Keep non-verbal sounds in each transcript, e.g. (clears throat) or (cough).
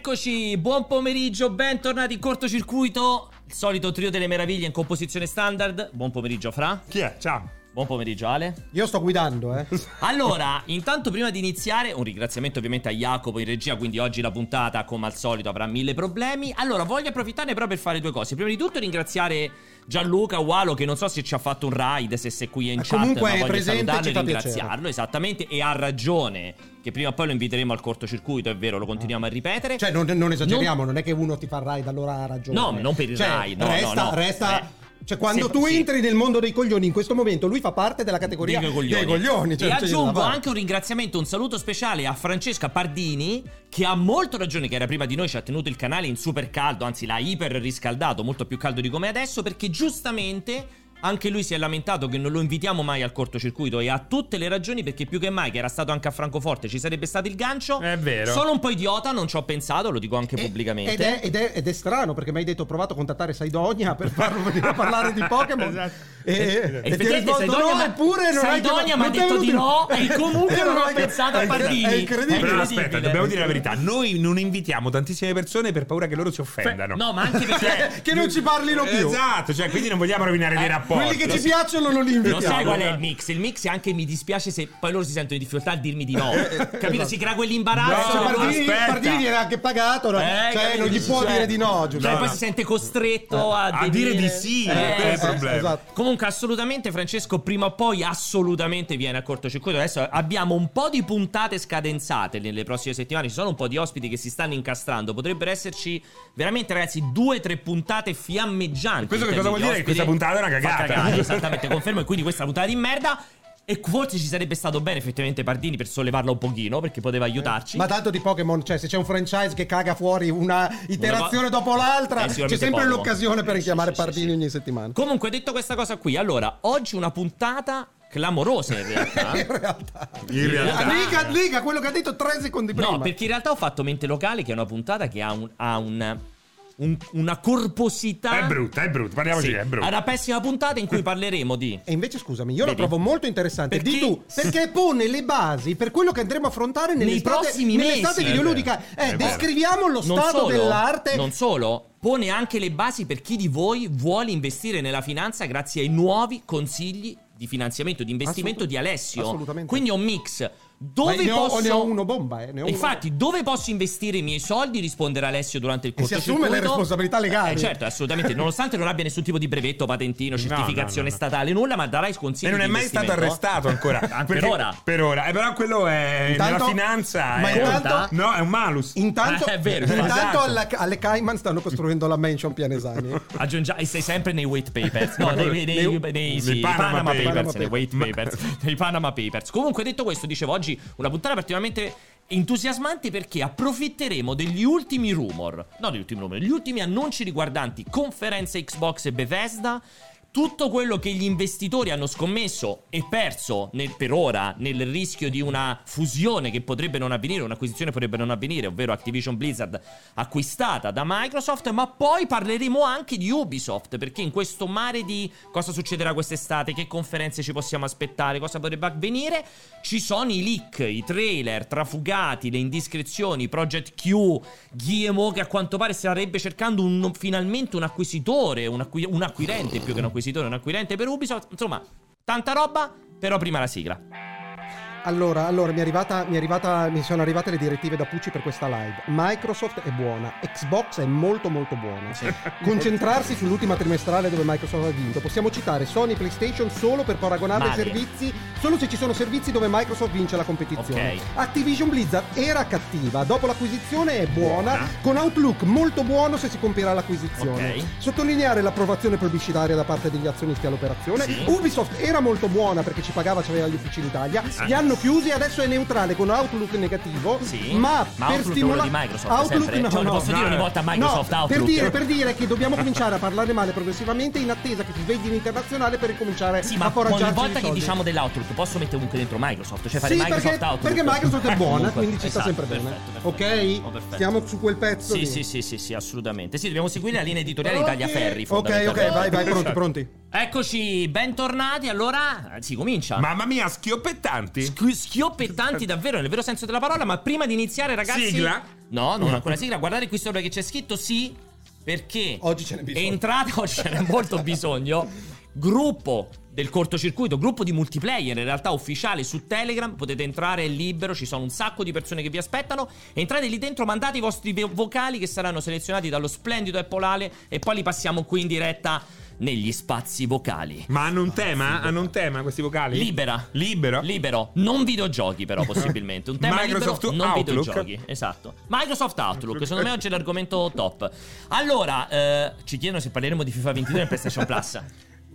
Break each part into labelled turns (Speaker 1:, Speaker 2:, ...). Speaker 1: Eccoci, buon pomeriggio, bentornati in cortocircuito. Il solito trio delle meraviglie in composizione standard. Buon pomeriggio, Fra.
Speaker 2: Chi è? Ciao.
Speaker 1: Buon pomeriggio, Ale.
Speaker 3: Io sto guidando,
Speaker 2: (laughs)
Speaker 3: eh.
Speaker 1: Allora, intanto prima di iniziare, un ringraziamento ovviamente a Jacopo in regia, quindi oggi la puntata, come al solito, avrà mille problemi. Allora, voglio approfittarne proprio per fare due cose. Prima di tutto ringraziare Gianluca Ualo, che non so se ci ha fatto un raid, se sei qui in
Speaker 3: Ma
Speaker 1: chat,
Speaker 3: Eh, comunque
Speaker 1: ma
Speaker 3: è
Speaker 1: voglio
Speaker 3: presente,
Speaker 1: salutarlo
Speaker 3: ci
Speaker 1: e
Speaker 3: fa
Speaker 1: ringraziarlo. Esattamente, e ha ragione, che prima o poi lo inviteremo al cortocircuito, è vero, lo continuiamo a ripetere.
Speaker 3: Cioè, non, non esageriamo, non... è che uno ti fa il raid, allora ha ragione.
Speaker 1: No, ma non per il
Speaker 3: Cioè,
Speaker 1: raid, no,
Speaker 3: resta,
Speaker 1: no, no.
Speaker 3: resta.
Speaker 1: Eh,
Speaker 3: Cioè, quando
Speaker 1: se-
Speaker 3: tu
Speaker 1: sì.
Speaker 3: entri nel mondo dei coglioni in questo momento, lui fa parte della categoria
Speaker 1: Dei coglioni.
Speaker 3: dei coglioni. Cioè,
Speaker 1: e
Speaker 3: non c'è
Speaker 2: certo,
Speaker 3: niente
Speaker 1: aggiungo
Speaker 3: da fare.
Speaker 1: anche un ringraziamento, un saluto speciale a Francesca Pardini, che ha molto ragione, che era prima di noi, ci ha tenuto il canale in super caldo, anzi l'ha iper riscaldato, molto più caldo di come è adesso, perché giustamente anche lui si è lamentato che non lo invitiamo mai al cortocircuito e ha tutte le ragioni perché più che mai, che era stato anche a Francoforte, ci sarebbe stato il gancio.
Speaker 2: È vero.
Speaker 1: Sono un po' idiota, non ci ho pensato, lo dico anche
Speaker 3: E-
Speaker 1: pubblicamente.
Speaker 3: Ed è, ed è- ed è strano perché mi hai detto ho provato a contattare Saidonia per farlo venire a parlare di Pokémon.
Speaker 2: (laughs) Esatto.
Speaker 3: e, e,
Speaker 1: E
Speaker 3: e ti ha
Speaker 1: effettivamente
Speaker 3: risposto
Speaker 1: Saidonia
Speaker 3: no,
Speaker 1: mi ha-
Speaker 3: eppure non hai
Speaker 1: Saidonia mi ha
Speaker 3: non ti
Speaker 1: detto
Speaker 3: è
Speaker 1: di
Speaker 3: venuto-
Speaker 1: no, e
Speaker 3: (laughs)
Speaker 1: comunque non ho
Speaker 3: hai-
Speaker 1: pensato a
Speaker 3: è incre-
Speaker 1: Pardini.
Speaker 3: È
Speaker 1: È
Speaker 3: incredibile.
Speaker 2: Però
Speaker 1: incredibile.
Speaker 2: aspetta, dobbiamo dire la verità. Noi non invitiamo tantissime persone per paura che loro si offendano. Eh,
Speaker 1: No, ma cioè,
Speaker 2: (laughs)
Speaker 1: anche perché...
Speaker 3: Che non ci parlino più.
Speaker 2: Esatto, cioè, quindi non vogliamo rovinare
Speaker 1: Eh,
Speaker 2: dei rapporti.
Speaker 3: Quelli che ci piacciono non li
Speaker 1: Lo sai
Speaker 3: invitiamo.
Speaker 1: qual è il mix? Il mix è anche mi dispiace se poi loro si sentono in difficoltà a dirmi di
Speaker 3: (laughs)
Speaker 1: no.
Speaker 3: Eh,
Speaker 1: Capito?
Speaker 3: esatto.
Speaker 1: Si crea quell'imbarazzo.
Speaker 2: No,
Speaker 1: che loro-
Speaker 3: Cioè, Pardini,
Speaker 2: aspetta.
Speaker 3: Pardini era anche pagato, no?
Speaker 1: Eh,
Speaker 3: cioè
Speaker 1: capito?
Speaker 3: non gli può
Speaker 1: Cioè,
Speaker 3: dire di no, Giuliano.
Speaker 1: Cioè,
Speaker 2: No,
Speaker 1: poi
Speaker 2: no.
Speaker 1: si sente costretto a,
Speaker 2: a dire di sì,
Speaker 1: Eh,
Speaker 2: quello è il
Speaker 1: sì.
Speaker 2: problema.
Speaker 3: Esatto.
Speaker 1: Comunque, assolutamente, Francesco, prima o poi assolutamente viene a cortocircuito. Adesso abbiamo un po' di puntate scadenzate nelle prossime settimane. Ci sono un po' di ospiti che si stanno incastrando. Potrebbero esserci veramente, ragazzi, due o tre puntate fiammeggianti.
Speaker 2: E questo
Speaker 1: in
Speaker 2: che
Speaker 1: termini
Speaker 2: cosa vuol
Speaker 1: di
Speaker 2: dire? Che
Speaker 1: ospiti.
Speaker 2: questa puntata è una
Speaker 1: Fa
Speaker 2: cagata. (laughs)
Speaker 1: cagare, esattamente, confermo. E quindi questa puntata di merda. E forse ci sarebbe stato bene effettivamente Pardini per sollevarla un pochino perché poteva aiutarci.
Speaker 3: Ma tanto di Pokémon, cioè se c'è un franchise che caga fuori una iterazione dopo l'altra,
Speaker 1: Eh,
Speaker 3: c'è
Speaker 1: sicuramente
Speaker 3: sempre
Speaker 1: Pokémon.
Speaker 3: l'occasione per
Speaker 1: Sì,
Speaker 3: richiamare
Speaker 1: sì, sì,
Speaker 3: Pardini
Speaker 1: sì.
Speaker 3: ogni settimana.
Speaker 1: Comunque, detto questa cosa qui, allora, oggi una puntata clamorosa in realtà.
Speaker 3: In realtà.
Speaker 2: In realtà.
Speaker 3: Liga, liga, quello che ha detto tre secondi (laughs) prima.
Speaker 1: No, perché in realtà ho fatto Mente Locale, che è una puntata che ha, un- ha un- un- una corposità.
Speaker 2: È brutta, è brutta. Parliamoci,
Speaker 1: Sì,
Speaker 2: è
Speaker 1: è
Speaker 2: brutta.
Speaker 1: una pessima puntata in cui parleremo di.
Speaker 3: E invece scusami, io
Speaker 1: Vedi?
Speaker 3: la trovo molto interessante.
Speaker 1: Perché-
Speaker 3: Di tu, perché pone le basi per quello che andremo a affrontare
Speaker 1: Nei
Speaker 3: nell'estate,
Speaker 1: prossimi
Speaker 3: nell'estate
Speaker 1: mesi.
Speaker 3: videoludica.
Speaker 2: È vero.
Speaker 3: Eh, descriviamo lo
Speaker 1: Non
Speaker 3: stato
Speaker 1: solo-
Speaker 3: dell'arte.
Speaker 1: Non solo, pone anche le basi per chi di voi vuole investire nella finanza grazie ai nuovi consigli di finanziamento, di investimento
Speaker 3: Assoluta-
Speaker 1: di Alessio.
Speaker 3: assolutamente.
Speaker 1: Quindi è un mix.
Speaker 3: Ma
Speaker 1: Dove
Speaker 3: ne ho,
Speaker 1: posso.
Speaker 3: ne ho uno bomba, eh. Ne ho uno.
Speaker 1: Infatti, dove posso investire i miei soldi? Rispondere Alessio durante il
Speaker 3: E si
Speaker 1: cortocircuito.
Speaker 3: assume le responsabilità legali.
Speaker 1: Eh, certo, assolutamente. Nonostante non abbia nessun tipo di brevetto, patentino, certificazione
Speaker 2: no, no, no.
Speaker 1: statale, nulla, ma darai consigli.
Speaker 2: E non è
Speaker 1: di
Speaker 2: mai stato
Speaker 1: investimento.
Speaker 2: arrestato ancora.
Speaker 1: Anche
Speaker 2: Perché-
Speaker 1: (laughs) per ora.
Speaker 2: Per ora. Eh, però quello è.
Speaker 3: Intanto-
Speaker 2: nella finanza.
Speaker 3: ma
Speaker 2: è-
Speaker 3: intanto-
Speaker 2: No, è un malus.
Speaker 3: Intanto,
Speaker 1: Eh, (laughs) è vero,
Speaker 3: intanto
Speaker 2: esatto.
Speaker 3: alla- alle Cayman stanno costruendo la mansion Pianesani.
Speaker 1: Aggiungia- e eh, sei sempre nei white papers. No, nei, nei, nei,
Speaker 3: Nei-
Speaker 1: nei-
Speaker 2: nei
Speaker 1: sì,
Speaker 2: Panama
Speaker 1: Panama,
Speaker 2: Papers.
Speaker 1: Papers, nei
Speaker 3: Panama
Speaker 1: white papers, nei Panama Papers. Comunque, detto questo, dicevo oggi una puntata particolarmente entusiasmante perché approfitteremo degli ultimi rumor, no degli ultimi rumor, degli ultimi annunci riguardanti conferenze Xbox e Bethesda. Tutto quello che gli investitori hanno scommesso e perso nel- per ora nel rischio di una fusione che potrebbe non avvenire, un'acquisizione potrebbe non avvenire, ovvero Activision Blizzard acquistata da Microsoft, ma poi parleremo anche di Ubisoft, perché in questo mare di cosa succederà quest'estate, che conferenze ci possiamo aspettare, cosa potrebbe avvenire, ci sono i leak, i trailer trafugati, le indiscrezioni, Project Q, Guillemot che a quanto pare starebbe cercando un- finalmente un acquisitore, un, acqui- un acquirente più che un acquisitore, un acquirente per Ubisoft, insomma, tanta roba, però prima la sigla.
Speaker 3: Allora, allora mi, è arrivata, mi, è arrivata- mi sono arrivate le direttive da Pucci per questa live. Microsoft è buona, Xbox è molto molto buona. Concentrarsi sull'ultima trimestrale dove Microsoft ha vinto. Possiamo citare Sony e PlayStation solo per paragonare i
Speaker 1: Madre.
Speaker 3: servizi, solo se ci sono servizi dove Microsoft vince la competizione.
Speaker 1: Ok.
Speaker 3: Activision Blizzard era cattiva, dopo l'acquisizione è buona, con Outlook molto buono se si compirà l'acquisizione.
Speaker 1: Ok.
Speaker 3: Sottolineare l'approvazione pubblicitaria da parte degli azionisti all'operazione.
Speaker 1: Sì.
Speaker 3: Ubisoft era molto buona perché ci pagava, c'aveva gli uffici in Italia. Li hanno chiusi, adesso è neutrale con Outlook negativo.
Speaker 1: Sì.
Speaker 3: Ma,
Speaker 1: Ma
Speaker 3: per
Speaker 1: Outlook è
Speaker 3: stimola-
Speaker 1: quello di Microsoft, sempre.
Speaker 3: no,
Speaker 1: Cioè, lo
Speaker 3: no.
Speaker 1: posso dire ogni volta
Speaker 3: No,
Speaker 1: Microsoft Outlook.
Speaker 3: Per dire, per dire che dobbiamo cominciare a parlare male progressivamente in attesa che si svegli l'internazionale per ricominciare
Speaker 1: Sì,
Speaker 3: a
Speaker 1: ma
Speaker 3: foraggiarci
Speaker 1: ogni
Speaker 3: di
Speaker 1: volta che
Speaker 3: soldi.
Speaker 1: diciamo dell'Outlook posso mettere comunque dentro Microsoft, cioè fare
Speaker 3: Sì,
Speaker 1: Microsoft
Speaker 3: perché-
Speaker 1: Outlook.
Speaker 3: perché Microsoft è buona,
Speaker 1: Comunque,
Speaker 3: quindi ci sta sempre bene. Ok?
Speaker 1: Oh, perfetto.
Speaker 3: Stiamo su quel pezzo
Speaker 1: Sì,
Speaker 3: lì.
Speaker 1: sì, sì, sì, sì, assolutamente. Sì, dobbiamo seguire la linea editoriale Italia Ferri
Speaker 3: Ok, ok, vai, vai, pronti, pronti.
Speaker 1: Eccoci, bentornati. Allora, si comincia.
Speaker 2: Mamma mia, schioppettanti.
Speaker 1: Schi- Schioppettanti davvero nel vero senso della parola, ma prima di iniziare ragazzi
Speaker 2: Sigla.
Speaker 1: No, non ho ancora sigla. Guardate qui sopra che c'è scritto sì, perché
Speaker 3: Oggi ce n'è bisogno.
Speaker 1: entrate, oggi ce n'è molto bisogno. Gruppo del cortocircuito, gruppo di multiplayer in realtà ufficiale su Telegram, potete entrare libero, ci sono un sacco di persone che vi aspettano. Entrate lì dentro, mandate i vostri vo- vocali che saranno selezionati dallo splendido Eppolale e poi li passiamo qui in diretta negli spazi vocali.
Speaker 2: Ma hanno un tema? Hanno un tema questi vocali?
Speaker 1: Ah, Libera.
Speaker 2: Libero?
Speaker 1: Libero, non videogiochi
Speaker 2: (laughs)
Speaker 1: però possibilmente, un tema
Speaker 2: Microsoft
Speaker 1: libero, non
Speaker 2: Outlook.
Speaker 1: videogiochi, esatto. Microsoft Outlook, secondo me oggi è l'argomento top. Allora, eh, ci chiedono se parleremo di FIFA 22 e
Speaker 2: (laughs)
Speaker 1: PlayStation Plus.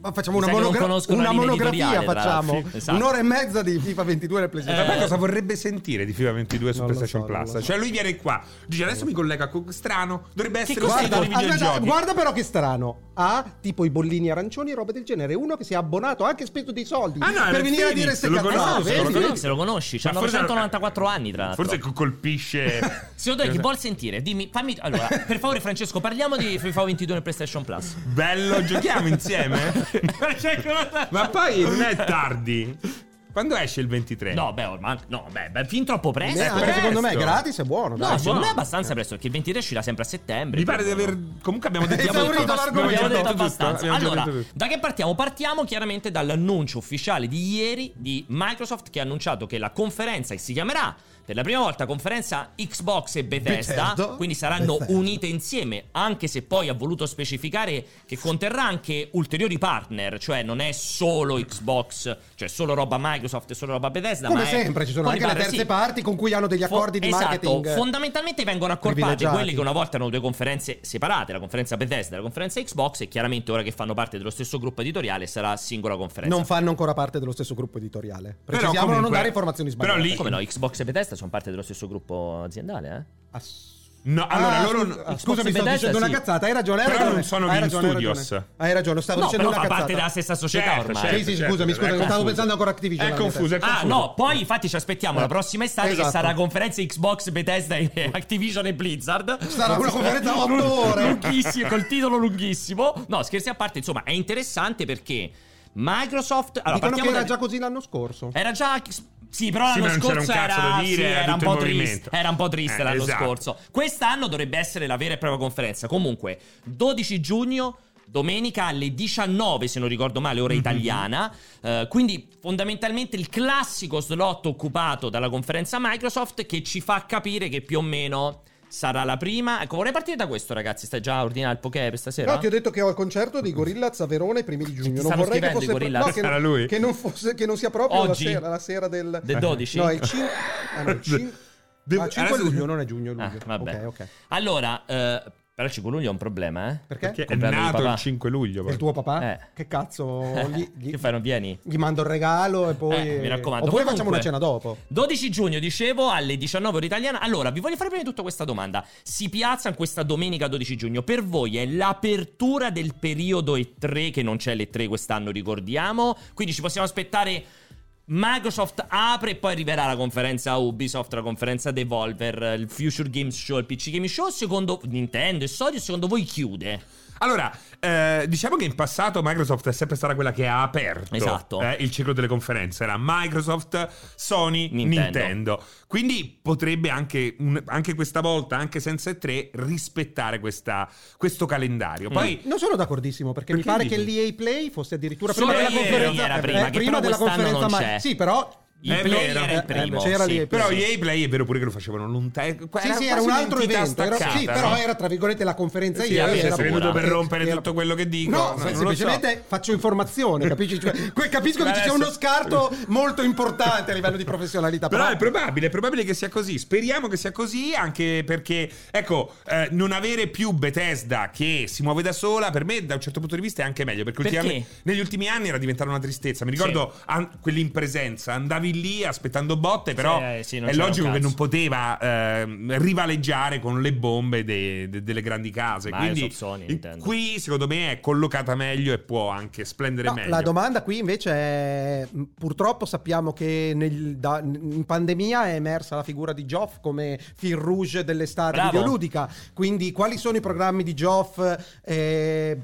Speaker 3: Ma facciamo
Speaker 1: Mi
Speaker 3: una,
Speaker 1: sa che non
Speaker 3: monogra-
Speaker 1: conoscono la
Speaker 3: una
Speaker 1: linea
Speaker 3: monografia,
Speaker 1: editoriale, tra
Speaker 3: facciamo.
Speaker 1: l'altro. Sì, esatto.
Speaker 3: Un'ora e mezza di FIFA 22 nel PlayStation.
Speaker 1: Eh,
Speaker 2: Ma poi cosa vorrebbe sentire di FIFA 22 su
Speaker 3: Non lo
Speaker 2: PlayStation
Speaker 3: so, non
Speaker 2: Plus?
Speaker 3: lo so.
Speaker 2: Cioè, lui viene qua, dice adesso mi collega con strano, dovrebbe essere un
Speaker 1: cos'è?
Speaker 2: sito
Speaker 3: Guarda,
Speaker 2: di
Speaker 1: aspetta,
Speaker 2: videogiochi.
Speaker 3: guarda- guarda però che strano. Ha tipo i bollini arancioni, roba del genere. Uno che si è abbonato, ha anche speso dei soldi
Speaker 2: Ah, no,
Speaker 3: per
Speaker 2: era
Speaker 3: venire a
Speaker 2: Phoenix,
Speaker 3: dire se
Speaker 2: lo
Speaker 3: cazzo-
Speaker 2: conosco,
Speaker 3: Ah,
Speaker 2: lo
Speaker 3: vedi?
Speaker 2: conosco.
Speaker 1: Se lo conosci,
Speaker 2: Ma
Speaker 1: c'ha
Speaker 2: forse-
Speaker 1: 994 anni tra l'altro.
Speaker 2: Forse co- colpisce.
Speaker 1: Secondo te chi vuol sentire? Dimmi, fammi... Allora, per favore Francesco, parliamo di FIFA 22 nel PlayStation Plus.
Speaker 2: (laughs) Bello, giochiamo insieme?
Speaker 1: Cioè, cosa-
Speaker 2: Ma poi non è tardi. Quando esce il 23?
Speaker 1: No, beh, ormai... No, beh, beh, fin troppo
Speaker 3: Eh,
Speaker 1: presto.
Speaker 3: anche
Speaker 2: presto.
Speaker 3: secondo me è gratis è buono.
Speaker 1: No,
Speaker 3: dai.
Speaker 1: secondo me è
Speaker 2: no.
Speaker 1: abbastanza presto, perché il 23 uscirà sempre a settembre.
Speaker 2: Mi pare di
Speaker 1: quindi-
Speaker 2: aver. Comunque abbiamo detto
Speaker 3: Esaurito
Speaker 2: tutto.
Speaker 3: l'argomento.
Speaker 2: Abbiamo
Speaker 1: Abbiamo
Speaker 2: già
Speaker 1: detto
Speaker 2: tutto,
Speaker 1: abbastanza.
Speaker 2: abbiamo già
Speaker 1: Allora,
Speaker 2: detto tutto.
Speaker 1: da che partiamo? Partiamo chiaramente dall'annuncio ufficiale di ieri di Microsoft che ha annunciato che la conferenza che si chiamerà per la prima volta conferenza Xbox e Bethesda,
Speaker 3: Bethesda.
Speaker 1: quindi saranno
Speaker 3: Bethesda.
Speaker 1: unite insieme, anche se poi ha voluto specificare che conterrà anche ulteriori partner, cioè non è solo Xbox, cioè solo roba Microsoft e solo roba Bethesda,
Speaker 3: Come
Speaker 1: ma è-
Speaker 3: sempre ci sono
Speaker 1: con i
Speaker 3: anche le
Speaker 1: partner,
Speaker 3: terze
Speaker 1: sì.
Speaker 3: parti con cui hanno degli
Speaker 1: Fo-
Speaker 3: accordi di
Speaker 1: esatto,
Speaker 3: marketing.
Speaker 1: Fondamentalmente vengono accorpate
Speaker 3: privilegiati.
Speaker 1: quelle che una volta erano due conferenze separate, la conferenza Bethesda e la conferenza Xbox, e chiaramente ora che fanno parte dello stesso gruppo editoriale sarà singola conferenza.
Speaker 3: non fanno ancora parte dello stesso gruppo editoriale.
Speaker 2: Però
Speaker 3: Precisiamolo, non
Speaker 2: comunque-
Speaker 3: dare informazioni
Speaker 2: però
Speaker 3: sbagliate.
Speaker 2: lì-
Speaker 1: Come no, Xbox e Bethesda sono parte dello stesso gruppo aziendale, eh?
Speaker 3: Ass-
Speaker 2: No, allora
Speaker 3: Ah,
Speaker 2: loro.
Speaker 3: scusa,
Speaker 2: no-
Speaker 3: ah, scusami, sto
Speaker 1: Bethesda,
Speaker 3: dicendo
Speaker 1: sì.
Speaker 3: una cazzata. Hai ragione, hai
Speaker 2: Però
Speaker 3: ragione.
Speaker 2: non sono
Speaker 3: hai
Speaker 2: Game
Speaker 3: ragione, hai
Speaker 2: Studios.
Speaker 3: ragione. Hai ragione, stavo
Speaker 1: No,
Speaker 3: dicendo
Speaker 1: però
Speaker 3: una
Speaker 1: fa
Speaker 3: cazzata.
Speaker 1: parte della stessa società
Speaker 2: Certo,
Speaker 1: ormai.
Speaker 2: certo.
Speaker 3: Sì, sì, scusami,
Speaker 2: È
Speaker 3: scusami, stavo
Speaker 2: confuso.
Speaker 3: pensando ancora a Activision.
Speaker 2: È
Speaker 3: nella mia
Speaker 2: confuso, è
Speaker 1: Ah
Speaker 2: confuso.
Speaker 1: no, poi infatti ci aspettiamo la
Speaker 3: Eh,
Speaker 1: prossima estate che
Speaker 3: esatto.
Speaker 1: sarà conferenza Xbox, Bethesda e (laughs) Activision e Blizzard.
Speaker 3: testa. Sarà una conferenza a 8 ore.
Speaker 1: lunghissimo, col titolo lunghissimo. No, scherzi a parte, insomma, è interessante perché Microsoft... Allora,
Speaker 3: Dicono che
Speaker 1: partiamo
Speaker 3: era
Speaker 1: da- Eh,
Speaker 3: già così l'anno scorso.
Speaker 1: Era già. Sì, però
Speaker 2: Sì,
Speaker 1: l'anno
Speaker 2: ma non c'era un
Speaker 1: scorso era,
Speaker 2: cazzo da dire,
Speaker 1: sì,
Speaker 2: era
Speaker 1: era, un
Speaker 2: tutto
Speaker 1: po'
Speaker 2: in
Speaker 1: triste,
Speaker 2: movimento.
Speaker 1: era un po' triste
Speaker 2: Eh,
Speaker 1: l'anno
Speaker 2: esatto.
Speaker 1: scorso. Quest'anno dovrebbe essere la vera e propria conferenza. Comunque, 12 giugno. Domenica alle 19, se non ricordo male,
Speaker 2: Mhm.
Speaker 1: ora italiana. Eh, quindi fondamentalmente il classico slot occupato dalla conferenza Microsoft che ci fa capire che più o meno sarà la prima. Ecco, vorrei partire da questo, ragazzi. Stai già ordinando il poker per stasera?
Speaker 3: No, ti ho detto che ho il concerto dei Gorillaz a Verona i primi di giugno. Non
Speaker 1: stanno
Speaker 3: vorrei che
Speaker 1: scrivendo i
Speaker 3: fosse,
Speaker 1: Gorillaz?
Speaker 3: no, che,
Speaker 2: (laughs) Era lui. Eh.
Speaker 3: che non fosse- che non sia proprio la
Speaker 1: Oggi?
Speaker 3: sera, la sera del,
Speaker 1: Del 12?
Speaker 3: No, è il 5, ah, no, il 5,
Speaker 2: Devo-
Speaker 3: ah, 5
Speaker 2: adesso-
Speaker 3: luglio, non è giugno, è luglio.
Speaker 1: Ah, vabbè.
Speaker 3: Ok, ok.
Speaker 1: Allora, eh, però il 5 luglio è un problema, eh?
Speaker 3: Perché?
Speaker 2: Perché è
Speaker 1: Compleanno di
Speaker 2: nato
Speaker 1: papà.
Speaker 2: il 5 luglio. poi.
Speaker 3: Per tuo papà?
Speaker 1: Eh.
Speaker 3: Che cazzo?
Speaker 1: (laughs)
Speaker 3: Gli, gli-
Speaker 1: che fai, non vieni?
Speaker 3: gli mando il regalo e poi...
Speaker 1: Eh, mi raccomando. Comunque-
Speaker 3: Oppure facciamo una cena dopo.
Speaker 1: 12 giugno, dicevo, alle 19 ore italiana. Allora, vi voglio fare prima di tutto questa domanda. Si piazza in questa domenica 12 giugno. Per voi è l'apertura del periodo E3, che non c'è l'E3 quest'anno, ricordiamo. Quindi ci possiamo aspettare. Microsoft apre e poi arriverà la conferenza Ubisoft, la conferenza Devolver, il Future Games Show, il PC Games Show. Secondo Nintendo e Sony, secondo voi chiude?
Speaker 2: Allora, eh, diciamo che in passato Microsoft è sempre stata quella che ha aperto
Speaker 1: Esatto.
Speaker 2: eh, il ciclo delle conferenze. Era Microsoft, Sony,
Speaker 1: Nintendo.
Speaker 2: Nintendo. Quindi potrebbe anche, un- anche questa volta, anche senza E3, rispettare questa- questo calendario. Poi,
Speaker 3: Non sono d'accordissimo perché,
Speaker 2: Perché
Speaker 3: mi pare
Speaker 2: dici?
Speaker 3: che l'EA Play fosse addirittura
Speaker 1: Solo
Speaker 3: prima della
Speaker 1: ieri
Speaker 3: conferenza.
Speaker 1: era
Speaker 3: eh,
Speaker 1: prima, che però
Speaker 3: della
Speaker 1: quest'anno
Speaker 3: conferenza,
Speaker 1: non
Speaker 3: ma-
Speaker 1: c'è.
Speaker 3: sì, però
Speaker 1: Il
Speaker 2: È
Speaker 1: play
Speaker 2: vero,
Speaker 1: era
Speaker 2: eh,
Speaker 1: il
Speaker 2: eh,
Speaker 1: primo.
Speaker 3: c'era
Speaker 1: sì.
Speaker 3: l'EA
Speaker 2: però,
Speaker 3: sì.
Speaker 2: EA Play è vero pure che lo facevano lontano.
Speaker 3: Sì, sì, era un altro evento. Era, sì, però era tra virgolette la conferenza
Speaker 2: Eh Sì,
Speaker 3: ieri.
Speaker 1: vabbè,
Speaker 3: era
Speaker 1: sei venuto
Speaker 3: pura-
Speaker 1: per
Speaker 2: rompere
Speaker 3: era-
Speaker 2: tutto quello che dico,
Speaker 3: No,
Speaker 2: no, non lo
Speaker 3: semplicemente faccio informazione, capisci? Cioè, que- capisco che
Speaker 2: Beh,
Speaker 3: ci
Speaker 2: adesso-
Speaker 3: sia uno scarto molto importante a livello di
Speaker 1: Ah,
Speaker 3: professionalità.
Speaker 2: Però
Speaker 3: Però,
Speaker 2: è probabile, è probabile che sia così. Speriamo che sia così, anche perché, ecco, eh, non avere più Bethesda che si muove da sola, per me, da un certo punto di vista, è anche meglio. Perché,
Speaker 1: Perché?
Speaker 2: ultimamente- negli ultimi anni era diventata una tristezza. Mi ricordo an- quelli in presenza, andavi lì aspettando botte, però
Speaker 1: Sì, eh, sì, non
Speaker 2: è
Speaker 1: c'era
Speaker 2: logico
Speaker 1: un
Speaker 2: che
Speaker 1: cazzo.
Speaker 2: non poteva ehm, rivaleggiare con le bombe de- de- delle grandi case.
Speaker 1: Microsoft,
Speaker 2: Quindi,
Speaker 1: Sony,
Speaker 2: eh,
Speaker 1: Nintendo.
Speaker 2: qui, secondo me, è collocata meglio e può anche splendere
Speaker 3: No,
Speaker 2: meglio.
Speaker 3: la domanda qui invece è: mh, purtroppo sappiamo che nel- da- in pandemia è emersa la figura di Geoff come fil rouge dell'estate
Speaker 1: Bravo.
Speaker 3: videoludica. Quindi, quali sono i programmi di Geoff? eh,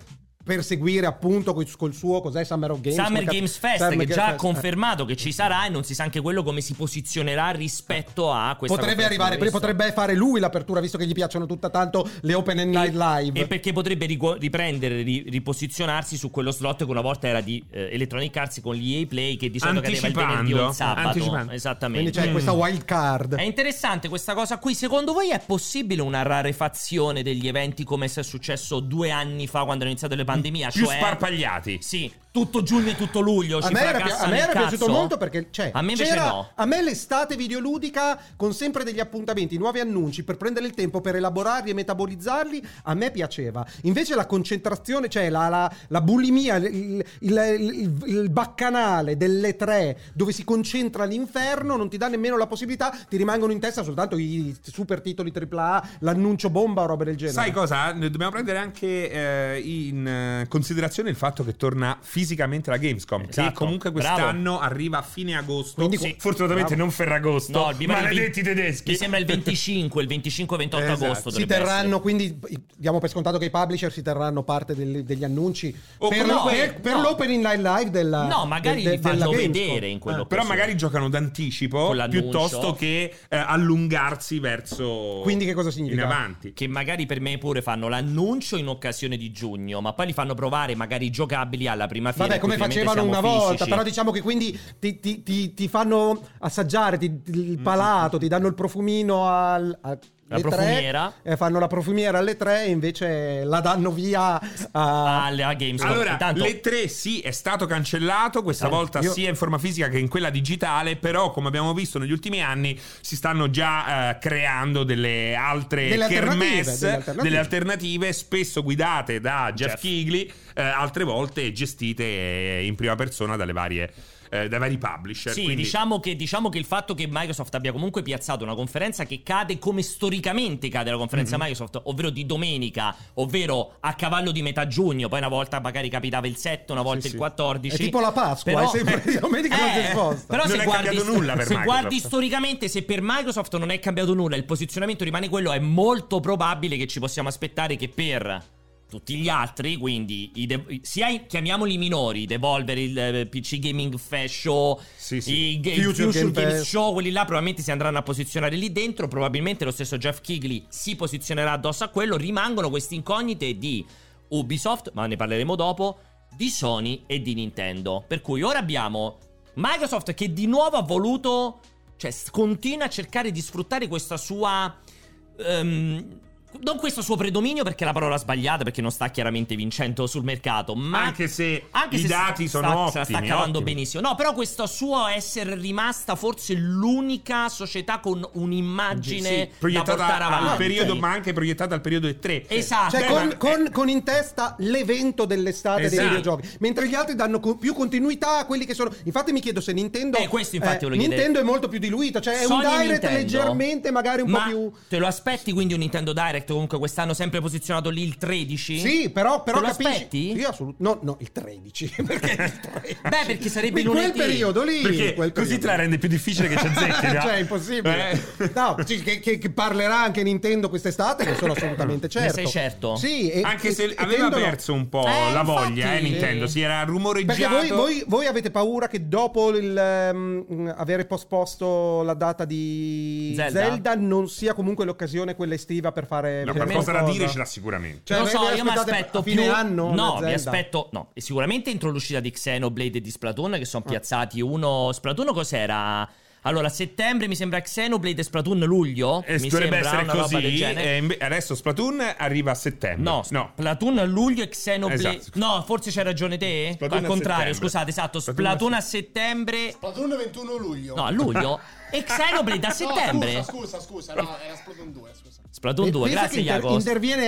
Speaker 3: perseguire appunto coi- col suo cos'è Summer of Games
Speaker 1: Summer
Speaker 3: Cap-
Speaker 1: Games Fest
Speaker 3: Summer
Speaker 1: che
Speaker 3: Games
Speaker 1: già ha
Speaker 3: Fest, eh.
Speaker 1: confermato che ci sarà e non si sa anche quello come si posizionerà rispetto a questa
Speaker 3: potrebbe
Speaker 1: conferenza
Speaker 3: arrivare,
Speaker 1: di pressa.
Speaker 3: potrebbe fare lui l'apertura visto che gli piacciono tutta tanto le open and night live.
Speaker 1: E perché potrebbe rigu- riprendere, ri- riposizionarsi su quello slot che una volta era di eh, Electronic Arts con gli EA Play che di solito cadeva il venerdì o il
Speaker 2: Anticipando.
Speaker 1: sabato.
Speaker 2: Anticipando.
Speaker 1: Esattamente.
Speaker 3: Quindi c'è
Speaker 1: Mm.
Speaker 3: questa wild card.
Speaker 1: È interessante questa cosa qui. Secondo voi è possibile una rarefazione degli eventi come se è successo due anni fa quando hanno iniziato le pandemie?
Speaker 2: Più
Speaker 1: cioè,
Speaker 2: sparpagliati.
Speaker 1: Sì, tutto giugno e tutto luglio.
Speaker 3: A
Speaker 1: ci
Speaker 3: me, era, pi-
Speaker 1: fracassano
Speaker 3: a me
Speaker 1: il
Speaker 3: era piaciuto
Speaker 1: cazzo?
Speaker 3: molto perché c'è.
Speaker 1: A me invece
Speaker 3: c'era-
Speaker 1: no.
Speaker 3: A me l'estate videoludica con sempre degli appuntamenti, nuovi annunci per prendere il tempo per elaborarli e metabolizzarli, a me piaceva. Invece la concentrazione, cioè la, la- la bulimia, il, il- il- il- il baccanale delle tre dove si concentra l'inferno, non ti dà nemmeno la possibilità, ti rimangono in testa soltanto i super titoli AAA, l'annuncio bomba o robe del genere.
Speaker 2: Sai cosa? Ne Dobbiamo prendere anche eh, in eh, considerazione il fatto che torna fisicamente la Gamescom,
Speaker 1: Esatto,
Speaker 2: che comunque
Speaker 1: bravo.
Speaker 2: quest'anno arriva a fine agosto.
Speaker 3: Quindi-
Speaker 2: Fu- fortunatamente
Speaker 3: bravo.
Speaker 2: non Ferragosto.
Speaker 1: No, mi pare il
Speaker 2: maledetti
Speaker 1: venti-
Speaker 2: tedeschi.
Speaker 1: Mi sembra il 25, il 25-28
Speaker 2: Esatto.
Speaker 1: agosto.
Speaker 3: si
Speaker 1: dovrebbe
Speaker 3: terranno quindi i- diamo per scontato che i publisher si terranno parte del- degli annunci
Speaker 2: O
Speaker 3: per,
Speaker 2: comunque-
Speaker 3: per- per
Speaker 1: no.
Speaker 3: l'opening night live della
Speaker 1: No, magari
Speaker 3: de- de-
Speaker 1: li fanno
Speaker 3: della Gamescom.
Speaker 1: vedere in quello-
Speaker 3: Ah.
Speaker 2: Però
Speaker 1: Così.
Speaker 2: magari giocano d'anticipo
Speaker 1: Con l'annuncio.
Speaker 2: piuttosto che eh, allungarsi verso
Speaker 3: Quindi che cosa significa?
Speaker 2: in avanti.
Speaker 1: Che magari per me pure fanno l'annuncio in occasione di giugno, ma poi li fanno provare magari giocabili alla prima fine.
Speaker 3: Vabbè,
Speaker 1: in cui
Speaker 3: come
Speaker 1: ovviamente
Speaker 3: facevano una
Speaker 1: siamo
Speaker 3: volta,
Speaker 1: fisici.
Speaker 3: però diciamo che quindi ti, ti- ti- ti fanno assaggiare ti- ti- il palato, ti danno il profumino al, a-
Speaker 1: La
Speaker 3: alle tre,
Speaker 1: profumiera.
Speaker 3: eh, fanno la profumiera alle tre e invece la danno via a,
Speaker 1: alla Gamescom.
Speaker 2: Allora,
Speaker 1: Intanto- Esatto.
Speaker 2: le tre sì, è stato cancellato, questa
Speaker 1: Tanto.
Speaker 2: volta
Speaker 3: Io-
Speaker 2: sia in forma fisica che in quella digitale, però come abbiamo visto negli ultimi anni si stanno già eh, creando delle altre
Speaker 3: Delle alternative,
Speaker 2: kermesse,
Speaker 3: delle
Speaker 2: delle
Speaker 3: alternative.
Speaker 2: alternative. spesso guidate da Jeff,
Speaker 1: Jeff.
Speaker 2: Kigley, eh, altre volte gestite eh, in prima persona dalle varie, eh, dai vari publisher.
Speaker 1: Sì,
Speaker 2: quindi-
Speaker 1: diciamo, che, diciamo che il fatto che Microsoft abbia comunque piazzato una conferenza che cade come storicamente cade la conferenza
Speaker 2: Mhm.
Speaker 1: Microsoft, ovvero di domenica, ovvero a cavallo di metà giugno, poi una volta magari capitava il 7, una volta
Speaker 3: Sì,
Speaker 1: il
Speaker 3: sì.
Speaker 1: 14.
Speaker 3: È tipo la Pasqua, è sempre di
Speaker 1: (laughs)
Speaker 3: domenica, non si sposta.
Speaker 1: Però
Speaker 2: Non
Speaker 1: se
Speaker 2: è
Speaker 1: guardi,
Speaker 2: cambiato nulla per
Speaker 1: se
Speaker 2: Microsoft.
Speaker 1: guardi storicamente, se per Microsoft non è cambiato nulla, il posizionamento rimane quello, è molto probabile che ci possiamo aspettare che per... Tutti gli altri, quindi i de- sia i- chiamiamoli minori, i Devolver, il eh, PC Gaming Fest Show,
Speaker 2: Sì, sì.
Speaker 1: i Ga-
Speaker 3: Future
Speaker 1: Future
Speaker 3: Game
Speaker 1: Games
Speaker 3: Fest.
Speaker 1: Show, quelli là probabilmente si andranno a posizionare lì dentro. Probabilmente lo stesso Jeff Kigley si posizionerà addosso a quello. Rimangono queste incognite di Ubisoft, ma ne parleremo dopo, di Sony e di Nintendo. Per cui ora abbiamo Microsoft che di nuovo ha voluto, cioè s- continua a cercare di sfruttare questa sua... ehm, non questo suo predominio perché è la parola sbagliata, perché non sta chiaramente vincendo sul mercato, ma
Speaker 2: Anche se
Speaker 1: anche
Speaker 2: i
Speaker 1: se
Speaker 2: dati
Speaker 1: sta-
Speaker 2: sono ottimi,
Speaker 1: se la sta cavando
Speaker 2: ottimi.
Speaker 1: benissimo. No, però questo suo essere rimasta forse l'unica società con un'immagine
Speaker 2: Sì,
Speaker 1: da portare
Speaker 2: proiettata al
Speaker 1: avanti.
Speaker 2: periodo, ma anche proiettata al periodo E3.
Speaker 1: Esatto.
Speaker 3: Cioè,
Speaker 2: Beh,
Speaker 3: con,
Speaker 2: ma-
Speaker 3: con- con in testa l'evento dell'estate dei
Speaker 2: Esatto.
Speaker 3: videogiochi, mentre gli altri danno co- più continuità a quelli che sono. Infatti, mi chiedo se Nintendo.
Speaker 1: Eh, questo infatti volevo chiedere.
Speaker 3: Nintendo è molto più diluito, cioè è
Speaker 1: Sony
Speaker 3: un
Speaker 1: e
Speaker 3: direct
Speaker 1: Nintendo.
Speaker 3: leggermente, magari un
Speaker 1: Ma
Speaker 3: po' più.
Speaker 1: Te lo aspetti quindi un Nintendo Direct? Comunque quest'anno sempre posizionato lì il 13?
Speaker 3: Sì, però, però
Speaker 1: Te lo
Speaker 3: capisci.
Speaker 1: aspetti?
Speaker 3: Io assolutamente. No, no, il 13. (laughs) Perché il
Speaker 1: (laughs)
Speaker 3: 13?
Speaker 1: Beh, perché sarebbe
Speaker 3: in quel
Speaker 1: lunedì.
Speaker 3: periodo lì. in
Speaker 2: Perché
Speaker 3: quel
Speaker 2: così
Speaker 3: periodo.
Speaker 2: te
Speaker 3: (laughs)
Speaker 2: la rende più difficile che ci azzecchi. no?
Speaker 3: cioè, è impossibile.
Speaker 2: Eh.
Speaker 3: No, sì, che, che- che parlerà anche Nintendo quest'estate, ne sono assolutamente certo.
Speaker 1: sei certo?
Speaker 3: Sì, e-
Speaker 2: Anche
Speaker 3: e-
Speaker 2: se
Speaker 3: e
Speaker 2: aveva
Speaker 3: tendono-
Speaker 2: perso un po'
Speaker 1: Eh,
Speaker 2: la
Speaker 1: infatti.
Speaker 2: voglia, eh, Nintendo.
Speaker 1: Sì.
Speaker 2: Si era
Speaker 3: Perché
Speaker 2: rumoreggiato.
Speaker 3: voi, voi- voi avete paura che dopo il ehm, avere posposto la data di Zelda.
Speaker 1: Zelda?
Speaker 3: non sia comunque l'occasione quella estiva per fare
Speaker 2: No,
Speaker 3: per
Speaker 2: qualcosa da dire ce l'ha sicuramente.
Speaker 3: Cioè,
Speaker 1: non lo so,
Speaker 3: voi
Speaker 1: io mi
Speaker 3: aspettate
Speaker 1: aspetto
Speaker 3: a fine
Speaker 1: più...
Speaker 3: anno la
Speaker 1: no, mi
Speaker 3: Zelda?
Speaker 1: aspetto... No, e sicuramente entro l'uscita di Xenoblade e di Splatoon che sono piazzati uno... Splatoon cos'era? Allora, a settembre mi sembra Xenoblade e Splatoon luglio.
Speaker 2: Eh,
Speaker 1: mi
Speaker 2: dovrebbe
Speaker 1: sembra
Speaker 2: essere
Speaker 1: una roba del
Speaker 2: così.
Speaker 1: genere.
Speaker 2: eh, inve- adesso Splatoon arriva a settembre.
Speaker 1: No,
Speaker 2: no.
Speaker 1: Splatoon a luglio e Xenoblade.
Speaker 2: Esatto.
Speaker 1: No, forse c'hai ragione te?
Speaker 2: Splatoon
Speaker 1: Al
Speaker 2: a
Speaker 1: contrario,
Speaker 2: settembre.
Speaker 1: scusate, esatto.
Speaker 2: Splatoon
Speaker 1: Splatoon,
Speaker 2: a
Speaker 1: a settembre.
Speaker 4: Splatoon 21 luglio.
Speaker 1: No, a luglio. e Xenoblade a settembre.
Speaker 4: No, scusa, scusa, scusa, no, era Splatoon 2, scusa.
Speaker 1: Splatoon
Speaker 3: Pe-
Speaker 1: 2,
Speaker 3: Eh, pensa
Speaker 1: grazie
Speaker 3: che inter-
Speaker 1: Iago.
Speaker 3: interviene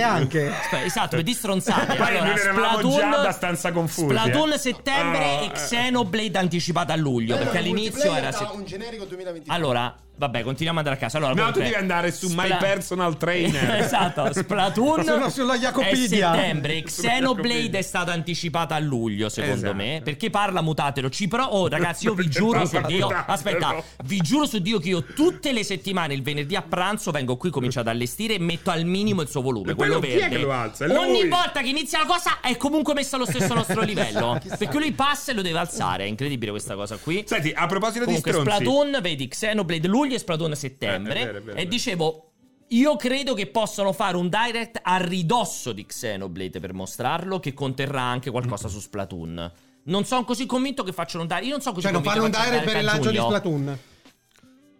Speaker 1: (laughs)
Speaker 3: anche. Cioè,
Speaker 1: Aspetta, esatto, per di stronzate.
Speaker 2: Poi noi eravamo già abbastanza confusi,
Speaker 1: Splatoon
Speaker 2: eh.
Speaker 1: settembre
Speaker 2: Ah,
Speaker 1: e
Speaker 2: eh.
Speaker 1: Xenoblade anticipata a luglio.
Speaker 4: Allora,
Speaker 1: Perché all'inizio
Speaker 4: multiplayer
Speaker 1: era.
Speaker 4: da
Speaker 1: se-
Speaker 4: un generico 2023.
Speaker 1: Allora, Vabbè, continuiamo ad andare a casa. Allora,
Speaker 2: No, tu
Speaker 1: comunque-
Speaker 2: devi andare su My
Speaker 1: Spla-
Speaker 2: Personal Trainer.
Speaker 1: (laughs) esatto, Splatoon
Speaker 3: Sono sulla
Speaker 1: è
Speaker 3: Jacopedia.
Speaker 1: settembre.
Speaker 2: (laughs) Sulla
Speaker 1: Xenoblade
Speaker 2: Jacopedia.
Speaker 1: è stata anticipata a luglio, secondo
Speaker 2: Esatto.
Speaker 1: me. Perché parla mutatelo. Ci pro- Oh, ragazzi, io
Speaker 2: (laughs)
Speaker 1: vi giuro su Dio.
Speaker 2: Mutatelo.
Speaker 1: Aspetta, vi giuro su Dio che io tutte le settimane, il venerdì a pranzo, vengo qui, comincio ad allestire e metto al minimo il suo volume.
Speaker 2: E
Speaker 1: Quello
Speaker 2: quello chi è
Speaker 1: verde.
Speaker 2: che lo alza? È lui.
Speaker 1: Ogni volta che inizia la cosa è comunque messo allo
Speaker 2: (laughs)
Speaker 1: stesso nostro livello. perché lui passa e lo deve alzare. È incredibile questa cosa qui.
Speaker 2: Senti, a proposito
Speaker 1: Comunque,
Speaker 2: di stronzi.
Speaker 1: Splatoon, vedi, Xenoblade luglio e Splatoon settembre.
Speaker 2: Eh, è vero, è vero, è
Speaker 1: e
Speaker 2: vero.
Speaker 1: dicevo. Io credo che possano fare un direct a ridosso di Xenoblade per mostrarlo, che conterrà anche qualcosa su Splatoon. Non sono così convinto che facciano un direct. Io non sono così
Speaker 3: Cioè, non
Speaker 1: convinto
Speaker 3: fanno un
Speaker 1: che facciano
Speaker 3: direct per il
Speaker 1: a
Speaker 3: lancio di
Speaker 1: giugno.
Speaker 3: Splatoon.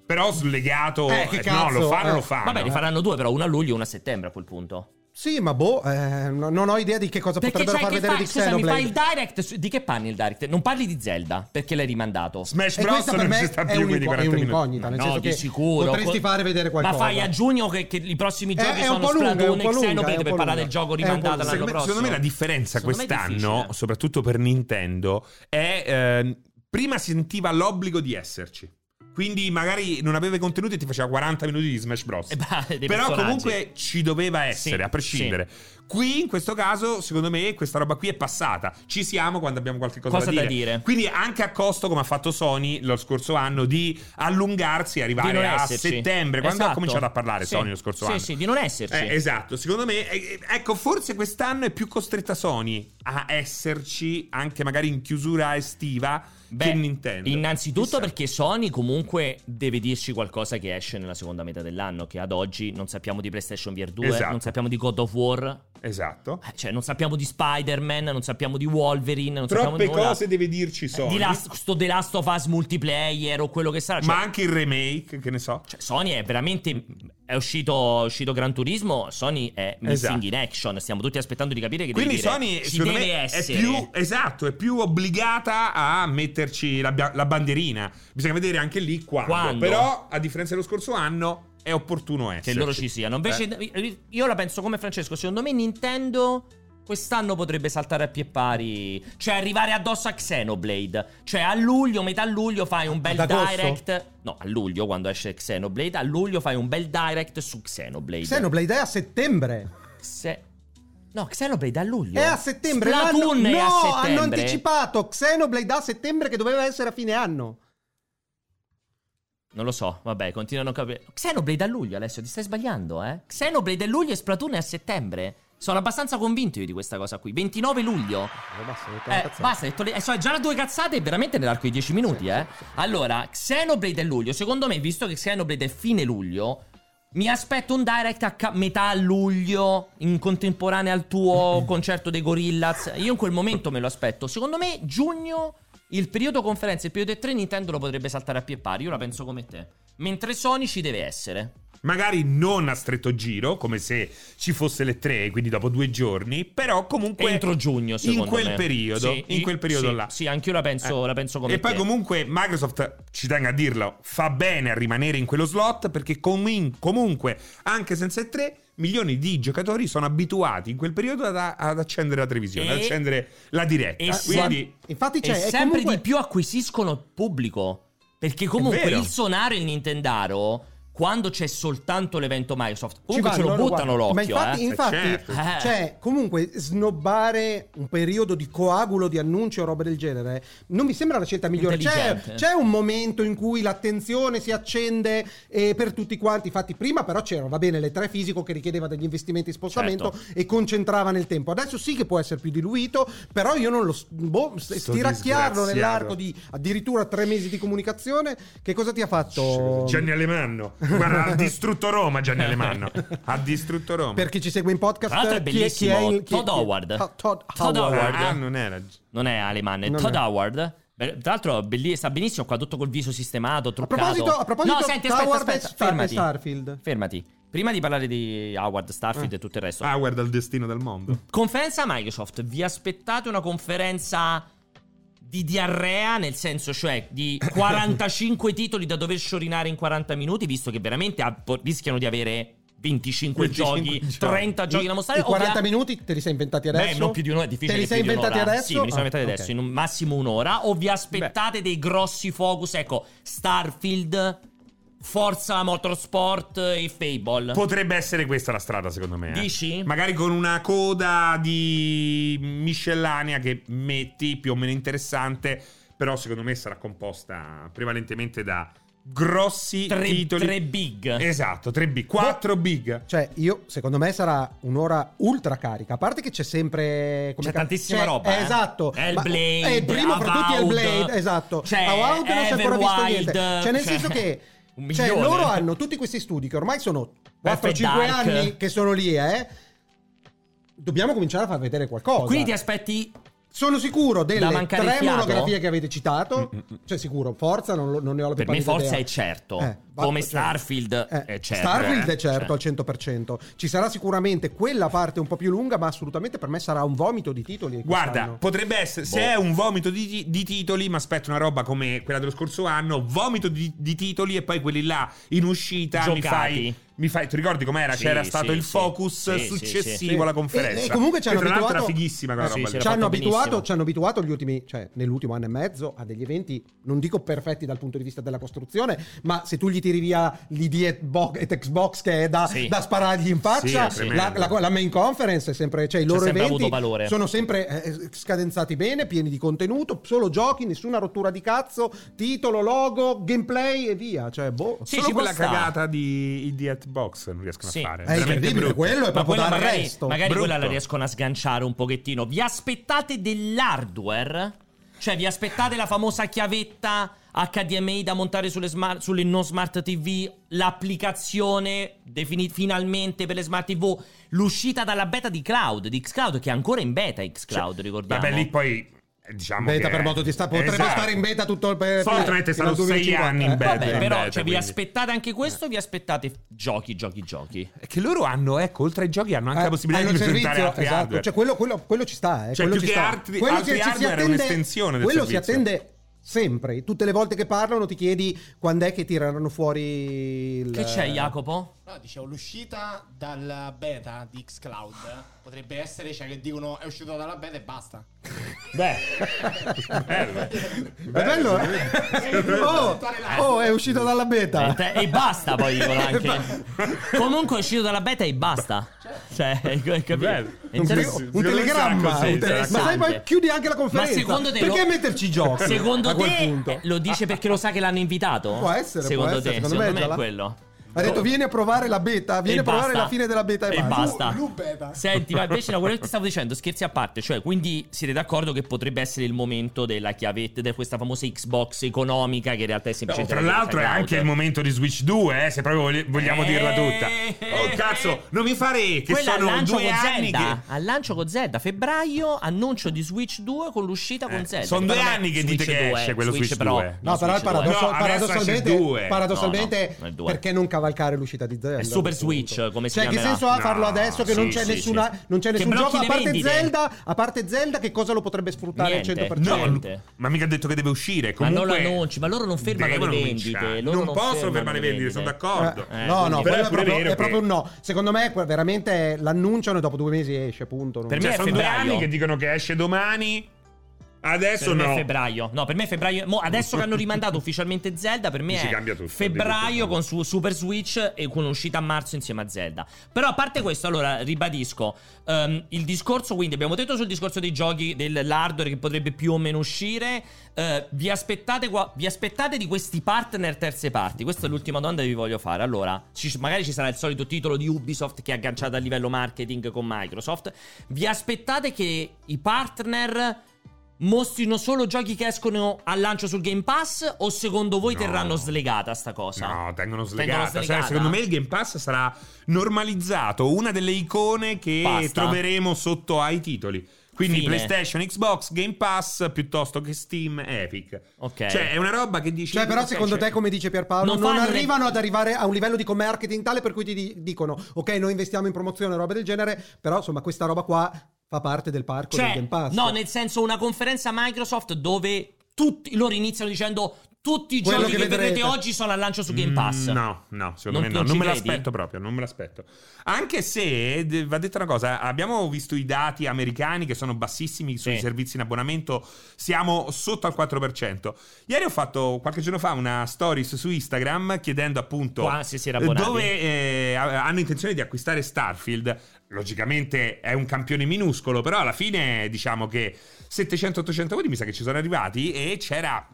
Speaker 2: Però sul legato.
Speaker 3: Eh, che
Speaker 2: eh,
Speaker 3: cazzo,
Speaker 2: no, lo fanno,
Speaker 3: eh.
Speaker 2: lo fanno.
Speaker 1: Vabbè, ne faranno due, però una a luglio e una a settembre a quel punto.
Speaker 3: Sì, ma boh, eh, no- non ho idea di che cosa
Speaker 1: Perché
Speaker 3: potrebbero
Speaker 1: sai
Speaker 3: far
Speaker 1: che
Speaker 3: vedere
Speaker 1: fa?
Speaker 3: di
Speaker 1: Scusa, mi fai il
Speaker 3: Xenoblade.
Speaker 1: direct? su- Di che parli il direct? Non parli di Zelda, perché l'hai rimandato.
Speaker 2: Smash
Speaker 3: E
Speaker 2: Bros.
Speaker 3: questa per
Speaker 2: non ci
Speaker 3: me
Speaker 2: sta
Speaker 3: è,
Speaker 2: più
Speaker 3: un-
Speaker 2: più di
Speaker 3: è
Speaker 2: 40 minuti.
Speaker 3: un'incognita, nel
Speaker 1: No,
Speaker 3: senso
Speaker 1: di
Speaker 3: che
Speaker 1: sicuro.
Speaker 3: potresti
Speaker 1: Co-
Speaker 3: fare vedere qualcosa.
Speaker 1: Ma fai a giugno che, che i prossimi
Speaker 3: Eh,
Speaker 1: giochi
Speaker 3: è un
Speaker 1: sono
Speaker 3: po' lunga, è un
Speaker 1: Splatoon
Speaker 3: po'
Speaker 1: e
Speaker 3: lunga,
Speaker 1: Xenoblade
Speaker 3: è un
Speaker 1: per
Speaker 3: po'
Speaker 1: parlare del
Speaker 3: lunga.
Speaker 1: gioco
Speaker 3: È un po'
Speaker 1: rimandato
Speaker 3: lunga.
Speaker 1: all'anno
Speaker 2: Secondo me,
Speaker 1: prossimo.
Speaker 2: secondo me la differenza
Speaker 1: Secondo me è
Speaker 2: quest'anno, (laughs)
Speaker 1: difficile.
Speaker 2: soprattutto per Nintendo, è eh, prima sentiva l'obbligo di esserci. Quindi magari non aveva i contenuti e ti faceva 40 minuti di Smash Bros.
Speaker 1: Eh, bah, dei
Speaker 2: Però
Speaker 1: personaggi.
Speaker 2: comunque ci doveva essere,
Speaker 1: Sì,
Speaker 2: a prescindere. Qui in questo caso, secondo me, questa roba qui è passata. Ci siamo quando abbiamo qualche cosa,
Speaker 1: Cosa da dire.
Speaker 2: Quindi anche a costo, come ha fatto Sony lo scorso anno, di allungarsi e
Speaker 1: Di non
Speaker 2: arrivare a
Speaker 1: esserci.
Speaker 2: settembre, quando
Speaker 1: Esatto.
Speaker 2: ha cominciato a parlare
Speaker 1: Sì.
Speaker 2: Sony lo scorso
Speaker 1: Sì,
Speaker 2: anno.
Speaker 1: sì, di non esserci.
Speaker 2: Eh, esatto, secondo me, eh, eh, ecco, forse quest'anno è più costretta Sony a esserci anche magari in chiusura estiva
Speaker 1: Beh,
Speaker 2: che Nintendo.
Speaker 1: Innanzitutto
Speaker 2: Chissà.
Speaker 1: perché Sony comunque deve dirci qualcosa che esce nella seconda metà dell'anno, che ad oggi non sappiamo di PlayStation VR 2,
Speaker 2: Esatto.
Speaker 1: non sappiamo di God of War,
Speaker 2: Esatto.
Speaker 1: eh, cioè non sappiamo di Spider-Man, non sappiamo di Wolverine, non sappiamo
Speaker 2: Troppe
Speaker 1: di nulla.
Speaker 2: cose deve dirci
Speaker 1: Eh,
Speaker 2: Sony.
Speaker 1: Di Last, sto The Last of Us multiplayer o quello che sarà. Cioè,
Speaker 2: Ma anche il remake, che ne so.
Speaker 1: cioè, Sony è veramente. È uscito, è uscito Gran Turismo. Sony è missing
Speaker 2: Esatto.
Speaker 1: in action. Stiamo tutti aspettando di capire che
Speaker 2: Quindi
Speaker 1: deve dire,
Speaker 2: Sony,
Speaker 1: ci
Speaker 2: secondo
Speaker 1: deve
Speaker 2: me, è
Speaker 1: essere.
Speaker 2: più, esatto, è più obbligata a metterci la, bia- la bandierina. Bisogna vedere anche lì quando.
Speaker 1: Quando?
Speaker 2: Però, a differenza dello scorso anno, è opportuno
Speaker 1: che
Speaker 2: esserci.
Speaker 1: loro ci siano. Invece,
Speaker 2: Eh.
Speaker 1: io la penso come Francesco. Secondo me, Nintendo. Quest'anno potrebbe saltare a pie pari, cioè arrivare addosso a Xenoblade. Cioè a luglio, metà luglio fai un bel
Speaker 3: Ad agosto?
Speaker 1: direct. No, a luglio quando esce Xenoblade. A luglio fai un bel direct su Xenoblade.
Speaker 3: Xenoblade è a settembre.
Speaker 1: Se- No, Xenoblade a luglio.
Speaker 3: È a settembre.
Speaker 1: Splatoon
Speaker 3: l'hanno-
Speaker 1: è
Speaker 3: no,
Speaker 1: a settembre.
Speaker 3: hanno anticipato Xenoblade a settembre che doveva essere a fine anno.
Speaker 1: Non lo so, vabbè, continuano a capire. Xenoblade a luglio, Alessio, ti stai sbagliando, eh? Xenoblade a luglio e Splatoon è a settembre. Sono abbastanza convinto io di questa cosa qui. 29 luglio. Eh, basta, hai detto le- eh, so, è già le due cazzate veramente nell'arco di 10 minuti, eh. Allora, Xenoblade è luglio. Secondo me, visto che Xenoblade è fine luglio, mi aspetto un direct a ca- metà luglio, in contemporanea al
Speaker 2: (laughs)
Speaker 1: tuo concerto dei Gorillaz. Io in quel momento me lo aspetto. Secondo me, giugno, il periodo conferenze, il periodo 3 Nintendo lo potrebbe saltare a pie pari. Io la penso come te. Mentre Sony ci deve essere.
Speaker 2: Magari non a stretto giro, come se ci fosse le tre, quindi dopo due giorni, però comunque...
Speaker 1: Entro giugno, secondo
Speaker 2: in quel
Speaker 1: me.
Speaker 2: Periodo,
Speaker 1: Sì,
Speaker 2: in quel periodo
Speaker 1: sì,
Speaker 2: là.
Speaker 1: Sì, anch'io la penso,
Speaker 2: Eh.
Speaker 1: la penso come
Speaker 2: E poi
Speaker 1: te.
Speaker 2: comunque Microsoft, ci tengo a dirlo, fa bene a rimanere in quello slot perché comin- comunque, anche senza il 3, milioni di giocatori sono abituati in quel periodo ad, ad accendere la televisione,
Speaker 1: E-
Speaker 2: ad accendere la diretta.
Speaker 1: e se-
Speaker 2: Quindi...
Speaker 3: Infatti c'è
Speaker 1: e
Speaker 3: è
Speaker 1: sempre
Speaker 3: comunque-
Speaker 1: di più acquisiscono pubblico. Perché comunque
Speaker 2: vero.
Speaker 1: il sonaro e il Nintendaro, quando c'è soltanto l'evento Microsoft,
Speaker 3: Ci
Speaker 1: comunque ce lo
Speaker 3: vanno,
Speaker 1: buttano
Speaker 3: guarda.
Speaker 1: l'occhio.
Speaker 3: Ma infatti,
Speaker 1: eh.
Speaker 3: infatti
Speaker 2: Eh, certo.
Speaker 3: cioè, comunque snobbare un periodo di coagulo di annunci o roba del genere non mi sembra la scelta migliore. C'è,
Speaker 1: Intelligente.
Speaker 3: c'è un momento in cui l'attenzione si accende eh, per tutti quanti. Infatti, prima però c'erano, va bene, le tre fisico che richiedeva degli investimenti di spostamento
Speaker 2: Certo.
Speaker 3: e concentrava nel tempo. Adesso sì che può essere più diluito, però io non lo s- boh, s-
Speaker 2: Sto disgraziato.
Speaker 3: stiracchiarlo nell'arco di addirittura tre mesi di comunicazione. Che cosa ti ha fatto?
Speaker 2: Gianni Alemanno, guarda, ha distrutto Roma Gianni Alemanno, ha distrutto Roma.
Speaker 3: Per chi ci segue in podcast, eh,
Speaker 1: Tra l'altro è
Speaker 3: chi chi
Speaker 1: bellissimo,
Speaker 3: il- chi-
Speaker 1: Todd
Speaker 3: chi-
Speaker 1: Howard.
Speaker 3: To- Todd
Speaker 1: Todd
Speaker 3: Howard.
Speaker 1: Howard.
Speaker 2: Ah, non era...
Speaker 1: Non è Aleman, è
Speaker 3: Non
Speaker 1: Todd
Speaker 3: è.
Speaker 1: Howard. Beh, Tra l'altro belli- sta benissimo qua tutto col viso sistemato,
Speaker 3: A
Speaker 1: truccato.
Speaker 3: proposito, a proposito
Speaker 1: no, senti, aspetta,
Speaker 3: Howard
Speaker 1: aspetta,
Speaker 3: e Star- e
Speaker 1: fermati.
Speaker 3: Starfield. Eh.
Speaker 1: Fermati. Prima di parlare di Howard, Starfield e tutto il resto.
Speaker 2: Ah, guarda il destino del mondo.
Speaker 1: Conferenza Microsoft, vi aspettate una conferenza di diarrea, nel senso cioè
Speaker 3: (laughs)
Speaker 1: di 45 titoli da dover sciorinare in 40 minuti, visto che veramente ha- po- rischiano di avere 25,
Speaker 2: 25
Speaker 1: giochi,
Speaker 2: giochi.
Speaker 1: 30 giochi da mostrare.
Speaker 3: I 40
Speaker 1: ovvia-
Speaker 3: minuti te li sei inventati adesso?
Speaker 1: Beh, non più di un'ora, è difficile.
Speaker 3: Te li
Speaker 1: che
Speaker 3: sei
Speaker 1: più di
Speaker 3: inventati
Speaker 1: un'ora.
Speaker 3: adesso?
Speaker 1: Sì, me li sono inventati
Speaker 3: Ah,
Speaker 1: adesso,
Speaker 3: ok.
Speaker 1: in un massimo un'ora. O vi aspettate dei grossi focus? Ecco, Starfield, Forza Motorsport e Fable.
Speaker 2: Potrebbe essere questa la strada, secondo me. eh.
Speaker 1: Dici?
Speaker 2: Magari con una coda di miscellanea che metti più o meno interessante, però secondo me sarà composta prevalentemente da grossi
Speaker 1: Tre-
Speaker 2: titoli.
Speaker 1: tre big.
Speaker 3: Eh,
Speaker 2: Esatto, 3 big, 4 big.
Speaker 3: Cioè, io, secondo me sarà un'ora ultra carica. A parte che c'è sempre.
Speaker 1: C'è
Speaker 3: ca-
Speaker 1: tantissima
Speaker 3: c'è-
Speaker 1: roba. eh.
Speaker 3: Esatto. Ma-
Speaker 1: Hellblade.
Speaker 3: eh, il primo fra tutti è
Speaker 1: Avowed,
Speaker 3: Hellblade. Esatto.
Speaker 1: C'è
Speaker 3: Avowed non si è ancora visto
Speaker 1: Everwild,
Speaker 3: niente. Cioè, nel
Speaker 1: c'è
Speaker 3: senso che.
Speaker 1: (laughs) un
Speaker 3: Cioè,
Speaker 1: milione.
Speaker 3: loro hanno tutti questi studi che ormai sono 4-5
Speaker 1: Dark.
Speaker 3: anni che sono lì, eh. Dobbiamo cominciare a far vedere qualcosa.
Speaker 1: Quindi ti aspetti
Speaker 3: sono sicuro
Speaker 1: Da
Speaker 3: delle
Speaker 1: mancare
Speaker 3: tre
Speaker 1: il fiato?
Speaker 3: monografie che avete citato. Cioè, sicuro, forza, non, lo- non ne ho la più
Speaker 1: Mm, Per me
Speaker 3: pallida
Speaker 1: forza
Speaker 3: idea.
Speaker 1: è certo.
Speaker 3: va-
Speaker 1: Come
Speaker 3: cioè,
Speaker 1: Starfield è certo,
Speaker 3: Starfield
Speaker 1: eh.
Speaker 3: è certo al 100%. Ci sarà sicuramente quella parte un po' più lunga, ma assolutamente per me sarà un vomito di titoli.
Speaker 2: Guarda,
Speaker 3: quest'anno.
Speaker 2: potrebbe essere. Se
Speaker 1: Boh.
Speaker 2: è un vomito di, di titoli, mi aspetto una roba come quella dello scorso anno. Vomito di, di titoli e poi quelli là in uscita. Mi
Speaker 1: Giocati.
Speaker 2: fai, mi fai. Tu ricordi com'era?
Speaker 1: Sì,
Speaker 2: C'era
Speaker 1: sì,
Speaker 2: stato il
Speaker 1: sì.
Speaker 2: focus
Speaker 1: Sì, sì,
Speaker 2: successivo
Speaker 3: sì.
Speaker 2: alla conferenza.
Speaker 3: E- e comunque ci hanno
Speaker 2: Che tra l'altro
Speaker 3: abituato-
Speaker 2: era fighissima quella
Speaker 1: Eh sì,
Speaker 2: roba.
Speaker 1: sì,
Speaker 2: lì.
Speaker 1: era
Speaker 3: ci hanno,
Speaker 1: fatto
Speaker 3: abituato,
Speaker 1: benissimo.
Speaker 3: ci hanno abituato gli ultimi, cioè, nell'ultimo anno e mezzo a degli eventi, non dico perfetti dal punto di vista della costruzione, ma se tu gli tiri via l'ID e bo- e Xbox che è da,
Speaker 1: Sì.
Speaker 3: da sparargli in faccia,
Speaker 2: Sì, è
Speaker 3: la,
Speaker 2: tremendo.
Speaker 3: la- la main conference è sempre, cioè i
Speaker 1: C'è
Speaker 3: loro
Speaker 1: sempre
Speaker 3: eventi
Speaker 1: avuto valore.
Speaker 3: sono sempre eh, scadenzati bene, pieni di contenuto, solo giochi, nessuna rottura di cazzo, titolo, logo, gameplay e via, cioè boh.
Speaker 1: Sì,
Speaker 2: Solo
Speaker 1: ci può
Speaker 2: quella
Speaker 1: stare.
Speaker 2: cagata di Idiot Box non riescono
Speaker 1: Sì.
Speaker 2: a fare.
Speaker 1: È
Speaker 3: È
Speaker 2: Veramente
Speaker 3: incredibile,
Speaker 2: brutto.
Speaker 3: quello è
Speaker 1: Ma
Speaker 3: proprio
Speaker 1: quella
Speaker 3: da
Speaker 1: magari,
Speaker 3: arresto.
Speaker 1: magari quella la
Speaker 2: Brutto.
Speaker 1: riescono a sganciare un pochettino. Vi aspettate dell'hardware? Cioè, vi aspettate la famosa chiavetta HDMI da montare sulle, smart- sulle non smart TV, l'applicazione defini- finalmente per le smart TV, l'uscita dalla beta di Cloud, di Xcloud, che è ancora in beta Xcloud, ricordiamo.
Speaker 2: Cioè, Vabbè, lì poi. eh, Diciamo
Speaker 3: Beta
Speaker 2: che-
Speaker 3: per modo di sta- potrebbe
Speaker 2: Esatto.
Speaker 3: stare in beta tutto il- per-
Speaker 2: Fortnite è
Speaker 3: fino al
Speaker 2: stato 6
Speaker 3: 2050,
Speaker 2: anni in
Speaker 3: eh.
Speaker 2: beta.
Speaker 1: Vabbè,
Speaker 2: in
Speaker 1: però,
Speaker 2: beta,
Speaker 1: cioè, vi
Speaker 2: quindi.
Speaker 1: aspettate anche questo, vi aspettate giochi, giochi, giochi.
Speaker 2: È Che loro hanno, ecco, oltre ai giochi, hanno anche la possibilità
Speaker 3: hanno
Speaker 2: di
Speaker 3: il
Speaker 2: presentare altri
Speaker 3: Eh, esatto.
Speaker 2: hardware.
Speaker 3: Cioè, quello, quello- quello ci sta, eh.
Speaker 2: Cioè,
Speaker 3: quello
Speaker 2: più
Speaker 3: ci
Speaker 2: che
Speaker 3: sta.
Speaker 2: altri-
Speaker 3: Quello
Speaker 2: altri
Speaker 3: ci- ci si
Speaker 2: hardware è
Speaker 3: attende-
Speaker 2: un'estensione del
Speaker 3: Quello si
Speaker 2: servizio.
Speaker 3: attende sempre. Tutte le volte che parlano ti chiedi quando è che tireranno fuori il...
Speaker 1: Che c'è, Jacopo?
Speaker 4: No, dicevo, l'uscita dalla beta di Xcloud potrebbe essere, cioè, che dicono è uscito dalla beta e basta.
Speaker 2: Beh, bello. eh.
Speaker 3: È bello, eh?
Speaker 2: (laughs)
Speaker 3: oh, oh, è uscito dalla
Speaker 1: E
Speaker 3: beta.
Speaker 1: te- E basta poi
Speaker 3: (laughs)
Speaker 1: dicono anche. Comunque è uscito dalla beta e basta. Cioè, (laughs) hai capito?
Speaker 2: Bello.
Speaker 1: È
Speaker 3: Un,
Speaker 1: inter-
Speaker 2: Sì, sì,
Speaker 3: un
Speaker 2: sì,
Speaker 3: telegramma,
Speaker 2: sì,
Speaker 3: un
Speaker 2: sì,
Speaker 3: tele- ma
Speaker 1: sì.
Speaker 3: sai poi chiudi anche la conferenza.
Speaker 1: Ma secondo te
Speaker 3: perché
Speaker 1: lo-
Speaker 3: metterci giochi?
Speaker 1: Secondo
Speaker 3: a quel
Speaker 1: te
Speaker 3: punto?
Speaker 1: eh, lo dice perché lo sa che l'hanno invitato?
Speaker 3: Può essere, può
Speaker 1: Secondo te,
Speaker 3: essere, secondo me
Speaker 1: secondo
Speaker 3: è
Speaker 1: me,
Speaker 3: già
Speaker 1: è
Speaker 3: là.
Speaker 1: quello.
Speaker 3: Ha detto vieni a provare la beta, vieni
Speaker 1: E
Speaker 3: a provare
Speaker 1: basta.
Speaker 3: la fine della beta e,
Speaker 1: E basta.
Speaker 4: Lu beta.
Speaker 1: Senti, ma invece da quello che ti stavo dicendo, scherzi a parte, cioè, quindi siete d'accordo che potrebbe essere il momento della chiavetta, di questa famosa Xbox economica che in realtà è
Speaker 2: No,
Speaker 1: semplicemente...
Speaker 2: tra
Speaker 1: la
Speaker 2: l'altro è
Speaker 1: cloud.
Speaker 2: anche il momento di Switch 2, eh, se proprio vogli- vogliamo
Speaker 1: Eh.
Speaker 2: dirla tutta. Oh cazzo, non mi fare che
Speaker 1: Quello al
Speaker 2: sono
Speaker 1: lancio,
Speaker 2: due
Speaker 1: con
Speaker 2: anni
Speaker 1: Zelda,
Speaker 2: che...
Speaker 1: al lancio con Zelda, febbraio, annuncio di Switch 2 con l'uscita con
Speaker 2: Eh,
Speaker 1: Zelda.
Speaker 2: son
Speaker 1: Che
Speaker 2: due
Speaker 1: poi, vabbè,
Speaker 2: anni che dite
Speaker 1: Switch
Speaker 2: che
Speaker 1: 2,
Speaker 2: esce quello Switch
Speaker 1: Pro.
Speaker 2: 2.
Speaker 3: No, però il
Speaker 1: Switch 2.
Speaker 3: paradosso,
Speaker 2: No, adesso esce il due.
Speaker 3: paradossalmente, paradossalmente
Speaker 1: No, no, il due.
Speaker 3: perché non cavalcare l'uscita di Zelda?
Speaker 1: È Super
Speaker 3: a questo punto?
Speaker 1: Switch, come si
Speaker 3: cioè, che
Speaker 1: chiamerà?
Speaker 3: senso ha farlo
Speaker 2: No,
Speaker 3: adesso che
Speaker 2: sì,
Speaker 3: non, c'è
Speaker 1: sì,
Speaker 3: nessuna,
Speaker 1: sì.
Speaker 3: non c'è
Speaker 1: Che
Speaker 3: nessun
Speaker 1: blocchi
Speaker 3: gioco? A
Speaker 1: le
Speaker 3: parte,
Speaker 1: vendite.
Speaker 3: Zelda, a parte Zelda, che cosa lo potrebbe sfruttare al
Speaker 1: Niente.
Speaker 3: 100%?
Speaker 2: No,
Speaker 1: Niente.
Speaker 2: ma mica ha detto che deve uscire.
Speaker 1: Ma non
Speaker 2: Comunque
Speaker 1: lo annunci, ma loro non fermano le
Speaker 2: devono
Speaker 1: vendite.
Speaker 2: cominciare.
Speaker 1: loro
Speaker 2: non, possono
Speaker 1: fermano
Speaker 2: fermare le vendite, sono d'accordo.
Speaker 1: Eh,
Speaker 3: no,
Speaker 1: quindi-
Speaker 2: Però è
Speaker 3: no, quello è
Speaker 2: pure
Speaker 3: proprio,
Speaker 2: vero
Speaker 3: è proprio
Speaker 2: che-
Speaker 3: un no. Secondo me, que- veramente l'annunciano e dopo due mesi esce, punto. non-
Speaker 1: Per me
Speaker 2: Cioè,
Speaker 1: è
Speaker 2: sono due
Speaker 1: febbraio.
Speaker 2: anni che dicono che esce domani.
Speaker 1: Per
Speaker 2: Adesso
Speaker 1: me
Speaker 2: no.
Speaker 1: è febbraio. No, per me è febbraio. Mo, adesso che hanno rimandato ufficialmente Zelda, per me
Speaker 2: Si
Speaker 1: è
Speaker 2: cambia tutto, addirittura.
Speaker 1: febbraio con su Super Switch e con un'uscita a marzo insieme a Zelda. Però a parte questo, allora ribadisco ehm, il discorso. Quindi abbiamo detto sul discorso dei giochi dell'hardware che potrebbe più o meno uscire. eh, vi, aspettate qua- vi aspettate di questi partner terze parti? Questa è l'ultima domanda che vi voglio fare. Allora, ci- magari ci sarà il solito titolo di Ubisoft che è agganciato a livello marketing con Microsoft. Vi aspettate che i partner mostrino solo giochi che escono al lancio sul Game Pass o secondo voi
Speaker 2: No.
Speaker 1: terranno slegata sta cosa?
Speaker 2: No, tengono
Speaker 1: Tengono
Speaker 2: slegata. Cioè,
Speaker 1: slegata?
Speaker 2: secondo me il Game Pass sarà normalizzato, una delle icone che
Speaker 1: Basta.
Speaker 2: troveremo sotto ai titoli. Quindi
Speaker 1: Fine.
Speaker 2: PlayStation, Xbox, Game Pass piuttosto che Steam, Epic.
Speaker 1: Ok.
Speaker 2: Cioè, è una roba che dici
Speaker 3: Cioè, però, secondo
Speaker 2: cioè,
Speaker 3: te, come dice Pierpaolo,
Speaker 1: Non
Speaker 3: non,
Speaker 1: fanno le-
Speaker 3: arrivano ad arrivare a un livello di marketing tale per cui ti di- dicono: Ok, noi investiamo in promozione e roba del genere. Però, insomma, questa roba qua fa parte del parco del
Speaker 1: Cioè,
Speaker 3: Game Pass.
Speaker 1: no, nel senso una conferenza Microsoft dove tutti loro iniziano dicendo Tutti i
Speaker 3: Quello
Speaker 1: giochi che,
Speaker 3: che
Speaker 1: vedrete
Speaker 3: vedrete.
Speaker 1: oggi sono al lancio su Game Pass.
Speaker 2: Mm, No, no, secondo me no.
Speaker 1: Non- non
Speaker 2: Non
Speaker 1: ci
Speaker 2: me
Speaker 1: credi?
Speaker 2: l'aspetto proprio, non me l'aspetto. Anche se, d- va detta una cosa, abbiamo visto i dati americani che sono bassissimi sui
Speaker 1: Sì.
Speaker 2: servizi in abbonamento, siamo sotto al 4%. Ieri ho fatto, qualche giorno fa, una stories su Instagram chiedendo appunto...
Speaker 1: Qua, se si era
Speaker 2: eh,
Speaker 1: abbonati.
Speaker 2: Dove eh, ha- hanno intenzione di acquistare Starfield. Logicamente è un campione minuscolo, però alla fine diciamo che 700-800 voti mi sa che ci sono arrivati e c'era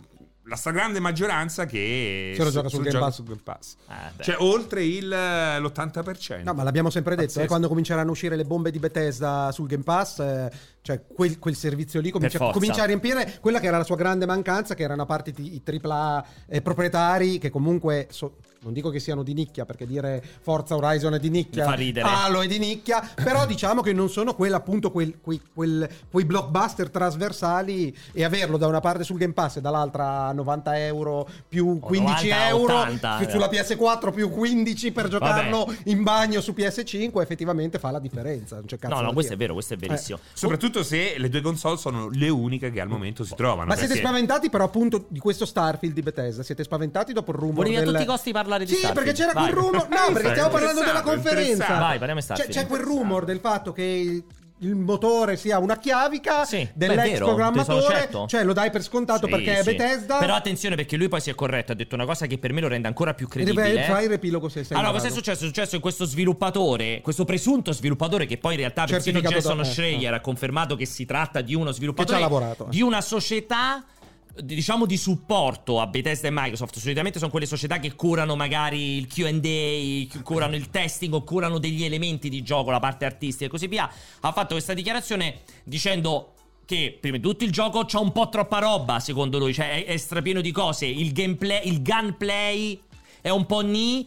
Speaker 2: la stragrande maggioranza che
Speaker 3: Se lo gioca sul Game
Speaker 2: gioco
Speaker 3: Pass.
Speaker 2: Game Pass.
Speaker 1: Ah, beh.
Speaker 2: Cioè oltre il, eh, l'80%.
Speaker 3: No, ma l'abbiamo sempre detto,
Speaker 2: Pazzesco.
Speaker 3: eh, quando cominceranno a uscire le bombe di Bethesda sul Game Pass, eh, cioè quel, quel servizio lì comincia,
Speaker 1: Per forza.
Speaker 3: comincia a riempire quella che era la sua grande mancanza, che erano a parte i- i AAA eh, proprietari, che comunque so- non dico che siano di nicchia, perché dire Forza Horizon è di nicchia,
Speaker 1: Mi fa ridere.
Speaker 3: Halo è di nicchia, però diciamo che non sono quella, appunto quel- quei, quel- quei blockbuster trasversali e averlo da una parte sul Game Pass e dall'altra a 90 euro più 15
Speaker 1: 90,
Speaker 3: euro
Speaker 1: 80,
Speaker 3: su-
Speaker 1: eh.
Speaker 3: sulla PS4 più 15 per giocarlo in bagno su PS5 effettivamente fa la differenza. Non c'è cazzo Eh,
Speaker 1: No,
Speaker 3: da
Speaker 1: no, questo è
Speaker 3: dire.
Speaker 1: vero, questo è verissimo.
Speaker 2: Soprattutto se le due console sono le uniche che al momento si trovano.
Speaker 3: Ma siete
Speaker 2: perché-
Speaker 3: spaventati però appunto di questo Starfield di Bethesda? Siete spaventati dopo il rumor
Speaker 1: Volevi a
Speaker 3: del-
Speaker 1: tutti i costi parlare di
Speaker 3: Sì,
Speaker 1: Starfield.
Speaker 3: perché c'era
Speaker 1: Vai.
Speaker 3: quel rumor... No, perché stiamo parlando della
Speaker 2: Interessante,
Speaker 3: conferenza.
Speaker 2: interessante.
Speaker 1: Vai, parliamo di
Speaker 3: C'è,
Speaker 1: Starfield.
Speaker 3: c'è quel rumor del fatto che il, il motore sia una chiavica
Speaker 1: Sì, beh, è
Speaker 3: dell'ex
Speaker 1: vero, te
Speaker 3: programmatore,
Speaker 1: sono certo.
Speaker 3: cioè lo dai per scontato
Speaker 1: Sì,
Speaker 3: perché è
Speaker 1: sì.
Speaker 3: Bethesda.
Speaker 1: Però attenzione perché lui poi si è corretto, ha detto una cosa che per me lo rende ancora più
Speaker 3: e deve fare il
Speaker 1: credibile.
Speaker 3: riepilogo se sei
Speaker 1: Allora, cosa Ah, è
Speaker 3: malato.
Speaker 1: successo? È successo che questo sviluppatore, questo presunto sviluppatore, che poi in realtà persino
Speaker 3: Certificato
Speaker 1: Jason
Speaker 3: da- eh,
Speaker 1: Schreier ha confermato che si tratta di uno sviluppatore
Speaker 3: Che ci ha lavorato, eh.
Speaker 1: di una società di- diciamo di supporto a Bethesda e Microsoft solitamente sono quelle società che curano magari il Q&A che curano il testing o curano degli elementi di gioco la parte artistica e così via ha fatto questa dichiarazione dicendo che prima di tutto il gioco c'ha un po' troppa roba secondo lui cioè è, è strapieno di cose il gameplay il gunplay è un po' ni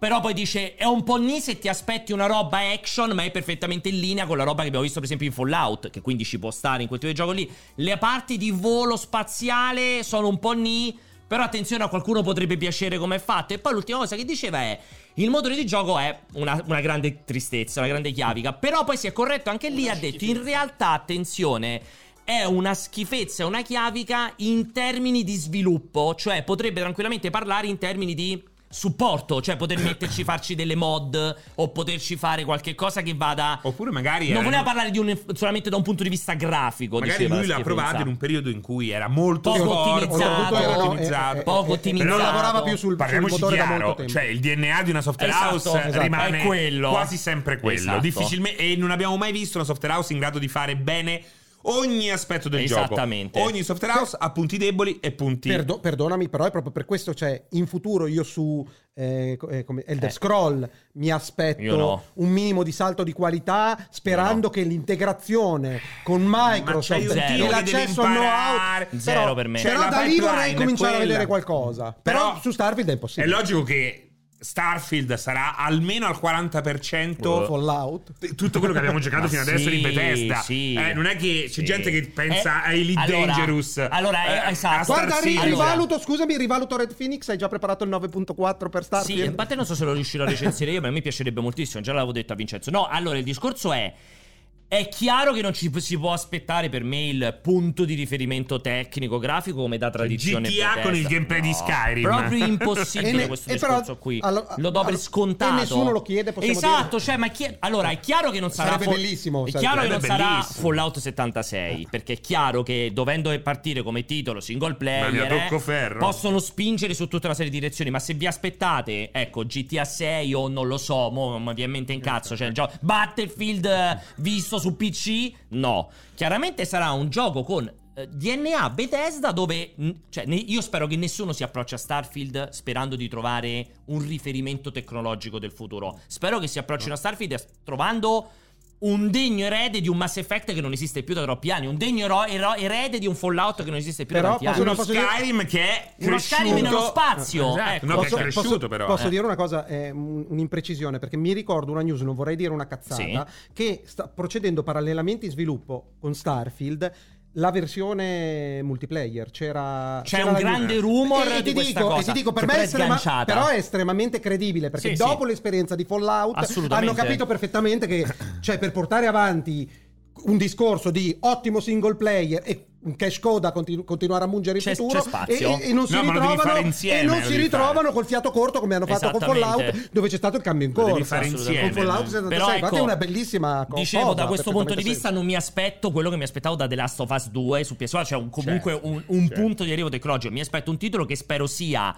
Speaker 1: però poi dice è un po' ni se ti aspetti una roba action ma è perfettamente in linea con la roba che abbiamo visto per esempio in Fallout che quindi ci può stare in quel tipo di gioco lì le parti di volo spaziale sono un po' ni però attenzione a qualcuno potrebbe piacere come è fatto e poi l'ultima cosa che diceva è il motore di gioco è una, una grande tristezza una grande chiavica però poi si è corretto anche lì
Speaker 4: Una
Speaker 1: ha detto
Speaker 4: schifezza.
Speaker 1: in realtà attenzione è una schifezza, è una chiavica in termini di sviluppo, cioè potrebbe tranquillamente parlare in termini di supporto, cioè poter metterci, farci delle mod o poterci fare qualche cosa che vada...
Speaker 2: Oppure magari...
Speaker 1: Non
Speaker 2: era-
Speaker 1: voleva parlare di un, solamente da un punto di vista grafico,
Speaker 2: Magari
Speaker 1: diceva la
Speaker 2: lui l'ha
Speaker 1: schifezza.
Speaker 2: provato in un periodo in cui era molto
Speaker 1: Poco
Speaker 2: forte,
Speaker 1: ottimizzato.
Speaker 2: poco
Speaker 1: Eh,
Speaker 2: ottimizzato.
Speaker 1: eh, Poco ottimizzato.
Speaker 3: Non lavorava più sul, sul
Speaker 2: Parliamoci
Speaker 3: motore da molto
Speaker 2: chiaro,
Speaker 3: tempo.
Speaker 2: cioè il DNA di una software
Speaker 1: Esatto,
Speaker 2: house eh,
Speaker 1: esatto,
Speaker 2: rimane
Speaker 1: è quello.
Speaker 2: quasi sempre quello.
Speaker 1: Esatto.
Speaker 2: Difficilmente, e non abbiamo mai visto una software house in grado di fare bene ogni aspetto del
Speaker 1: Esattamente.
Speaker 2: gioco. Ogni software house ha punti deboli e punti...
Speaker 3: Perdo- perdonami, però è proprio per questo, cioè, in futuro io su eh, co- eh, come Elder
Speaker 1: Eh.
Speaker 3: Scroll mi aspetto
Speaker 1: Io no.
Speaker 3: un minimo di salto di qualità,
Speaker 1: Io
Speaker 3: sperando che l'integrazione con
Speaker 2: c'hai
Speaker 3: Microsoft
Speaker 2: un
Speaker 1: titolo
Speaker 3: e
Speaker 1: che
Speaker 3: l'accesso
Speaker 2: cioè, devi
Speaker 3: al
Speaker 2: imparare.
Speaker 3: know-how,
Speaker 1: cioè, Zero
Speaker 3: però,
Speaker 1: per me.
Speaker 3: però
Speaker 2: Cioè, la
Speaker 3: da lì
Speaker 2: pipeline
Speaker 3: vorrei
Speaker 2: è
Speaker 3: cominciare a
Speaker 2: quella.
Speaker 3: vedere qualcosa. Però,
Speaker 2: Però-
Speaker 3: su Starfield è
Speaker 2: È
Speaker 3: impossibile.
Speaker 2: logico che Starfield sarà almeno al 40%
Speaker 3: Fallout.
Speaker 2: t- tutto quello che abbiamo giocato
Speaker 1: Ma
Speaker 2: fino adesso
Speaker 1: sì,
Speaker 2: di Bethesda.
Speaker 1: sì.
Speaker 2: Eh, non è che c'è
Speaker 1: Sì.
Speaker 2: gente che pensa
Speaker 1: Eh,
Speaker 2: ai Elite
Speaker 1: allora-
Speaker 2: Dangerous.
Speaker 1: allora, eh,
Speaker 2: a
Speaker 1: esatto.
Speaker 2: Star
Speaker 3: Guarda, ri-
Speaker 2: Citizen.
Speaker 3: rivaluto, scusami, rivaluto Red Phoenix, hai già preparato il 9.4 per
Speaker 1: Sì,
Speaker 3: Starfield?
Speaker 1: infatti non so se lo riuscirò a recensire io, ma mi piacerebbe moltissimo, già l'avevo detto a Vincenzo. No, allora il discorso è è chiaro che non ci si può aspettare per me il punto di riferimento tecnico grafico come da tradizione
Speaker 2: GTA
Speaker 1: Bethesda.
Speaker 2: con il gameplay di Skyrim. (laughs)
Speaker 1: Proprio
Speaker 3: E
Speaker 1: impossibile
Speaker 3: ne-
Speaker 1: questo
Speaker 3: e però-
Speaker 1: discorso qui.
Speaker 3: allo-
Speaker 1: lo do per
Speaker 3: allo-
Speaker 1: scontato.
Speaker 3: e nessuno lo chiede, possiamo
Speaker 1: Esatto, cioè ma chi è- Allora, è chiaro che non sarà
Speaker 3: Sarebbe bellissimo,
Speaker 1: È
Speaker 3: sarebbe-
Speaker 1: chiaro che non
Speaker 2: sarebbe
Speaker 1: sarà
Speaker 2: bellissimo.
Speaker 1: Fallout 76, perché è chiaro che dovendo partire come titolo single player,
Speaker 2: Mamma mia,
Speaker 1: eh,
Speaker 2: toccoferro.
Speaker 1: possono spingere su tutta una serie di direzioni, ma se vi aspettate, ecco, GTA 6 o non lo so, mo non mi viene in mente in cazzo, cioè il gioco Battlefield eh, visto su PC, no. Chiaramente sarà un gioco con eh, DNA Bethesda dove mh, cioè, ne- io spero che nessuno si approccia a Starfield sperando di trovare un riferimento tecnologico del futuro. Spero che si approccino a Starfield as- trovando un degno erede di un Mass Effect che non esiste più da troppi anni, un degno ero- ero- erede di un Fallout che non esiste più da
Speaker 3: Però
Speaker 1: tanti anni.
Speaker 3: posso-
Speaker 2: Uno
Speaker 3: No, dire-
Speaker 2: Skyrim che è
Speaker 1: Uno
Speaker 2: cresciuto.
Speaker 1: Skyrim nello spazio,
Speaker 2: Esatto,
Speaker 1: ecco.
Speaker 2: no, che
Speaker 1: Posso-
Speaker 2: è cresciuto
Speaker 3: posso,
Speaker 2: però.
Speaker 3: posso
Speaker 2: eh.
Speaker 3: dire una cosa, eh, un- un'imprecisione, perché mi ricordo una news, non vorrei dire una cazzata, che sta procedendo parallelamente in sviluppo con Starfield la versione multiplayer. C'era,
Speaker 1: C'è
Speaker 3: c'era
Speaker 1: un
Speaker 3: la-
Speaker 1: grande rumor
Speaker 3: e, e
Speaker 1: di
Speaker 3: ti
Speaker 1: questa
Speaker 3: dico,
Speaker 1: cosa,
Speaker 3: E ti dico, per
Speaker 1: che
Speaker 3: me
Speaker 1: però
Speaker 3: è
Speaker 1: è
Speaker 3: estrema-
Speaker 1: sganciata.
Speaker 3: però è estremamente credibile,
Speaker 1: Sì,
Speaker 3: perché dopo
Speaker 1: sì.
Speaker 3: l'esperienza di Fallout hanno
Speaker 1: Assolutamente.
Speaker 3: capito perfettamente che cioè, per portare avanti un discorso di ottimo single player e un cash code a continu- continuare a mungere in
Speaker 1: C'è-
Speaker 3: futuro
Speaker 1: c'è spazio.
Speaker 3: e, e- e non si
Speaker 2: No, ma lo devi
Speaker 3: ritrovano,
Speaker 2: fare insieme,
Speaker 3: e non
Speaker 2: lo
Speaker 3: si
Speaker 2: devi
Speaker 3: ritrovano
Speaker 2: fare.
Speaker 3: col fiato corto come hanno fatto con
Speaker 1: Esattamente.
Speaker 3: Fallout dove c'è stato il cambio in
Speaker 2: Lo devi
Speaker 3: corso
Speaker 2: fare insieme,
Speaker 3: con Fallout
Speaker 2: no?
Speaker 3: 76
Speaker 1: Però ecco,
Speaker 3: infatti è una bellissima co-
Speaker 1: Dicevo,
Speaker 3: cosa,
Speaker 1: da questo punto di
Speaker 3: perfettamente
Speaker 1: vista, non mi aspetto quello che mi aspettavo da The Last of Us 2 su PS4, cioè un- comunque
Speaker 2: Certo,
Speaker 1: un, un
Speaker 2: certo.
Speaker 1: punto di arrivo tecnologico. Mi aspetto un titolo che spero sia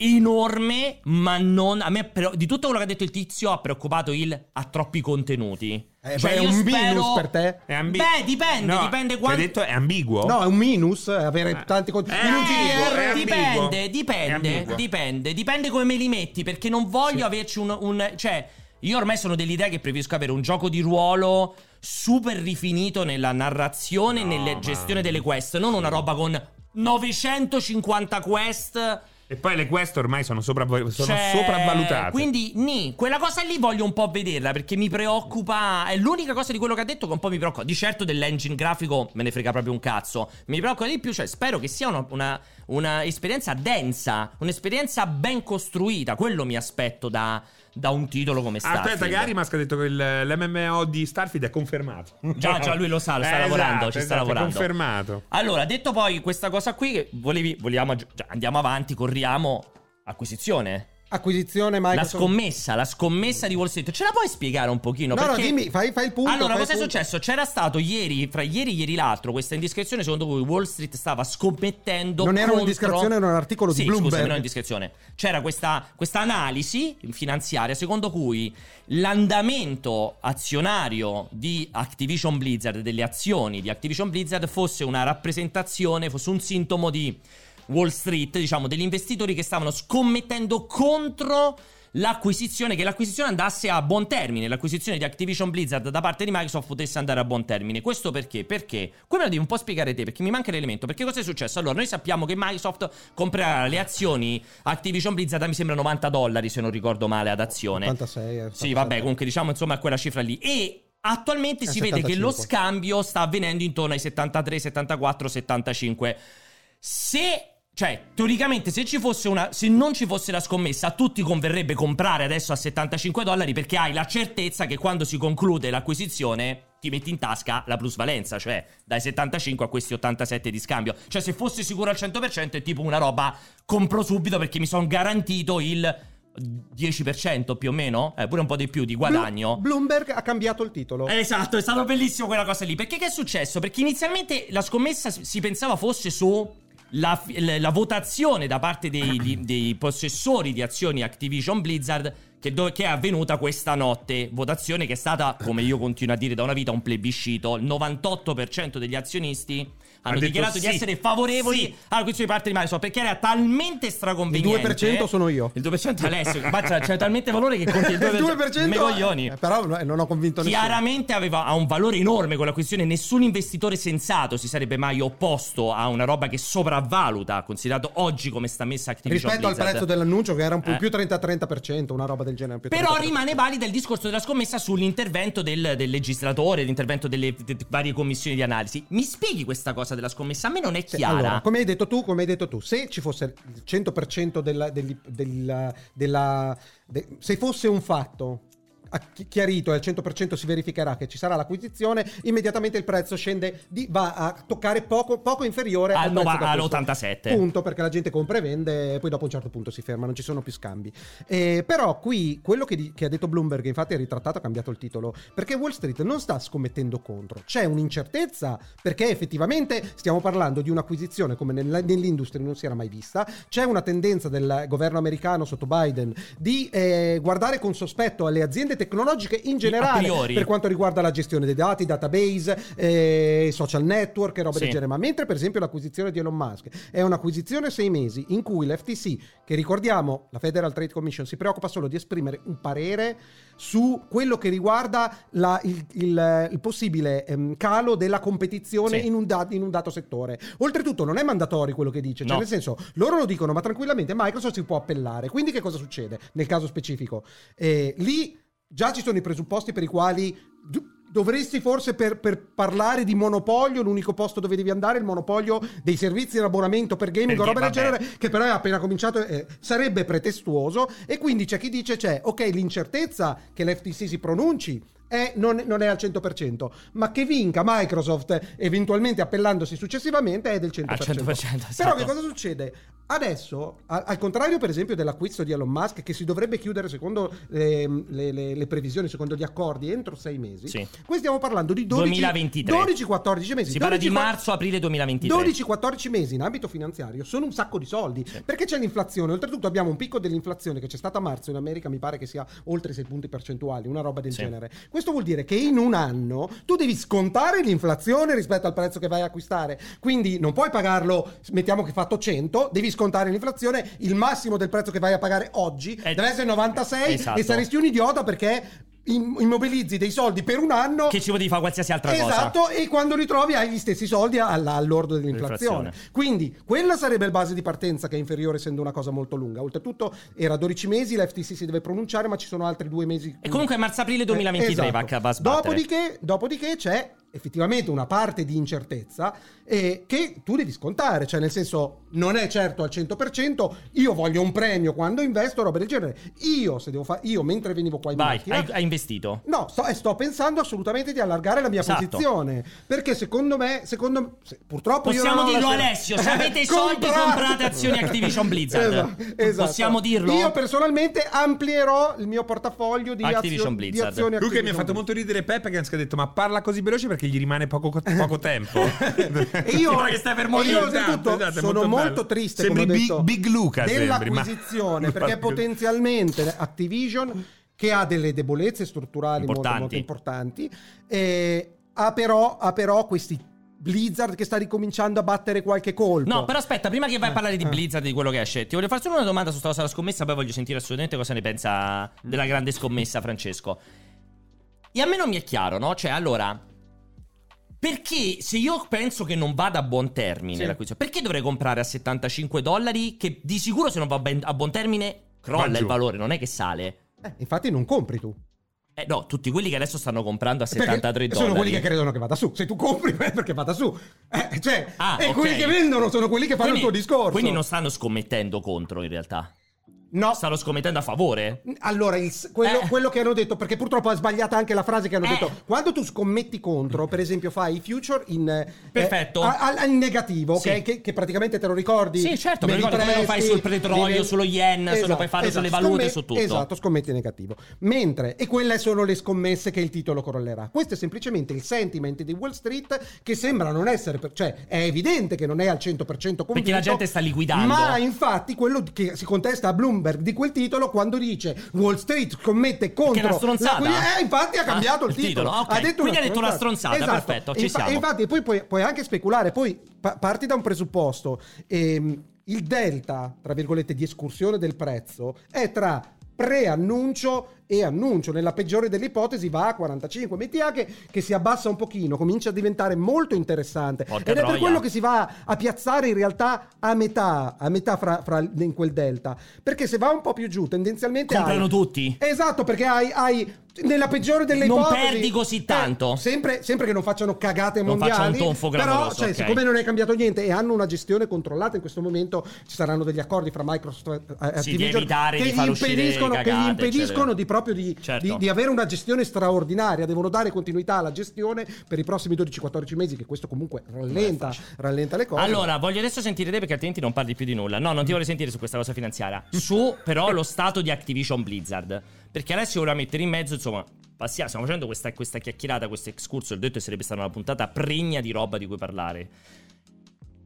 Speaker 1: enorme, ma non. A me, però, di tutto quello che ha detto il tizio, ha preoccupato il ha troppi contenuti. Cioè,
Speaker 3: Eh, beh, è
Speaker 1: io
Speaker 3: un minus per te?
Speaker 2: È ambi-
Speaker 1: Beh, dipende,
Speaker 2: No,
Speaker 1: dipende
Speaker 2: ti
Speaker 1: quanto.
Speaker 2: Hai detto è ambiguo?
Speaker 3: No, è un minus eh, avere tanti conti.
Speaker 2: Eh,
Speaker 3: in un
Speaker 2: sì,
Speaker 3: GDR
Speaker 2: è
Speaker 1: Eh,
Speaker 2: ambiguo.
Speaker 1: dipende,
Speaker 2: È
Speaker 1: dipende,
Speaker 2: ambiguo.
Speaker 1: dipende, dipende come me li metti, perché non voglio averci un, un- Cioè, io ormai sono dell'idea che preferisco avere un gioco di ruolo super rifinito nella narrazione e
Speaker 2: No,
Speaker 1: nella
Speaker 2: ma-
Speaker 1: gestione delle quest, non una roba con 950 quest.
Speaker 2: E poi le quest ormai sono, sopravva- sono
Speaker 1: cioè,
Speaker 2: sopravvalutate.
Speaker 1: Quindi, ni, quella cosa lì voglio un po' vederla perché mi preoccupa. È l'unica cosa di quello che ha detto che un po' mi preoccupa. Di certo dell'engine grafico me ne frega proprio un cazzo. Mi preoccupa di più, cioè spero che sia una, una- una esperienza densa, un'esperienza ben costruita. Quello mi aspetto da, da un titolo come Starfield.
Speaker 2: Aspetta, Garimask ha detto che il- l'MMO di Starfield è confermato.
Speaker 1: Già, già, lui lo sa, lo sta
Speaker 2: Eh,
Speaker 1: lavorando,
Speaker 2: esatto,
Speaker 1: ci
Speaker 2: esatto,
Speaker 1: sta
Speaker 2: è
Speaker 1: lavorando.
Speaker 2: confermato.
Speaker 1: Allora, detto poi questa cosa qui, che volevi, vogliamo, aggi- cioè, andiamo avanti, corriamo. Acquisizione.
Speaker 3: acquisizione
Speaker 1: La
Speaker 3: Microsoft.
Speaker 1: scommessa, la scommessa di Wall Street. Ce la puoi spiegare un pochino?
Speaker 3: No, no,
Speaker 1: Perché-
Speaker 3: dimmi, fai- fai il punto,
Speaker 1: Allora,
Speaker 3: fai il
Speaker 1: cosa è
Speaker 3: punto.
Speaker 1: successo? C'era stato ieri, fra ieri e ieri l'altro, questa indiscrezione secondo cui Wall Street stava scommettendo
Speaker 3: Non era
Speaker 1: contro-
Speaker 3: un'indiscrezione, era un articolo di
Speaker 1: Sì,
Speaker 3: Bloomberg.
Speaker 1: scusami, non è indiscrezione. C'era questa, questa analisi finanziaria secondo cui l'andamento azionario di Activision Blizzard, delle azioni di Activision Blizzard, fosse una rappresentazione, fosse un sintomo di Wall Street, diciamo, degli investitori che stavano scommettendo contro l'acquisizione, che l'acquisizione andasse a buon termine, l'acquisizione di Activision Blizzard da parte di Microsoft potesse andare a buon termine. Questo perché? Perché? Come lo devi un po' spiegare te, perché mi manca l'elemento. Perché cosa è successo? Allora, noi sappiamo che Microsoft comprerà le azioni Activision Blizzard a, mi sembra 90 dollari, se non ricordo male, ad azione.
Speaker 3: 86, eh,
Speaker 1: Sì, vabbè, comunque diciamo insomma a quella cifra lì. E attualmente
Speaker 3: È
Speaker 1: si vede che lo
Speaker 3: 75.
Speaker 1: scambio sta avvenendo intorno ai 73, 74, 75. Se cioè, teoricamente, se, ci fosse una, se non ci fosse la scommessa, a tutti converrebbe comprare adesso a 75 dollari perché hai la certezza che quando si conclude l'acquisizione ti metti in tasca la plusvalenza, cioè dai 75 a questi 87 di scambio. Cioè, se fossi sicuro al 100% è tipo una roba compro subito perché mi sono garantito il 10% più o meno, eh, pure un po' di più di guadagno.
Speaker 3: Blu- Bloomberg ha cambiato il titolo.
Speaker 1: Esatto, è stato bellissimo quella cosa lì. Perché che è successo? Perché inizialmente la scommessa si si pensava fosse su la, fi- l- la votazione da parte dei, di- dei possessori di azioni Activision Blizzard che, dove- che è avvenuta questa notte. Votazione che è stata, come io continuo a dire da una vita, un plebiscito. Il 98% degli azionisti hanno
Speaker 2: detto
Speaker 1: dichiarato di
Speaker 2: sì.
Speaker 1: essere favorevoli
Speaker 2: Sì.
Speaker 1: alla questione di parte di Microsoft perché era talmente
Speaker 3: Il
Speaker 1: straconveniente.
Speaker 3: 2% sono io.
Speaker 1: Il 2% è Alessio, ma c'è, c'è talmente valore che
Speaker 3: (laughs)
Speaker 1: conti il 2%. Me coglioni.
Speaker 3: eh, però no- non ho convinto nessuno.
Speaker 1: Chiaramente aveva, ha un valore enorme quella questione. Nessun investitore sensato si sarebbe mai opposto a una roba che sopravvaluta, considerato oggi come sta messa Activision
Speaker 3: Rispetto al
Speaker 1: Blizzard.
Speaker 3: prezzo dell'annuncio che era un po'
Speaker 1: Eh.
Speaker 3: più 30-30%, una roba del genere. più
Speaker 1: Però
Speaker 3: 30-30%.
Speaker 1: rimane valido il discorso della scommessa sull'intervento del, del legislatore, l'intervento delle de- varie commissioni di analisi. Mi spieghi questa cosa della scommessa? A me non è
Speaker 3: Sì,
Speaker 1: chiara.
Speaker 3: allora, come hai detto tu, come hai detto tu, se ci fosse il 100% della, degli- della- della- de- se fosse un fatto a- chi- chiarito e al 100% si verificherà che ci sarà l'acquisizione, immediatamente il prezzo scende di, va a toccare poco, poco inferiore
Speaker 1: Al
Speaker 3: al, prezzo
Speaker 1: nova-
Speaker 3: d'acquisto.
Speaker 1: all'87.
Speaker 3: Punto, perché la gente compra e vende e poi dopo un certo punto si ferma, non ci sono più scambi. Eh, però qui quello che, di- che ha detto Bloomberg, infatti è ritrattato, ha cambiato il titolo, perché Wall Street non sta scommettendo contro, c'è un'incertezza perché effettivamente stiamo parlando di un'acquisizione come nella- nell'industria non si era mai vista, c'è una tendenza del governo americano sotto Biden di eh, guardare con sospetto alle aziende tecnologiche in generale
Speaker 1: priori.
Speaker 3: per quanto riguarda la gestione dei dati, database, eh, social network e roba
Speaker 1: Sì.
Speaker 3: del genere, ma mentre per esempio l'acquisizione di Elon Musk è un'acquisizione a sei mesi in cui l'FTC, che ricordiamo la Federal Trade Commission, si preoccupa solo di esprimere un parere su quello che riguarda la- il, il- il possibile ehm, calo della competizione
Speaker 1: Sì.
Speaker 3: in, un da- in un dato settore. Oltretutto non è mandatorio quello che dice, cioè
Speaker 1: No.
Speaker 3: nel senso loro lo dicono ma tranquillamente Microsoft si può appellare, quindi che cosa succede nel caso specifico? Eh, lì già ci sono i presupposti per i quali... d- Dovresti forse per, per parlare di monopolio, l'unico posto dove devi andare è il monopolio dei servizi in abbonamento per gaming o
Speaker 1: Perché,
Speaker 3: roba del
Speaker 1: vabbè.
Speaker 3: genere, che però è appena cominciato, eh, "Cioè, sarebbe pretestuoso e quindi c'è chi dice c'è, ok, l'incertezza che l'FTC si pronunci è- non, non è al 100%, ma che vinca Microsoft eventualmente appellandosi successivamente è del 100%.
Speaker 1: Al 100%,
Speaker 3: Però
Speaker 1: esatto.
Speaker 3: che cosa succede? Adesso, a- al contrario per esempio dell'acquisto di Elon Musk che si dovrebbe chiudere secondo ehm, le, le- le previsioni, secondo gli accordi entro sei mesi,
Speaker 1: Sì.
Speaker 3: qui stiamo parlando di 12,
Speaker 1: 2023.
Speaker 3: 12-14 mesi.
Speaker 1: Si parla di
Speaker 3: 12-14
Speaker 1: marzo-aprile 2023.
Speaker 3: 12-14 mesi in ambito finanziario sono un sacco di soldi perché c'è l'inflazione. Oltretutto, abbiamo un picco dell'inflazione che c'è stata a marzo in America, mi pare che sia oltre i 6 punti percentuali, una roba del
Speaker 1: Sì.
Speaker 3: genere. Questo vuol dire che in un anno tu devi scontare l'inflazione rispetto al prezzo che vai a acquistare. Quindi non puoi pagarlo, mettiamo che hai fatto 100, devi scontare l'inflazione. Il massimo del prezzo che vai a pagare oggi
Speaker 1: Eh,
Speaker 3: deve essere 96
Speaker 1: esatto.
Speaker 3: e saresti un idiota perché im- immobilizzi dei soldi per un anno
Speaker 1: Che ci potevi fare qualsiasi altra cosa.
Speaker 3: esatto, e quando li trovi hai gli stessi soldi alla- all'ordo dell'inflazione.
Speaker 1: L'inflazione.
Speaker 3: Quindi quella sarebbe il base di partenza che è inferiore essendo una cosa molto lunga. Oltretutto era 12 mesi, la FTC si deve pronunciare, ma ci sono altri due mesi.
Speaker 1: E comunque è marzo-aprile 2023
Speaker 3: Eh,
Speaker 1: va
Speaker 3: esatto.
Speaker 1: a- va a sbattere.
Speaker 3: dopodiché, dopodiché c'è effettivamente una parte di incertezza eh, che tu devi scontare, cioè nel senso non è certo al 100%, io voglio un premio quando investo, roba del genere. Io, se devo fa- io mentre venivo qua in
Speaker 1: Vai,
Speaker 3: macchina,
Speaker 1: hai, hai investito.
Speaker 3: No, sto, e sto pensando assolutamente di allargare la mia
Speaker 1: Esatto.
Speaker 3: posizione. Perché secondo me, secondo me- se- purtroppo io
Speaker 1: Possiamo
Speaker 3: non ho la
Speaker 1: dirlo,
Speaker 3: scelta.
Speaker 1: Alessio, se avete
Speaker 3: (laughs)
Speaker 1: i soldi, comprate azioni Activision Blizzard. Possiamo dirlo?
Speaker 3: Esatto, Io personalmente amplierò il mio portafoglio di,
Speaker 1: Activision
Speaker 3: azio- di
Speaker 1: Blizzard.
Speaker 3: azioni
Speaker 2: Lui che mi ha
Speaker 3: Activision
Speaker 2: fatto molto ridere Peppe che ha detto ma parla così veloce perché gli rimane poco, poco tempo.
Speaker 3: Eh. (laughs) E
Speaker 2: (laughs)
Speaker 3: io,
Speaker 1: Sembra che stai per
Speaker 3: e
Speaker 1: morire.
Speaker 3: io
Speaker 2: Esatto,
Speaker 3: oltretutto
Speaker 2: esatto, è
Speaker 3: sono molto,
Speaker 2: molto bello.
Speaker 3: triste
Speaker 2: Sembri
Speaker 3: come ho
Speaker 2: Big-
Speaker 3: detto,
Speaker 2: Big Luca, sembri, eh, ma- (laughs)
Speaker 3: dell'acquisizione perché
Speaker 2: Guarda che-
Speaker 3: potenzialmente Activision che ha delle debolezze strutturali molto,
Speaker 1: Importanti.
Speaker 3: molto importanti eh, ha, però, ha però questi Blizzard che sta ricominciando a battere qualche colpo
Speaker 1: No, però aspetta, prima che vai a
Speaker 3: Eh,
Speaker 1: parlare di
Speaker 3: eh.
Speaker 1: Blizzard e di quello che esce, ti voglio fare solo una domanda su sta cosa della scommessa, poi voglio sentire assolutamente cosa ne pensa della grande scommessa, Francesco. E a me non mi è chiaro, no? Cioè, allora, perché se io penso che non vada a buon termine
Speaker 3: Sì.
Speaker 1: l'acquisizione, perché dovrei comprare a 75 dollari che di sicuro se non va ben- a buon termine crolla
Speaker 2: giù.
Speaker 1: il valore, non è che sale.
Speaker 3: Eh, infatti non compri tu
Speaker 1: Eh no, tutti quelli che adesso stanno comprando a 73
Speaker 3: Eh, Perché
Speaker 1: dollari.
Speaker 3: sono quelli che credono che vada su se tu compri (laughs) beh, perché vada su Eh, cioè,
Speaker 1: Ah,
Speaker 3: e
Speaker 1: ok.
Speaker 3: quelli che vendono sono quelli che fanno
Speaker 1: Quindi-
Speaker 3: il tuo discorso
Speaker 1: Quindi non stanno scommettendo contro in realtà.
Speaker 3: no
Speaker 1: Stanno scommettendo a favore.
Speaker 3: Allora, il s- quello,
Speaker 1: Eh.
Speaker 3: quello che hanno detto, perché purtroppo è sbagliata anche la frase che hanno
Speaker 1: Eh.
Speaker 3: detto. Quando tu scommetti contro, per esempio, fai i future in eh,
Speaker 1: Perfetto.
Speaker 3: eh, a- a- in negativo, ok?
Speaker 1: Sì.
Speaker 3: Che, che praticamente te lo ricordi.
Speaker 1: Sì, certo, me lo
Speaker 3: me li
Speaker 1: ricordo come lo fai
Speaker 3: presti,
Speaker 1: sul petrolio,
Speaker 3: devi-
Speaker 1: sullo yen, se lo puoi fare sulle valute, su tutto.
Speaker 3: Esatto, scommetti negativo. Mentre, e quelle sono le scommesse che il titolo crollerà. Questo è semplicemente il sentiment di Wall Street che sembra non essere, per- cioè è evidente che non è al 100% convinto.
Speaker 1: Perché la gente sta liquidando.
Speaker 3: Ma infatti quello che si contesta a Bloomberg di quel titolo quando dice Wall Street commette contro
Speaker 1: Perché è una stronzata?
Speaker 3: la- eh, infatti ha cambiato
Speaker 1: Ah,
Speaker 3: il
Speaker 1: il titolo,
Speaker 3: titolo,
Speaker 1: ok. Quindi ha detto una stronzata, perfetto, ci
Speaker 3: E Esatto. infa-
Speaker 1: siamo.
Speaker 3: e infatti poi puoi, puoi anche speculare poi pa- parti da un presupposto Ehm, il delta tra virgolette di escursione del prezzo è tra preannuncio e annuncio nella peggiore delle ipotesi va a 45 metti anche che si abbassa un pochino comincia a diventare molto interessante
Speaker 1: Porca
Speaker 3: ed è per
Speaker 1: troia.
Speaker 3: quello che si va a piazzare in realtà a metà, a metà fra, fra- in quel delta. Perché se va un po' più giù, tendenzialmente.
Speaker 1: Comprano
Speaker 3: hai-
Speaker 1: tutti.
Speaker 3: Esatto, perché hai. hai- nella peggiore delle
Speaker 1: Non
Speaker 3: ipotesi
Speaker 1: perdi così
Speaker 3: eh,
Speaker 1: tanto.
Speaker 3: sempre, sempre che non facciano cagate
Speaker 1: Non
Speaker 3: mondiali.
Speaker 1: faccia un tonfo
Speaker 3: però,
Speaker 1: clamoroso,
Speaker 3: cioè,
Speaker 1: ok.
Speaker 3: siccome non è cambiato niente e hanno una gestione controllata in questo momento, ci saranno degli accordi fra Microsoft e eh,
Speaker 1: Sì, di
Speaker 3: Activision
Speaker 1: evitare
Speaker 3: che
Speaker 1: di
Speaker 3: gli
Speaker 1: far uscire
Speaker 3: impediscono, che gli
Speaker 1: cagate,
Speaker 3: impediscono
Speaker 1: eccetera.
Speaker 3: di proprio di,
Speaker 1: Certo.
Speaker 3: di- di avere una gestione straordinaria. Devono dare continuità alla gestione per i prossimi 12-14 mesi, che questo comunque rallenta, rallenta le cose.
Speaker 1: Allora, voglio adesso sentire te perché altrimenti non parli più di nulla. No, non ti voglio sentire su questa cosa finanziaria. Su però lo stato di Activision Blizzard. Perché adesso voleva mettere in mezzo, insomma, passia- stiamo facendo questa, questa chiacchierata, questo excurso, ho detto che sarebbe stata una puntata pregna di roba di cui parlare.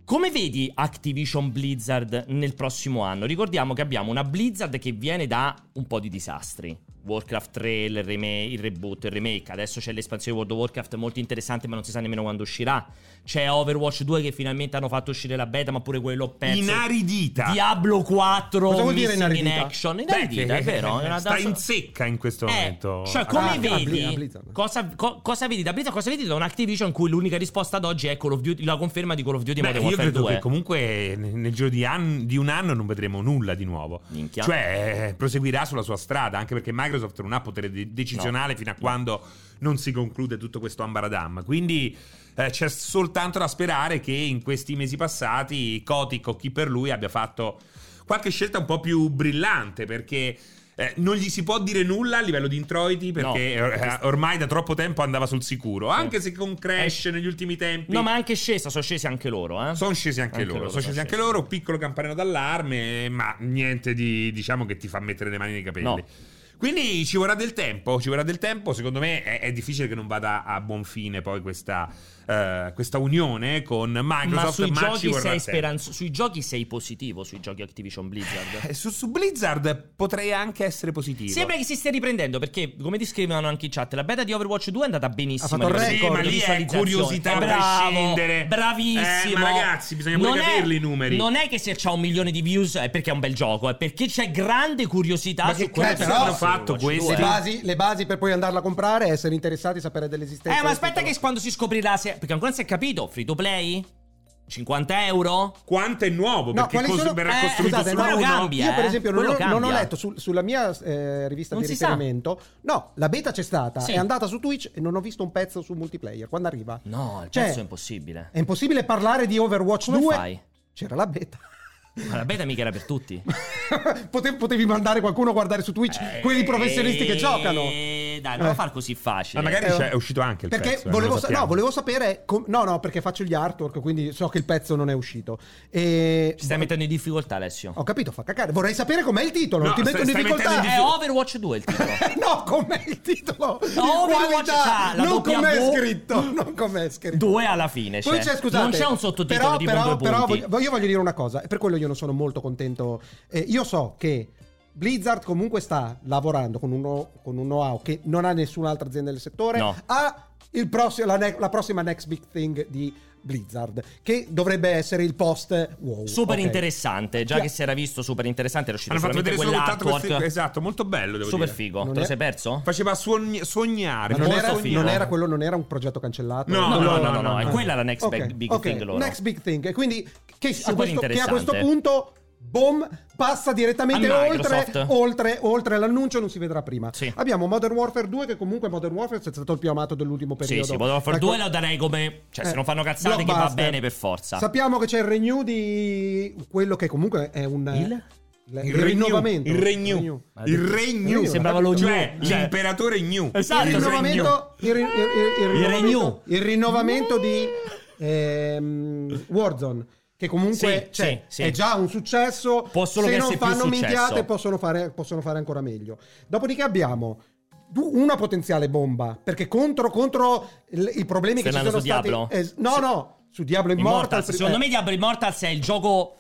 Speaker 1: Come vedi Activision Blizzard nel prossimo anno? Ricordiamo che abbiamo una Blizzard che viene da un po' di disastri. Warcraft 3, il, reme- il reboot, il remake. Adesso c'è l'espansione di World of Warcraft molto interessante, ma non si sa nemmeno quando uscirà. C'è Overwatch 2 che finalmente hanno fatto uscire la beta, ma pure quello ho perso.
Speaker 2: Inaridita.
Speaker 1: Diablo 4
Speaker 3: Cosa vuol dire
Speaker 1: Missing in
Speaker 3: inaridita?
Speaker 1: action.
Speaker 2: Beh,
Speaker 1: Inaridita, è
Speaker 2: che-
Speaker 1: vero. è una
Speaker 2: Sta
Speaker 1: danza-
Speaker 2: in secca in questo
Speaker 1: Eh,
Speaker 2: momento.
Speaker 1: cioè, come
Speaker 3: Ah,
Speaker 1: vedi,
Speaker 3: a Bli- a Blizzard.
Speaker 1: cosa, co- cosa vedi da Blizzard? Cosa vedi da un Activision in cui l'unica risposta ad oggi è Call of Duty, la conferma di Call of Duty
Speaker 2: Beh,
Speaker 1: Modern
Speaker 2: io
Speaker 1: Warfare
Speaker 2: credo
Speaker 1: 2?
Speaker 2: che comunque ne- nel giro di, an- di un anno non vedremo nulla di nuovo.
Speaker 1: Minchia.
Speaker 2: Cioè, eh, proseguirà sulla sua strada, anche perché Microsoft non ha potere de- decisionale fino a quando non si conclude tutto questo ambaradam. Quindi eh, c'è soltanto da sperare che in questi mesi passati Kotick o chi per lui abbia fatto qualche scelta un po' più brillante, perché eh, non gli si può dire nulla a livello di introiti perché
Speaker 1: No.
Speaker 2: eh, ormai da troppo tempo andava sul sicuro. Anche se con Crash negli ultimi tempi.
Speaker 1: Eh, No, ma anche scesa, sono scesi anche loro, eh.
Speaker 2: Sono scesi anche, loro, sono scesi anche loro, piccolo campanello d'allarme, ma niente di diciamo che ti fa mettere le mani nei capelli.
Speaker 1: No.
Speaker 2: Quindi ci vorrà del tempo, ci vorrà del tempo, secondo me è, è difficile che non vada a buon fine poi questa, eh, questa unione con Microsoft,
Speaker 1: ma sui
Speaker 2: ma ci
Speaker 1: giochi,
Speaker 2: vorrà
Speaker 1: sei
Speaker 2: tempo.
Speaker 1: speranz- sui giochi sei positivo, sui giochi Activision Blizzard.
Speaker 2: Eh, Su, su Blizzard potrei anche essere positivo.
Speaker 1: Sembra che si stia riprendendo perché, come descrivono anche in chat, la beta di Overwatch 2 è andata benissimo.
Speaker 3: Ha fatto
Speaker 1: a livello
Speaker 3: il
Speaker 1: di
Speaker 2: sì,
Speaker 3: record,
Speaker 2: ma lì è
Speaker 1: visualizzazioni.
Speaker 2: curiosità
Speaker 1: Eh,
Speaker 2: a
Speaker 1: bravo,
Speaker 2: prescindere.
Speaker 1: Bravissimo.
Speaker 2: Eh, ma ragazzi, bisogna pure
Speaker 1: Non è-
Speaker 2: capirli i numeri.
Speaker 1: Non è che se c'ha un milione di views è perché è un bel gioco, è perché c'è grande curiosità
Speaker 3: Ma
Speaker 1: su
Speaker 3: che
Speaker 1: quello
Speaker 3: cazzo
Speaker 1: sarà
Speaker 3: hanno
Speaker 2: fatto
Speaker 1: Overwatch 2.
Speaker 2: questi?
Speaker 3: Le
Speaker 2: Sì.
Speaker 3: basi, le basi per poi andarla a comprare, essere interessati, sapere dell'esistenza.
Speaker 1: Eh, ma
Speaker 3: del
Speaker 1: aspetta
Speaker 3: titolo.
Speaker 1: che quando si scoprirà se... Perché ancora non si è capito, free to play? 50 euro?
Speaker 2: Quanto è nuovo?
Speaker 3: No,
Speaker 2: perché
Speaker 3: quali
Speaker 2: cos-
Speaker 3: sono-
Speaker 2: verrà
Speaker 1: eh,
Speaker 2: costruito
Speaker 1: scusate,
Speaker 2: su
Speaker 1: no,
Speaker 2: uno.
Speaker 1: cambia.
Speaker 3: Io, per
Speaker 1: eh?
Speaker 3: esempio, non
Speaker 1: Quello
Speaker 3: ho, non ho
Speaker 1: cambia.
Speaker 3: letto sul- sulla mia eh, rivista
Speaker 1: Non
Speaker 3: di
Speaker 1: si sa.
Speaker 3: riferimento. No, la beta c'è stata.
Speaker 1: Sì.
Speaker 3: È andata su Twitch e non ho visto un pezzo su multiplayer. Quando arriva?
Speaker 1: No, il
Speaker 3: Cioè,
Speaker 1: pezzo è impossibile.
Speaker 3: È impossibile parlare di Overwatch
Speaker 1: Come
Speaker 3: 2.
Speaker 1: fai?
Speaker 3: C'era la beta. (laughs)
Speaker 1: Ma la beta mica era per tutti.
Speaker 3: Pote- potevi mandare qualcuno a guardare su Twitch quelli professionisti che
Speaker 1: Eh,
Speaker 3: giocano.
Speaker 1: Dai, non lo far così facile.
Speaker 2: Ma magari
Speaker 3: Eh,
Speaker 2: c'è- è uscito anche il
Speaker 3: perché
Speaker 2: pezzo, eh, non lo
Speaker 3: volevo, sa-
Speaker 2: sappiamo.
Speaker 3: no, volevo sapere. com- no, no, perché faccio gli artwork, quindi so che il pezzo non è uscito. E-
Speaker 1: Ci stai mettendo in difficoltà, Alessio.
Speaker 3: Ho capito, fa cacare. Vorrei sapere com'è il titolo.
Speaker 2: No,
Speaker 3: non ti metto
Speaker 2: stai-
Speaker 3: in
Speaker 2: stai
Speaker 3: difficoltà.
Speaker 2: mettendo in
Speaker 1: È Overwatch 2 il titolo.
Speaker 3: (laughs) no, com'è il titolo? In
Speaker 1: Overwatch
Speaker 3: qualità,
Speaker 1: c'ha la
Speaker 3: non
Speaker 1: doppia
Speaker 3: com'è
Speaker 1: V.
Speaker 3: scritto, (laughs) non com'è
Speaker 1: (laughs)
Speaker 3: scritto.
Speaker 1: Due alla fine.
Speaker 3: Poi
Speaker 1: cioè.
Speaker 3: c'è, scusate,
Speaker 1: non c'è un sottotitolo
Speaker 3: però,
Speaker 1: di due
Speaker 3: però, però
Speaker 1: punti.
Speaker 3: voglio- io voglio dire una cosa, e per quello io non sono molto contento. Eh, io so che Blizzard comunque sta lavorando con uno, con un know-how che non ha nessun'altra azienda del settore,
Speaker 1: No.
Speaker 3: ha il prossimo- la, ne- la prossima next big thing di Blizzard, che dovrebbe essere il post wow.
Speaker 1: Super
Speaker 3: ok.
Speaker 1: interessante. Già
Speaker 3: Chi-
Speaker 1: che si era visto super interessante, era uscito
Speaker 2: Hanno fatto
Speaker 1: solamente
Speaker 2: vedere solo tanto
Speaker 1: quell'artwork.
Speaker 2: questo- Esatto, molto bello, devo
Speaker 1: super
Speaker 2: dire.
Speaker 1: figo.
Speaker 3: Non
Speaker 1: Te lo
Speaker 3: è-
Speaker 1: sei perso?
Speaker 2: Faceva sogn- sognare.
Speaker 3: Ma non,
Speaker 2: faceva
Speaker 3: era,
Speaker 1: posto
Speaker 2: sognare.
Speaker 1: fino.
Speaker 3: non era quello, non era un progetto cancellato.
Speaker 2: No, no, no, no, no,
Speaker 1: è quella la next
Speaker 3: Ok,
Speaker 1: big- big
Speaker 3: ok,
Speaker 1: thing loro.
Speaker 3: Next big thing. E quindi che a,
Speaker 1: Super
Speaker 3: questo, che a questo
Speaker 1: interessante.
Speaker 3: punto boom passa direttamente
Speaker 1: A
Speaker 3: oltre,
Speaker 1: Microsoft.
Speaker 3: oltre, oltre all'annuncio non si vedrà prima.
Speaker 1: Sì.
Speaker 3: Abbiamo Modern Warfare 2 che comunque Modern Warfare è stato il più amato dell'ultimo periodo.
Speaker 1: Sì, sì, Modern Warfare
Speaker 3: Ecco,
Speaker 1: 2 lo darei come. Cioè, se
Speaker 3: eh,
Speaker 1: non fanno cazzate, che va
Speaker 3: blockbuster.
Speaker 1: bene per forza.
Speaker 3: Sappiamo che c'è il renew di quello che comunque è un
Speaker 1: Il?
Speaker 3: il,
Speaker 2: Il
Speaker 3: il
Speaker 2: regno,
Speaker 3: rinnovamento.
Speaker 2: Il regno.
Speaker 3: Renew.
Speaker 2: Il regno.
Speaker 1: Sembrava lo
Speaker 2: Cioè,
Speaker 1: gnu.
Speaker 2: l'imperatore gnu.
Speaker 1: Esatto.
Speaker 3: il
Speaker 1: Il
Speaker 3: rinnovamento, il, ri- il- il- il
Speaker 1: Il
Speaker 3: rinnovamento, il rinnovamento di ehm, Warzone. Che comunque
Speaker 1: Sì,
Speaker 3: cioè,
Speaker 1: sì, sì.
Speaker 3: è già un successo.
Speaker 1: Può solo
Speaker 3: Se
Speaker 1: che
Speaker 3: non
Speaker 1: sia più
Speaker 3: fanno
Speaker 1: successo.
Speaker 3: minchiate, possono fare, possono fare ancora meglio. Dopodiché abbiamo du- una potenziale bomba. Perché contro, contro il- i problemi
Speaker 1: Stai
Speaker 3: che ci
Speaker 1: andando
Speaker 3: sono
Speaker 1: su
Speaker 3: stati.
Speaker 1: Diablo?
Speaker 3: eh, no, no, su Diablo Immortal.
Speaker 1: Immortals. Secondo me, Diablo Immortals è il gioco.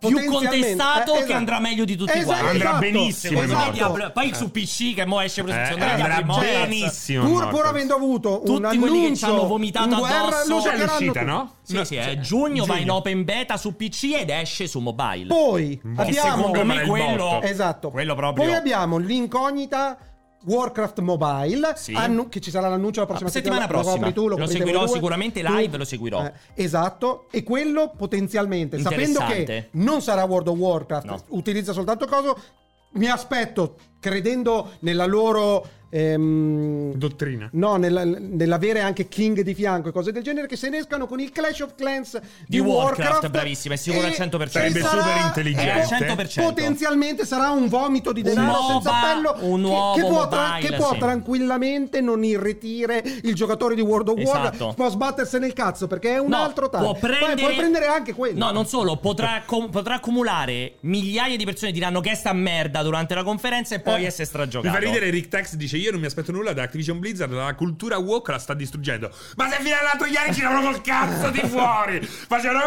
Speaker 1: Più
Speaker 3: eh. Potenzialmente,
Speaker 1: contestato
Speaker 3: eh,
Speaker 1: che
Speaker 3: esatto.
Speaker 1: andrà meglio di tutti
Speaker 3: Esatto,
Speaker 1: quanti.
Speaker 2: Andrà
Speaker 3: esatto.
Speaker 2: benissimo.
Speaker 1: Secondo me
Speaker 3: Esatto.
Speaker 1: Diablo- Poi su PC che mo esce per
Speaker 2: Eh,
Speaker 1: secondo me
Speaker 2: andrà
Speaker 1: Diablo Immortals-
Speaker 2: benissimo.
Speaker 3: Pur, pur
Speaker 2: Immortals.
Speaker 3: avendo avuto
Speaker 1: Tutti
Speaker 3: un
Speaker 1: quelli che
Speaker 3: annuncio,
Speaker 1: ci hanno vomitato
Speaker 3: in guerra,
Speaker 1: addosso.
Speaker 3: lo
Speaker 2: C'è
Speaker 3: giocheranno
Speaker 2: Cioè, l'uscita,
Speaker 3: tutti.
Speaker 2: no?
Speaker 1: Sì,
Speaker 2: No,
Speaker 1: sì,
Speaker 2: cioè,
Speaker 1: è
Speaker 3: eh,
Speaker 1: giugno, va in open beta su PC ed esce su mobile.
Speaker 3: Boh, Poi abbiamo
Speaker 1: Boh, secondo me
Speaker 2: il
Speaker 1: quello
Speaker 2: botto.
Speaker 3: Esatto.
Speaker 1: Quello proprio.
Speaker 3: Poi abbiamo l'incognita Warcraft Mobile,
Speaker 1: Sì.
Speaker 3: annu- che ci sarà l'annuncio la prossima
Speaker 1: La settimana
Speaker 3: settimana.
Speaker 1: prossima.
Speaker 3: Lo, copri tu, lo,
Speaker 1: Lo
Speaker 3: coprite voi
Speaker 1: seguirò
Speaker 3: due.
Speaker 1: sicuramente
Speaker 3: Tu-
Speaker 1: live, lo seguirò.
Speaker 3: Eh, esatto, e quello potenzialmente, sapendo che
Speaker 1: Interessante.
Speaker 3: non sarà World of Warcraft,
Speaker 1: No.
Speaker 3: utilizza soltanto coso, mi aspetto, credendo nella loro... ehm,
Speaker 2: Dottrina.
Speaker 3: No, nella- nell'avere anche King di fianco e cose del genere, che se ne escano con il Clash of Clans
Speaker 1: Di
Speaker 3: di,
Speaker 1: Warcraft,
Speaker 3: Warcraft.
Speaker 1: bravissima, è sicuro
Speaker 3: e
Speaker 1: al 100%.
Speaker 3: ci
Speaker 2: Sarebbe
Speaker 3: sarà-
Speaker 2: super intelligente.
Speaker 3: eh,
Speaker 1: 100%.
Speaker 3: Potenzialmente sarà un vomito di
Speaker 1: Un
Speaker 3: denaro
Speaker 1: nuovo
Speaker 3: senza
Speaker 1: ba-
Speaker 3: appello
Speaker 1: un
Speaker 3: che-
Speaker 1: nuovo
Speaker 3: che, può, tra-
Speaker 1: mobile,
Speaker 3: che può
Speaker 1: sì.
Speaker 3: tranquillamente non irretire il giocatore di World of War.
Speaker 1: Esatto.
Speaker 3: Può sbattersene il cazzo perché è un
Speaker 1: No,
Speaker 3: altro tanto.
Speaker 1: Può prendere...
Speaker 3: Poi puoi prendere anche quello.
Speaker 1: No, non solo, potrà, com- potrà accumulare migliaia di persone che diranno che è sta merda durante la conferenza e poi
Speaker 3: Eh.
Speaker 1: essere
Speaker 2: Mi
Speaker 1: stragiocato.
Speaker 2: fa ridere Rick Tex dice io non mi aspetto nulla da Activision Blizzard, la cultura woke la sta distruggendo. Ma se fino all'altro ieri giravano col cazzo di fuori, facevano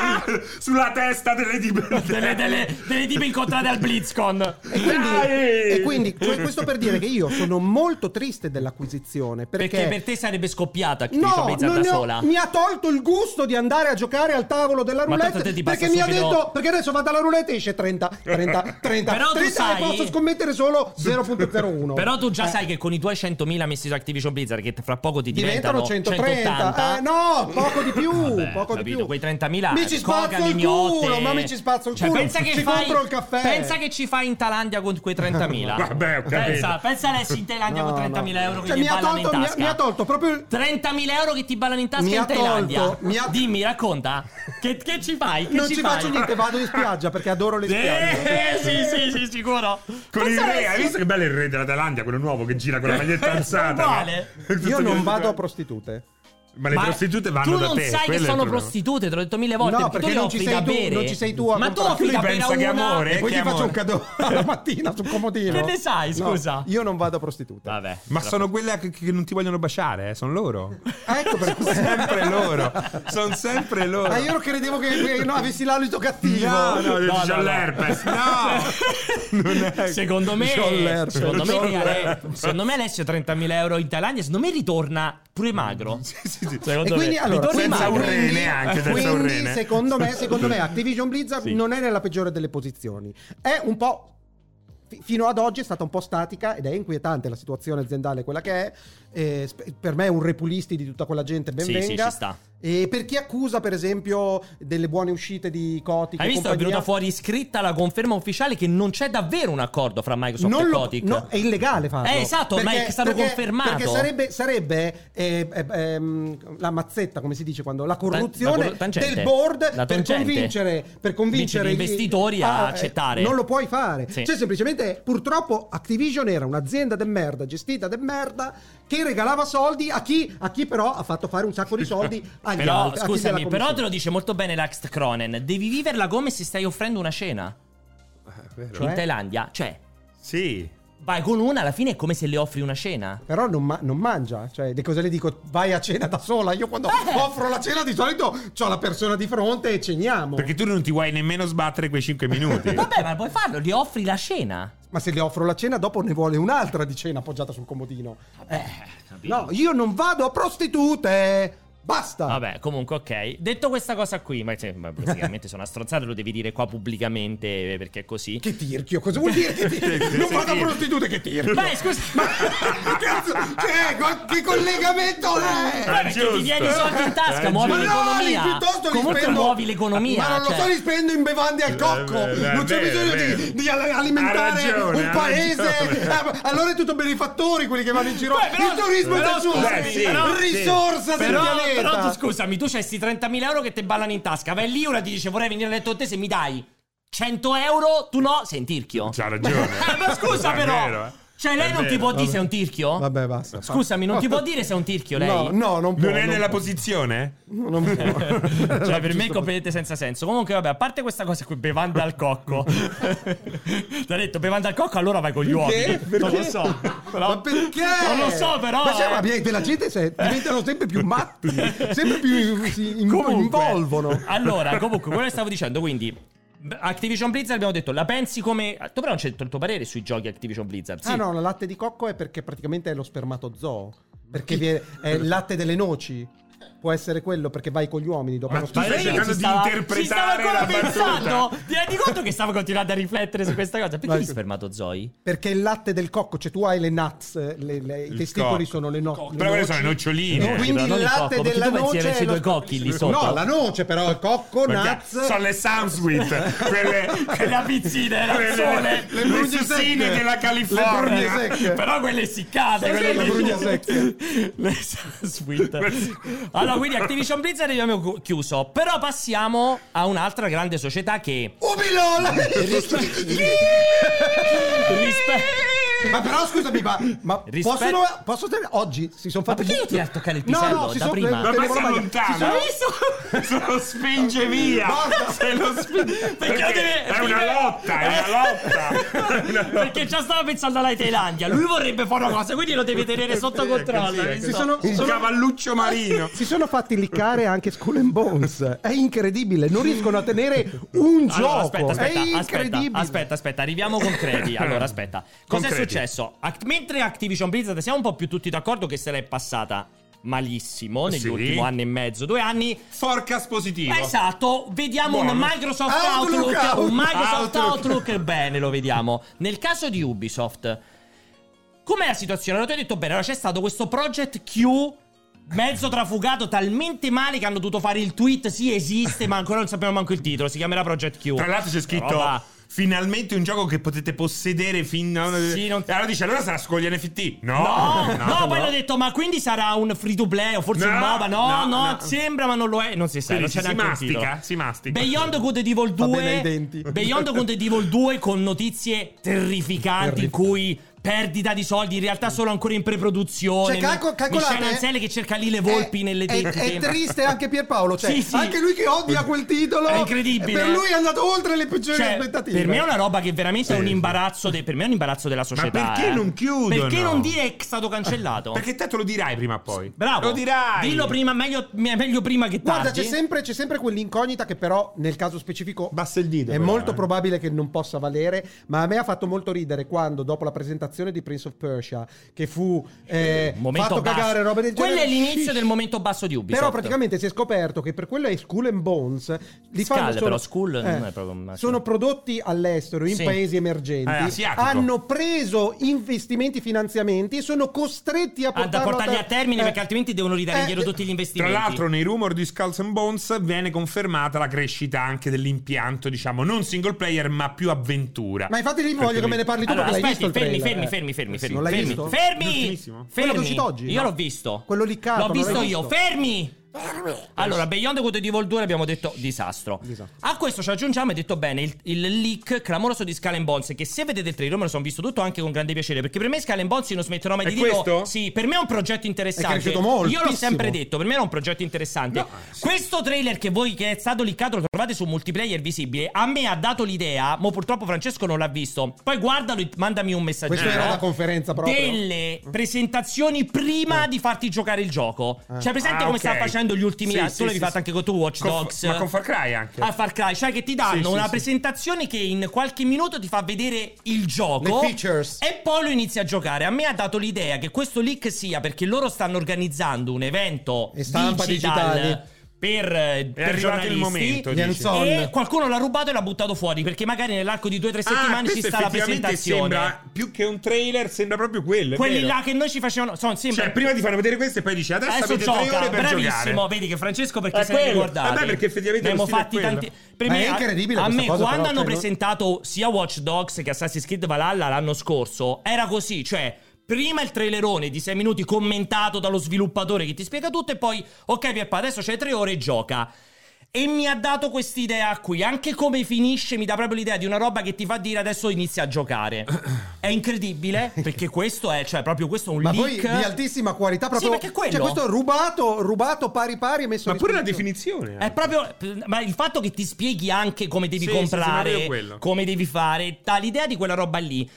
Speaker 2: "Ah!" sulla testa delle tipe.
Speaker 1: delle, delle, delle tipe incontrate al BlizzCon.
Speaker 3: (laughs) E quindi,
Speaker 2: Dai!
Speaker 3: e quindi que- questo per dire che io sono molto triste dell'acquisizione perché,
Speaker 1: Perché, per te sarebbe scoppiata Activision
Speaker 3: No,
Speaker 1: Blizzard
Speaker 3: non
Speaker 1: da
Speaker 3: ne ho-
Speaker 1: sola.
Speaker 3: mi ha tolto il gusto di andare a giocare al tavolo della
Speaker 1: Ma
Speaker 3: roulette
Speaker 1: tanto te ti passa
Speaker 3: perché mi ha
Speaker 1: subito-
Speaker 3: detto perché adesso vado alla roulette e esce 30
Speaker 1: (laughs)
Speaker 3: 30 30
Speaker 1: Però tu
Speaker 3: 30
Speaker 1: sai-
Speaker 3: e posso scommettere solo 0.01.
Speaker 1: Però tu
Speaker 3: Eh.
Speaker 1: già sai che con i tuoi 100.000 messi su Activision Blizzard, che fra poco ti diventano,
Speaker 3: diventano 130.
Speaker 1: 180,
Speaker 3: Eh, no, poco di più,
Speaker 1: Vabbè,
Speaker 3: poco di
Speaker 1: Eh, capito,
Speaker 3: più.
Speaker 1: quei 30.000
Speaker 3: Mi ci
Speaker 1: coca,
Speaker 3: spazzo il
Speaker 1: mignotte.
Speaker 3: culo, ma mi ci spazzo il
Speaker 1: Cioè,
Speaker 3: culo.
Speaker 1: Pensa che
Speaker 3: ci
Speaker 1: fai,
Speaker 3: compro il caffè.
Speaker 1: Pensa che ci fai in Thailandia con quei
Speaker 3: (laughs)
Speaker 1: 30.000.
Speaker 2: Vabbè, ho capito.
Speaker 1: Pensa, pensa adesso in Thailandia
Speaker 3: No,
Speaker 1: con 30.000
Speaker 3: no.
Speaker 1: euro che
Speaker 3: Cioè,
Speaker 1: gli
Speaker 3: mi ha
Speaker 1: ballano
Speaker 3: tolto-
Speaker 1: in
Speaker 3: mi ha-
Speaker 1: tasca.
Speaker 3: mi ha tolto proprio il-
Speaker 1: 30.000 euro che ti ballano in tasca
Speaker 3: Mi
Speaker 1: in
Speaker 3: ha tolto,
Speaker 1: Thailandia.
Speaker 3: mi ha-
Speaker 1: Dimmi, racconta. Che, che ci fai? Che
Speaker 3: non
Speaker 1: ci
Speaker 3: ci
Speaker 1: fai? (laughs)
Speaker 3: faccio niente, vado in spiaggia perché adoro le spiagge.
Speaker 1: Eh, sì, sì, sì, sicuro.
Speaker 2: Con il
Speaker 1: Pensare
Speaker 2: re, hai visto che bello il re della Thailandia, quello nuovo che gira con la maglietta alzata?
Speaker 1: Uguale.
Speaker 2: (laughs) Tutto
Speaker 3: Io non
Speaker 2: che-
Speaker 3: vado a prostitute.
Speaker 2: Ma le
Speaker 1: Ma
Speaker 2: prostitute vanno
Speaker 1: tu
Speaker 2: da te.
Speaker 1: non sai
Speaker 2: quello è
Speaker 1: che
Speaker 2: il
Speaker 1: sono
Speaker 2: problema.
Speaker 1: prostitute, te l'ho detto mille volte.
Speaker 3: No,
Speaker 1: tu
Speaker 3: perché
Speaker 1: le
Speaker 3: non ci
Speaker 1: offri
Speaker 3: sei
Speaker 1: da
Speaker 3: tu-
Speaker 1: bere.
Speaker 3: non ci sei tu a
Speaker 1: Ma tu
Speaker 3: comprare.
Speaker 1: offri
Speaker 2: Lui
Speaker 1: da bere
Speaker 2: pensa
Speaker 1: a
Speaker 2: che
Speaker 1: una-
Speaker 2: amore,
Speaker 3: E poi
Speaker 2: che
Speaker 3: gli faccio
Speaker 1: (laughs)
Speaker 2: amore.
Speaker 3: un cadeau la mattina sul comodino.
Speaker 1: Che ne sai,
Speaker 3: No,
Speaker 1: scusa?
Speaker 3: io non vado a prostitute.
Speaker 1: Vabbè.
Speaker 2: Ma sono quelle che, che non ti vogliono baciare, eh, sono
Speaker 1: (laughs)
Speaker 2: loro.
Speaker 3: Ah, ecco perché
Speaker 2: Sono sempre loro. Sono sempre loro.
Speaker 3: Ah, io credevo che che- no, avessi l'alito cattivo.
Speaker 2: No, no,
Speaker 1: No,
Speaker 2: c'ho
Speaker 1: no, no. (laughs)
Speaker 2: l'herpes. No, (laughs) non è...
Speaker 3: Ecco.
Speaker 1: Secondo
Speaker 2: C'ho
Speaker 1: me,
Speaker 2: l'herpes.
Speaker 1: secondo me,
Speaker 2: C'ho
Speaker 1: Ale-
Speaker 2: l'herpes.
Speaker 1: secondo me Alessio 30.000 euro in Thailandia, secondo me ritorna pure magro.
Speaker 2: (laughs) Sì, sì, sì.
Speaker 1: Secondo
Speaker 3: E quindi,
Speaker 1: me.
Speaker 3: allora,
Speaker 1: ritorni
Speaker 2: senza un
Speaker 1: magro.
Speaker 2: re neanche, senza un
Speaker 3: quindi,
Speaker 2: rene.
Speaker 3: secondo me, secondo me Activision Blizzard non è nella peggiore delle posizioni. È un po'. fi- Fino ad oggi è stata un po' statica ed è inquietante la situazione aziendale quella che è. Eh, sp- per me è un repulisti di tutta quella gente, ben
Speaker 1: Sì, sì,
Speaker 3: venga.
Speaker 1: ci sta.
Speaker 3: E per chi accusa, per esempio, delle buone uscite di Kotick
Speaker 1: Hai
Speaker 3: e
Speaker 1: visto? È
Speaker 3: compagnia,
Speaker 1: venuta fuori scritta la conferma ufficiale che non c'è davvero un accordo fra Microsoft
Speaker 3: non
Speaker 1: e
Speaker 3: lo-
Speaker 1: Kotick.
Speaker 3: no, è illegale farlo.
Speaker 1: Eh, esatto, ma è stato confermato.
Speaker 3: Perché sarebbe, sarebbe, eh, eh, ehm, la mazzetta, come si dice quando la
Speaker 1: la
Speaker 3: corruzione
Speaker 1: cor- tangente.
Speaker 3: del board
Speaker 1: La
Speaker 3: per
Speaker 1: tangente.
Speaker 3: convincere, per convincere
Speaker 1: Convincere gli investitori a
Speaker 3: eh,
Speaker 1: accettare.
Speaker 3: Non lo puoi fare.
Speaker 1: Sì.
Speaker 3: Cioè, semplicemente, purtroppo, Activision era un'azienda de merda, gestita de merda, che regalava soldi a chi, a chi però ha fatto fare un sacco di soldi
Speaker 1: (laughs)
Speaker 3: agli
Speaker 1: Però,
Speaker 3: altri. a ah, chi della
Speaker 1: scusami, però
Speaker 3: commissione.
Speaker 1: te lo dice molto bene l'Axt Cronen. Devi viverla come se stai offrendo una cena
Speaker 2: Eh, vero.
Speaker 1: in Thailandia. Cioè,
Speaker 2: Sì.
Speaker 1: vai con una, alla fine è come se le offri una cena.
Speaker 3: Però non, ma- non mangia, cioè, di cosa le dico? Vai a cena da sola. Io quando offro la cena di solito ho la persona di fronte e ceniamo.
Speaker 2: Perché tu non ti vuoi nemmeno sbattere quei 5 minuti.
Speaker 1: Vabbè, ma puoi farlo, gli offri la cena.
Speaker 3: Ma se le offro la cena, dopo ne vuole un'altra di cena appoggiata sul comodino. Eh, no, io non vado a prostitute. Basta.
Speaker 1: Vabbè, comunque, ok. Detto questa cosa qui, ma, cioè, ma praticamente sono una strozzata, lo devi dire qua pubblicamente eh, perché è così.
Speaker 3: Che tirchio, cosa vuol dire che tirchio? Non
Speaker 2: (laughs) Sì,
Speaker 3: vado a
Speaker 2: sì.
Speaker 3: prostitute, che tirchio.
Speaker 2: (laughs)
Speaker 1: Beh, scusa,
Speaker 3: Ma che cazzo, che, che collegamento è?
Speaker 1: Vabbè, perché
Speaker 2: Ah, giusto.
Speaker 1: ti vieni i soldi in tasca,
Speaker 2: Eh,
Speaker 1: muovi
Speaker 2: giusto.
Speaker 1: Cioè, l'economia.
Speaker 3: Ma no, piuttosto li
Speaker 1: Comunque
Speaker 3: spendo-
Speaker 1: muovi l'economia.
Speaker 3: Ma non lo
Speaker 1: cioè.
Speaker 3: so, li spendo in bevande al cocco.
Speaker 2: Eh, beh,
Speaker 3: non c'è
Speaker 2: è vero, è
Speaker 3: bisogno di,
Speaker 2: vero.
Speaker 3: di al- alimentare
Speaker 2: Ha ragione,
Speaker 3: un
Speaker 2: ha
Speaker 3: paese.
Speaker 2: ragione.
Speaker 3: Eh, ma allora è tutto benefattori quelli che vanno in giro.
Speaker 1: Beh, però-
Speaker 3: Il turismo è
Speaker 1: però
Speaker 3: del sud,
Speaker 1: scusami,
Speaker 2: Beh, Eh, sì, però-
Speaker 3: risorsa del
Speaker 1: Però,
Speaker 3: pianeta.
Speaker 1: però tu scusami, tu c'hai questi 30.000 euro che ti ballano in tasca. Vai lì, una ti dice vorrei venire a letto con te se mi dai 100 euro, tu no, sei un tirchio.
Speaker 2: C'ha ragione.
Speaker 1: Eh, (laughs) ma scusa
Speaker 2: Cioè, È
Speaker 1: però.
Speaker 2: vero, eh.
Speaker 1: Cioè lei
Speaker 2: È
Speaker 1: non ti
Speaker 2: vero.
Speaker 1: può dire sei un tirchio?
Speaker 3: Vabbè, basta.
Speaker 1: Scusami, non ti può dire se è un tirchio lei?
Speaker 3: No, no, non può.
Speaker 2: Non è nella
Speaker 3: può.
Speaker 2: posizione?
Speaker 3: Non
Speaker 2: (laughs)
Speaker 3: può. Esatto,
Speaker 1: Cioè, per me è completamente senza senso. Comunque, vabbè, a parte questa cosa qui, bevanda al
Speaker 3: (laughs)
Speaker 1: cocco. Ti ha detto bevanda al cocco, allora vai con gli uomini. Non lo so. Però-
Speaker 3: Ma perché?
Speaker 1: Non lo so, però.
Speaker 3: Ma, cioè,
Speaker 1: eh.
Speaker 3: ma via- la gente se- diventano sempre più matti, sempre più si in-
Speaker 1: Comunque-
Speaker 3: involvono.
Speaker 2: ah,
Speaker 1: Allora, comunque, quello che stavo dicendo, quindi. b- Activision Blizzard abbiamo detto la pensi come tu però non c'è il tuo parere sui giochi Activision Blizzard sì.
Speaker 3: Ah no, la latte di cocco è perché praticamente è lo spermatozoo. Perché vi è, è il latte delle noci. Può essere quello perché vai con gli uomini dopo
Speaker 2: Ma
Speaker 3: lo
Speaker 2: tu
Speaker 3: sperma-
Speaker 2: stai
Speaker 1: io
Speaker 2: cercando
Speaker 1: ci
Speaker 2: di
Speaker 1: stavo-
Speaker 2: interpretare
Speaker 1: ci stavo ancora
Speaker 2: la
Speaker 1: pensando
Speaker 2: battuta.
Speaker 1: ti rendi conto che stavo continuando a riflettere su questa cosa perché
Speaker 3: Vai.
Speaker 1: gli spermatozoi
Speaker 3: Perché il latte del cocco, cioè tu hai le nuts, le- le- i
Speaker 2: Il
Speaker 3: testicoli
Speaker 2: cocco.
Speaker 3: sono le, no-
Speaker 4: Cocco.
Speaker 3: le
Speaker 2: Però quelle
Speaker 3: noci.
Speaker 2: sono le cioè,
Speaker 3: E
Speaker 2: noccioline.
Speaker 3: quindi
Speaker 1: non
Speaker 3: il
Speaker 1: il
Speaker 3: latte
Speaker 1: cocco, perché tu
Speaker 3: della
Speaker 1: pensi
Speaker 3: noce
Speaker 1: avessi
Speaker 3: è lo
Speaker 1: due cocchi lì
Speaker 3: sperma-
Speaker 1: sotto.
Speaker 3: No, la noce però, il cocco, nuts.
Speaker 2: Sono le Samsweet, quelle,
Speaker 1: (laughs) Quelle a pizzine, al
Speaker 2: quelle-
Speaker 1: sole.
Speaker 2: le,
Speaker 3: (laughs) Le prugne
Speaker 2: zucchine
Speaker 3: secche.
Speaker 2: della California.
Speaker 3: Le prugne secche.
Speaker 1: Però quelle essiccate,
Speaker 3: Sì,
Speaker 1: quelle
Speaker 3: le prugne secche.
Speaker 1: (laughs) Le sweet. Allora, quindi Activision Blizzard abbiamo cu- chiuso. Però passiamo a un'altra grande società che
Speaker 3: Oh, Ubilola!
Speaker 1: rispe-
Speaker 3: Ma però scusami, ma, ma
Speaker 1: Rispetto-
Speaker 3: possono, posso te- oggi si sono fatti
Speaker 1: perché io ti ho toccato il pisello
Speaker 3: No, no, si
Speaker 1: da
Speaker 3: sono
Speaker 1: prima?
Speaker 2: Ma
Speaker 3: te ne
Speaker 2: passa
Speaker 3: volevo-
Speaker 2: lontano.
Speaker 3: si sono-
Speaker 1: Hai visto?
Speaker 2: Se lo spinge via.
Speaker 3: Basta.
Speaker 2: Se lo spinge.
Speaker 1: Perché lo deve-
Speaker 2: è una lotta, è una lotta. È una lotta.
Speaker 1: Perché già stava pensando alla Thailandia. Lui vorrebbe fare una cosa, quindi lo deve tenere sotto controllo. hai
Speaker 3: Si
Speaker 1: visto?
Speaker 3: sono,
Speaker 2: Un cavalluccio marino.
Speaker 3: si sono fatti liccare anche Skull and Bones. È incredibile, non riescono a tenere un
Speaker 1: Allora,
Speaker 3: gioco.
Speaker 1: aspetta, aspetta,
Speaker 3: È
Speaker 1: aspetta,
Speaker 3: incredibile.
Speaker 1: aspetta, aspetta, arriviamo
Speaker 3: (laughs)
Speaker 1: concreti. Allora, aspetta. Cos'è
Speaker 2: Concreti.
Speaker 1: successo? Act- mentre Activision Blizzard siamo un po' più tutti d'accordo che se l'è passata malissimo negli
Speaker 2: Sì.
Speaker 1: ultimi anni e mezzo, due anni.
Speaker 2: Forecast positivo.
Speaker 1: Esatto, vediamo un
Speaker 2: Buono.
Speaker 1: Microsoft Outlook,
Speaker 3: Outlook, out-
Speaker 1: un Microsoft
Speaker 2: Outlook.
Speaker 1: Outlook bene, lo vediamo. Nel caso di Ubisoft Com'è la situazione? Allora, tu hai detto bene, allora c'è stato questo Project Q mezzo trafugato talmente male che hanno dovuto fare il tweet, sì esiste, ma ancora non sappiamo manco il titolo, si chiamerà Project Q.
Speaker 2: Tra l'altro c'è
Speaker 1: Una
Speaker 2: scritto
Speaker 1: roba
Speaker 2: finalmente un gioco che potete possedere fin a una...
Speaker 1: Sì, non-
Speaker 2: E Allora dice, allora sarà scoglio NFT. No,
Speaker 1: No, no, poi hanno detto, ma quindi sarà un free to play o forse
Speaker 2: No,
Speaker 1: un MOBA? No, no,
Speaker 2: no, no.
Speaker 1: sembra ma non lo è. Non si sa,
Speaker 2: Quindi
Speaker 1: Cioè, non c'è
Speaker 2: si, si
Speaker 1: neanche un titolo.
Speaker 2: mastica, si mastica.
Speaker 1: Beyond Good and Evil
Speaker 3: Fa bene
Speaker 1: 2
Speaker 3: ai denti.
Speaker 1: Beyond Good and Evil 2 con notizie terrificanti in
Speaker 3: Terrific-
Speaker 1: cui perdita di soldi in realtà solo ancora in preproduzione
Speaker 3: Cioè, calco- calcolate-
Speaker 1: Michele Anselli che cerca lì le volpi
Speaker 3: È-
Speaker 1: nelle
Speaker 3: è,
Speaker 1: tette
Speaker 3: è triste anche Pierpaolo. Cioè,
Speaker 1: Sì, sì.
Speaker 3: Anche lui che odia quel titolo.
Speaker 1: È incredibile.
Speaker 3: Per lui è andato oltre le peggiori
Speaker 1: Cioè,
Speaker 3: aspettative.
Speaker 1: per me è una roba che veramente è un
Speaker 2: Sì, sì.
Speaker 1: imbarazzo de- per me è un imbarazzo della società
Speaker 2: perché
Speaker 1: eh.
Speaker 2: non chiudono?
Speaker 1: perché non dire è stato cancellato
Speaker 2: Perché te te lo dirai prima o poi.
Speaker 1: bravo
Speaker 2: Lo dirai.
Speaker 1: dillo prima meglio, me- meglio prima che tardi
Speaker 3: Guarda, c'è sempre, c'è sempre quell'incognita che però nel caso specifico
Speaker 2: Basta il dito.
Speaker 3: è
Speaker 2: però,
Speaker 3: molto
Speaker 2: eh.
Speaker 3: probabile che non possa valere, ma a me ha fatto molto ridere quando dopo la presentazione di Prince of Persia, che fu eh,
Speaker 1: momento Esatto.
Speaker 3: fatto
Speaker 1: basso.
Speaker 3: cagare roba del
Speaker 1: quello
Speaker 3: genere.
Speaker 1: è l'inizio
Speaker 3: Sì.
Speaker 1: del momento basso di Ubisoft
Speaker 3: Però praticamente si è scoperto che per quello è School and Bones. Li
Speaker 1: Skull,
Speaker 3: fanno solo- eh,
Speaker 1: però Skull non è proprio un massimo.
Speaker 3: Sono prodotti all'estero, in
Speaker 1: Sì.
Speaker 3: paesi emergenti.
Speaker 2: Eh, asiatico.
Speaker 3: hanno preso investimenti, finanziamenti e sono costretti a
Speaker 1: Ah,
Speaker 3: portarlo
Speaker 1: da portarli a termine
Speaker 3: eh,
Speaker 1: perché altrimenti devono ridare
Speaker 3: eh,
Speaker 1: indietro tutti gli
Speaker 2: Tra
Speaker 1: investimenti.
Speaker 2: l'altro, nei rumor di Skulls and Bones viene confermata la crescita anche dell'impianto, diciamo, non single player, ma più avventura.
Speaker 3: Ma infatti lì
Speaker 2: Perché
Speaker 3: voglio che
Speaker 2: lì-
Speaker 3: me ne parli tu
Speaker 1: Allora,
Speaker 3: perché l'hai
Speaker 1: aspetti,
Speaker 3: visto il
Speaker 1: fermi,
Speaker 3: trailer,
Speaker 1: fermi,
Speaker 3: eh.
Speaker 1: fermi, fermi,
Speaker 3: Eh sì,
Speaker 1: fermi,
Speaker 3: Non l'hai
Speaker 1: fermi,
Speaker 3: visto?
Speaker 1: fermi,
Speaker 2: L'ultimissimo?
Speaker 3: Quello che è
Speaker 1: fermi.
Speaker 3: uscito oggi,
Speaker 1: Io
Speaker 3: no?
Speaker 1: l'ho visto.
Speaker 3: Quello lì capo,
Speaker 1: L'ho
Speaker 3: non l'hai
Speaker 1: visto io,
Speaker 3: visto?
Speaker 1: fermi. Allora, Beyond Good di Vol 2 abbiamo detto disastro.
Speaker 3: Disastro.
Speaker 1: A questo ci aggiungiamo, hai detto bene, il, il leak clamoroso di Skull and Bones. Che se vedete il trailer, me lo sono visto tutto anche con grande piacere. Perché per me Skull and Bones io non smetterò mai
Speaker 2: È
Speaker 1: di dirlo.
Speaker 2: questo?
Speaker 1: Sì, per me è un progetto interessante.
Speaker 3: cresciuto molto,
Speaker 1: Io l'ho
Speaker 3: moltissimo.
Speaker 1: sempre detto, per me era un progetto interessante.
Speaker 2: No, eh, sì.
Speaker 1: Questo trailer che voi che è stato liccato lo trovate su multiplayer visibile. A me ha dato l'idea, ma purtroppo Francesco non l'ha visto. Poi guardalo e mandami un messaggino.
Speaker 3: Questa era la conferenza proprio.
Speaker 1: Delle presentazioni prima di farti giocare il gioco. Cioè, presente
Speaker 2: Eh. Ah, ok.
Speaker 1: come sta facendo gli ultimi
Speaker 2: Sì,
Speaker 1: anni?
Speaker 2: sì,
Speaker 1: tu l'avevi
Speaker 2: sì,
Speaker 1: fatto
Speaker 2: sì.
Speaker 1: anche con tu Watch
Speaker 2: Con-
Speaker 1: Dogs.
Speaker 2: ma con Far Cry anche.
Speaker 1: A Far Cry, cioè che ti danno
Speaker 2: Sì, sì,
Speaker 1: una
Speaker 2: sì.
Speaker 1: presentazione che in qualche minuto ti fa vedere il gioco
Speaker 3: Le features.
Speaker 1: e poi lo inizi a giocare. A me ha dato l'idea che questo leak sia perché loro stanno organizzando un evento
Speaker 3: E stampa
Speaker 1: digital
Speaker 3: digitali.
Speaker 1: per, eh, per
Speaker 2: arrivato il
Speaker 1: giornalisti
Speaker 2: momento, dici.
Speaker 3: Hands-on.
Speaker 1: e qualcuno l'ha rubato e l'ha buttato fuori perché magari nell'arco di 2-3
Speaker 2: Ah,
Speaker 1: settimane ci
Speaker 2: questo
Speaker 1: sta la
Speaker 2: effettivamente
Speaker 1: presentazione.
Speaker 2: Sembra più che un trailer, sembra proprio quello. è
Speaker 1: Quelli
Speaker 2: vero.
Speaker 1: là che noi ci facevano, sono, sembra
Speaker 2: Cioè, prima ti fanno vedere questo e poi dici adesso
Speaker 1: Adesso
Speaker 2: avete tre
Speaker 1: gioca,
Speaker 2: ore per
Speaker 1: bravissimo.
Speaker 2: giocare.
Speaker 1: Vedi che Francesco perché
Speaker 2: È
Speaker 1: se ne
Speaker 2: quello.
Speaker 1: ricordate.
Speaker 2: Vabbè, perché effettivamente
Speaker 1: ne abbiamo
Speaker 2: lo stile è
Speaker 1: fatti
Speaker 2: quello.
Speaker 1: tanti. Per
Speaker 3: Ma
Speaker 1: me,
Speaker 3: è
Speaker 1: a-
Speaker 3: incredibile
Speaker 1: A
Speaker 3: questa
Speaker 1: me,
Speaker 3: cosa,
Speaker 1: quando
Speaker 3: però,
Speaker 1: hanno
Speaker 3: cioè, no?
Speaker 1: presentato sia Watch Dogs che Assassin's Creed Valhalla l'anno scorso, era così, cioè. Prima il trailerone di 6 minuti commentato dallo sviluppatore che ti spiega tutto e poi, ok Pierpa, adesso c'hai 3 ore e gioca. E mi ha dato quest'idea qui, anche come finisce mi dà proprio l'idea di una roba che ti fa dire adesso inizia a giocare. È
Speaker 3: (laughs)
Speaker 1: incredibile perché questo è, cioè proprio questo è un
Speaker 3: Ma poi
Speaker 1: leak
Speaker 3: di altissima qualità proprio.
Speaker 1: Sì, perché quello-
Speaker 3: Cioè, questo è rubato, rubato pari pari e messo
Speaker 2: Ma
Speaker 3: a
Speaker 2: pure la
Speaker 3: disposizione.
Speaker 2: definizione. eh.
Speaker 1: È proprio. Ma il fatto che ti spieghi anche come devi
Speaker 2: Sì, sì, sì,
Speaker 1: comprare,
Speaker 2: sì, quello.
Speaker 1: come devi fare, dà l'idea di quella roba lì.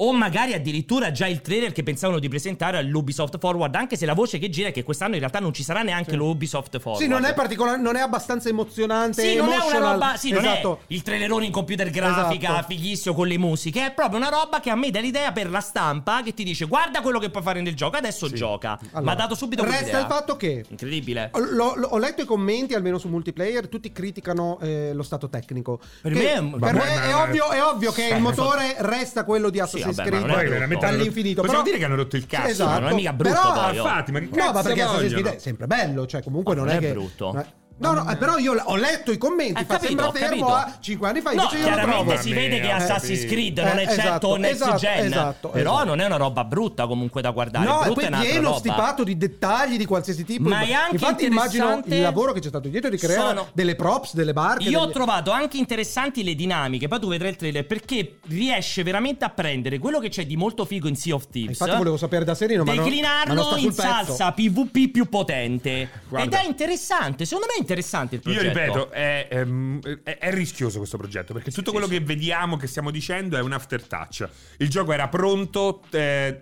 Speaker 1: O magari addirittura già il trailer che pensavano di presentare all'Ubisoft Forward, anche se la voce che gira è che quest'anno in realtà non ci sarà neanche l'Ubisoft Forward.
Speaker 3: Sì, non è particolare, non è abbastanza emozionante.
Speaker 1: Sì, non è una
Speaker 3: emotional.
Speaker 1: roba. Sì, non
Speaker 3: esatto.
Speaker 1: è il trailerone in computer grafica,
Speaker 3: Esatto.
Speaker 1: fighissimo con le musiche. È proprio una roba che a me dà l'idea per la stampa che ti dice: guarda quello che puoi fare nel gioco, adesso gioca. Ma
Speaker 3: Allora,
Speaker 1: ha dato subito
Speaker 3: Resta
Speaker 1: quell'idea.
Speaker 3: il fatto che
Speaker 1: Incredibile.
Speaker 3: ho- l'ho- l'ho- ho letto i commenti, almeno su multiplayer, tutti criticano eh, lo stato tecnico.
Speaker 1: Per
Speaker 3: Che
Speaker 1: me è un-
Speaker 3: per
Speaker 1: Vabbè,
Speaker 3: me
Speaker 2: ma-
Speaker 3: è,
Speaker 2: ma-
Speaker 3: ovvio, è ovvio che
Speaker 1: Eh,
Speaker 3: il motore resta quello di
Speaker 1: vabbè,
Speaker 3: Assassin's
Speaker 1: ma
Speaker 3: Creed
Speaker 1: non è
Speaker 2: Poi veramente hanno rotto-
Speaker 3: all'infinito.
Speaker 2: Possiamo
Speaker 3: però-
Speaker 2: dire che hanno rotto il cazzo.
Speaker 3: Esatto.
Speaker 1: non è mica brutto
Speaker 3: Però-
Speaker 1: poi,
Speaker 2: Ah,
Speaker 1: oh.
Speaker 2: infatti, ma che
Speaker 3: No, ma
Speaker 2: cazzo
Speaker 3: perché Assassin's Creed è
Speaker 2: vogliono?
Speaker 3: sempre bello, cioè comunque
Speaker 1: Ma
Speaker 3: non,
Speaker 1: non
Speaker 3: è,
Speaker 1: è
Speaker 3: che-
Speaker 1: brutto.
Speaker 3: ma- No, no, eh, però io l- ho letto i commenti,
Speaker 1: Eh,
Speaker 3: fa sembra
Speaker 1: ho
Speaker 3: fermo a 5 anni fa,
Speaker 1: no,
Speaker 3: invece io lo trovo.
Speaker 1: chiaramente si
Speaker 2: Mamma
Speaker 1: vede che è
Speaker 2: mia, ho
Speaker 1: Assassin's
Speaker 2: capito.
Speaker 1: Creed non è
Speaker 3: Eh,
Speaker 1: certo
Speaker 3: esatto,
Speaker 1: next
Speaker 3: esatto,
Speaker 1: gen
Speaker 3: esatto,
Speaker 1: però
Speaker 3: esatto.
Speaker 1: non è una roba brutta comunque da guardare
Speaker 3: No,
Speaker 1: brutta
Speaker 3: e poi
Speaker 1: è un'altra
Speaker 3: pieno
Speaker 1: roba.
Speaker 3: stipato di dettagli di qualsiasi tipo.
Speaker 1: Ma è anche
Speaker 3: Infatti immagino
Speaker 1: interessante-
Speaker 3: il lavoro che c'è stato dietro di creare
Speaker 1: Sono-
Speaker 3: delle props, delle barche.
Speaker 1: Io ho
Speaker 3: degli-
Speaker 1: trovato anche interessanti le dinamiche. Poi tu vedrai il trailer perché riesce veramente a prendere quello che c'è di molto figo in Sea of Thieves.
Speaker 3: Eh, Infatti volevo sapere da Serino, ma non-
Speaker 1: declinarlo
Speaker 3: ma non sta sul
Speaker 1: in
Speaker 3: pezzo.
Speaker 1: salsa PvP più potente.
Speaker 2: Guarda.
Speaker 1: Ed è interessante. Secondo me è interessante il
Speaker 2: Io
Speaker 1: progetto.
Speaker 2: ripeto, è, ehm, è- è rischioso questo progetto perché tutto quello che vediamo, che stiamo dicendo, è un aftertouch. Il gioco era pronto. eh,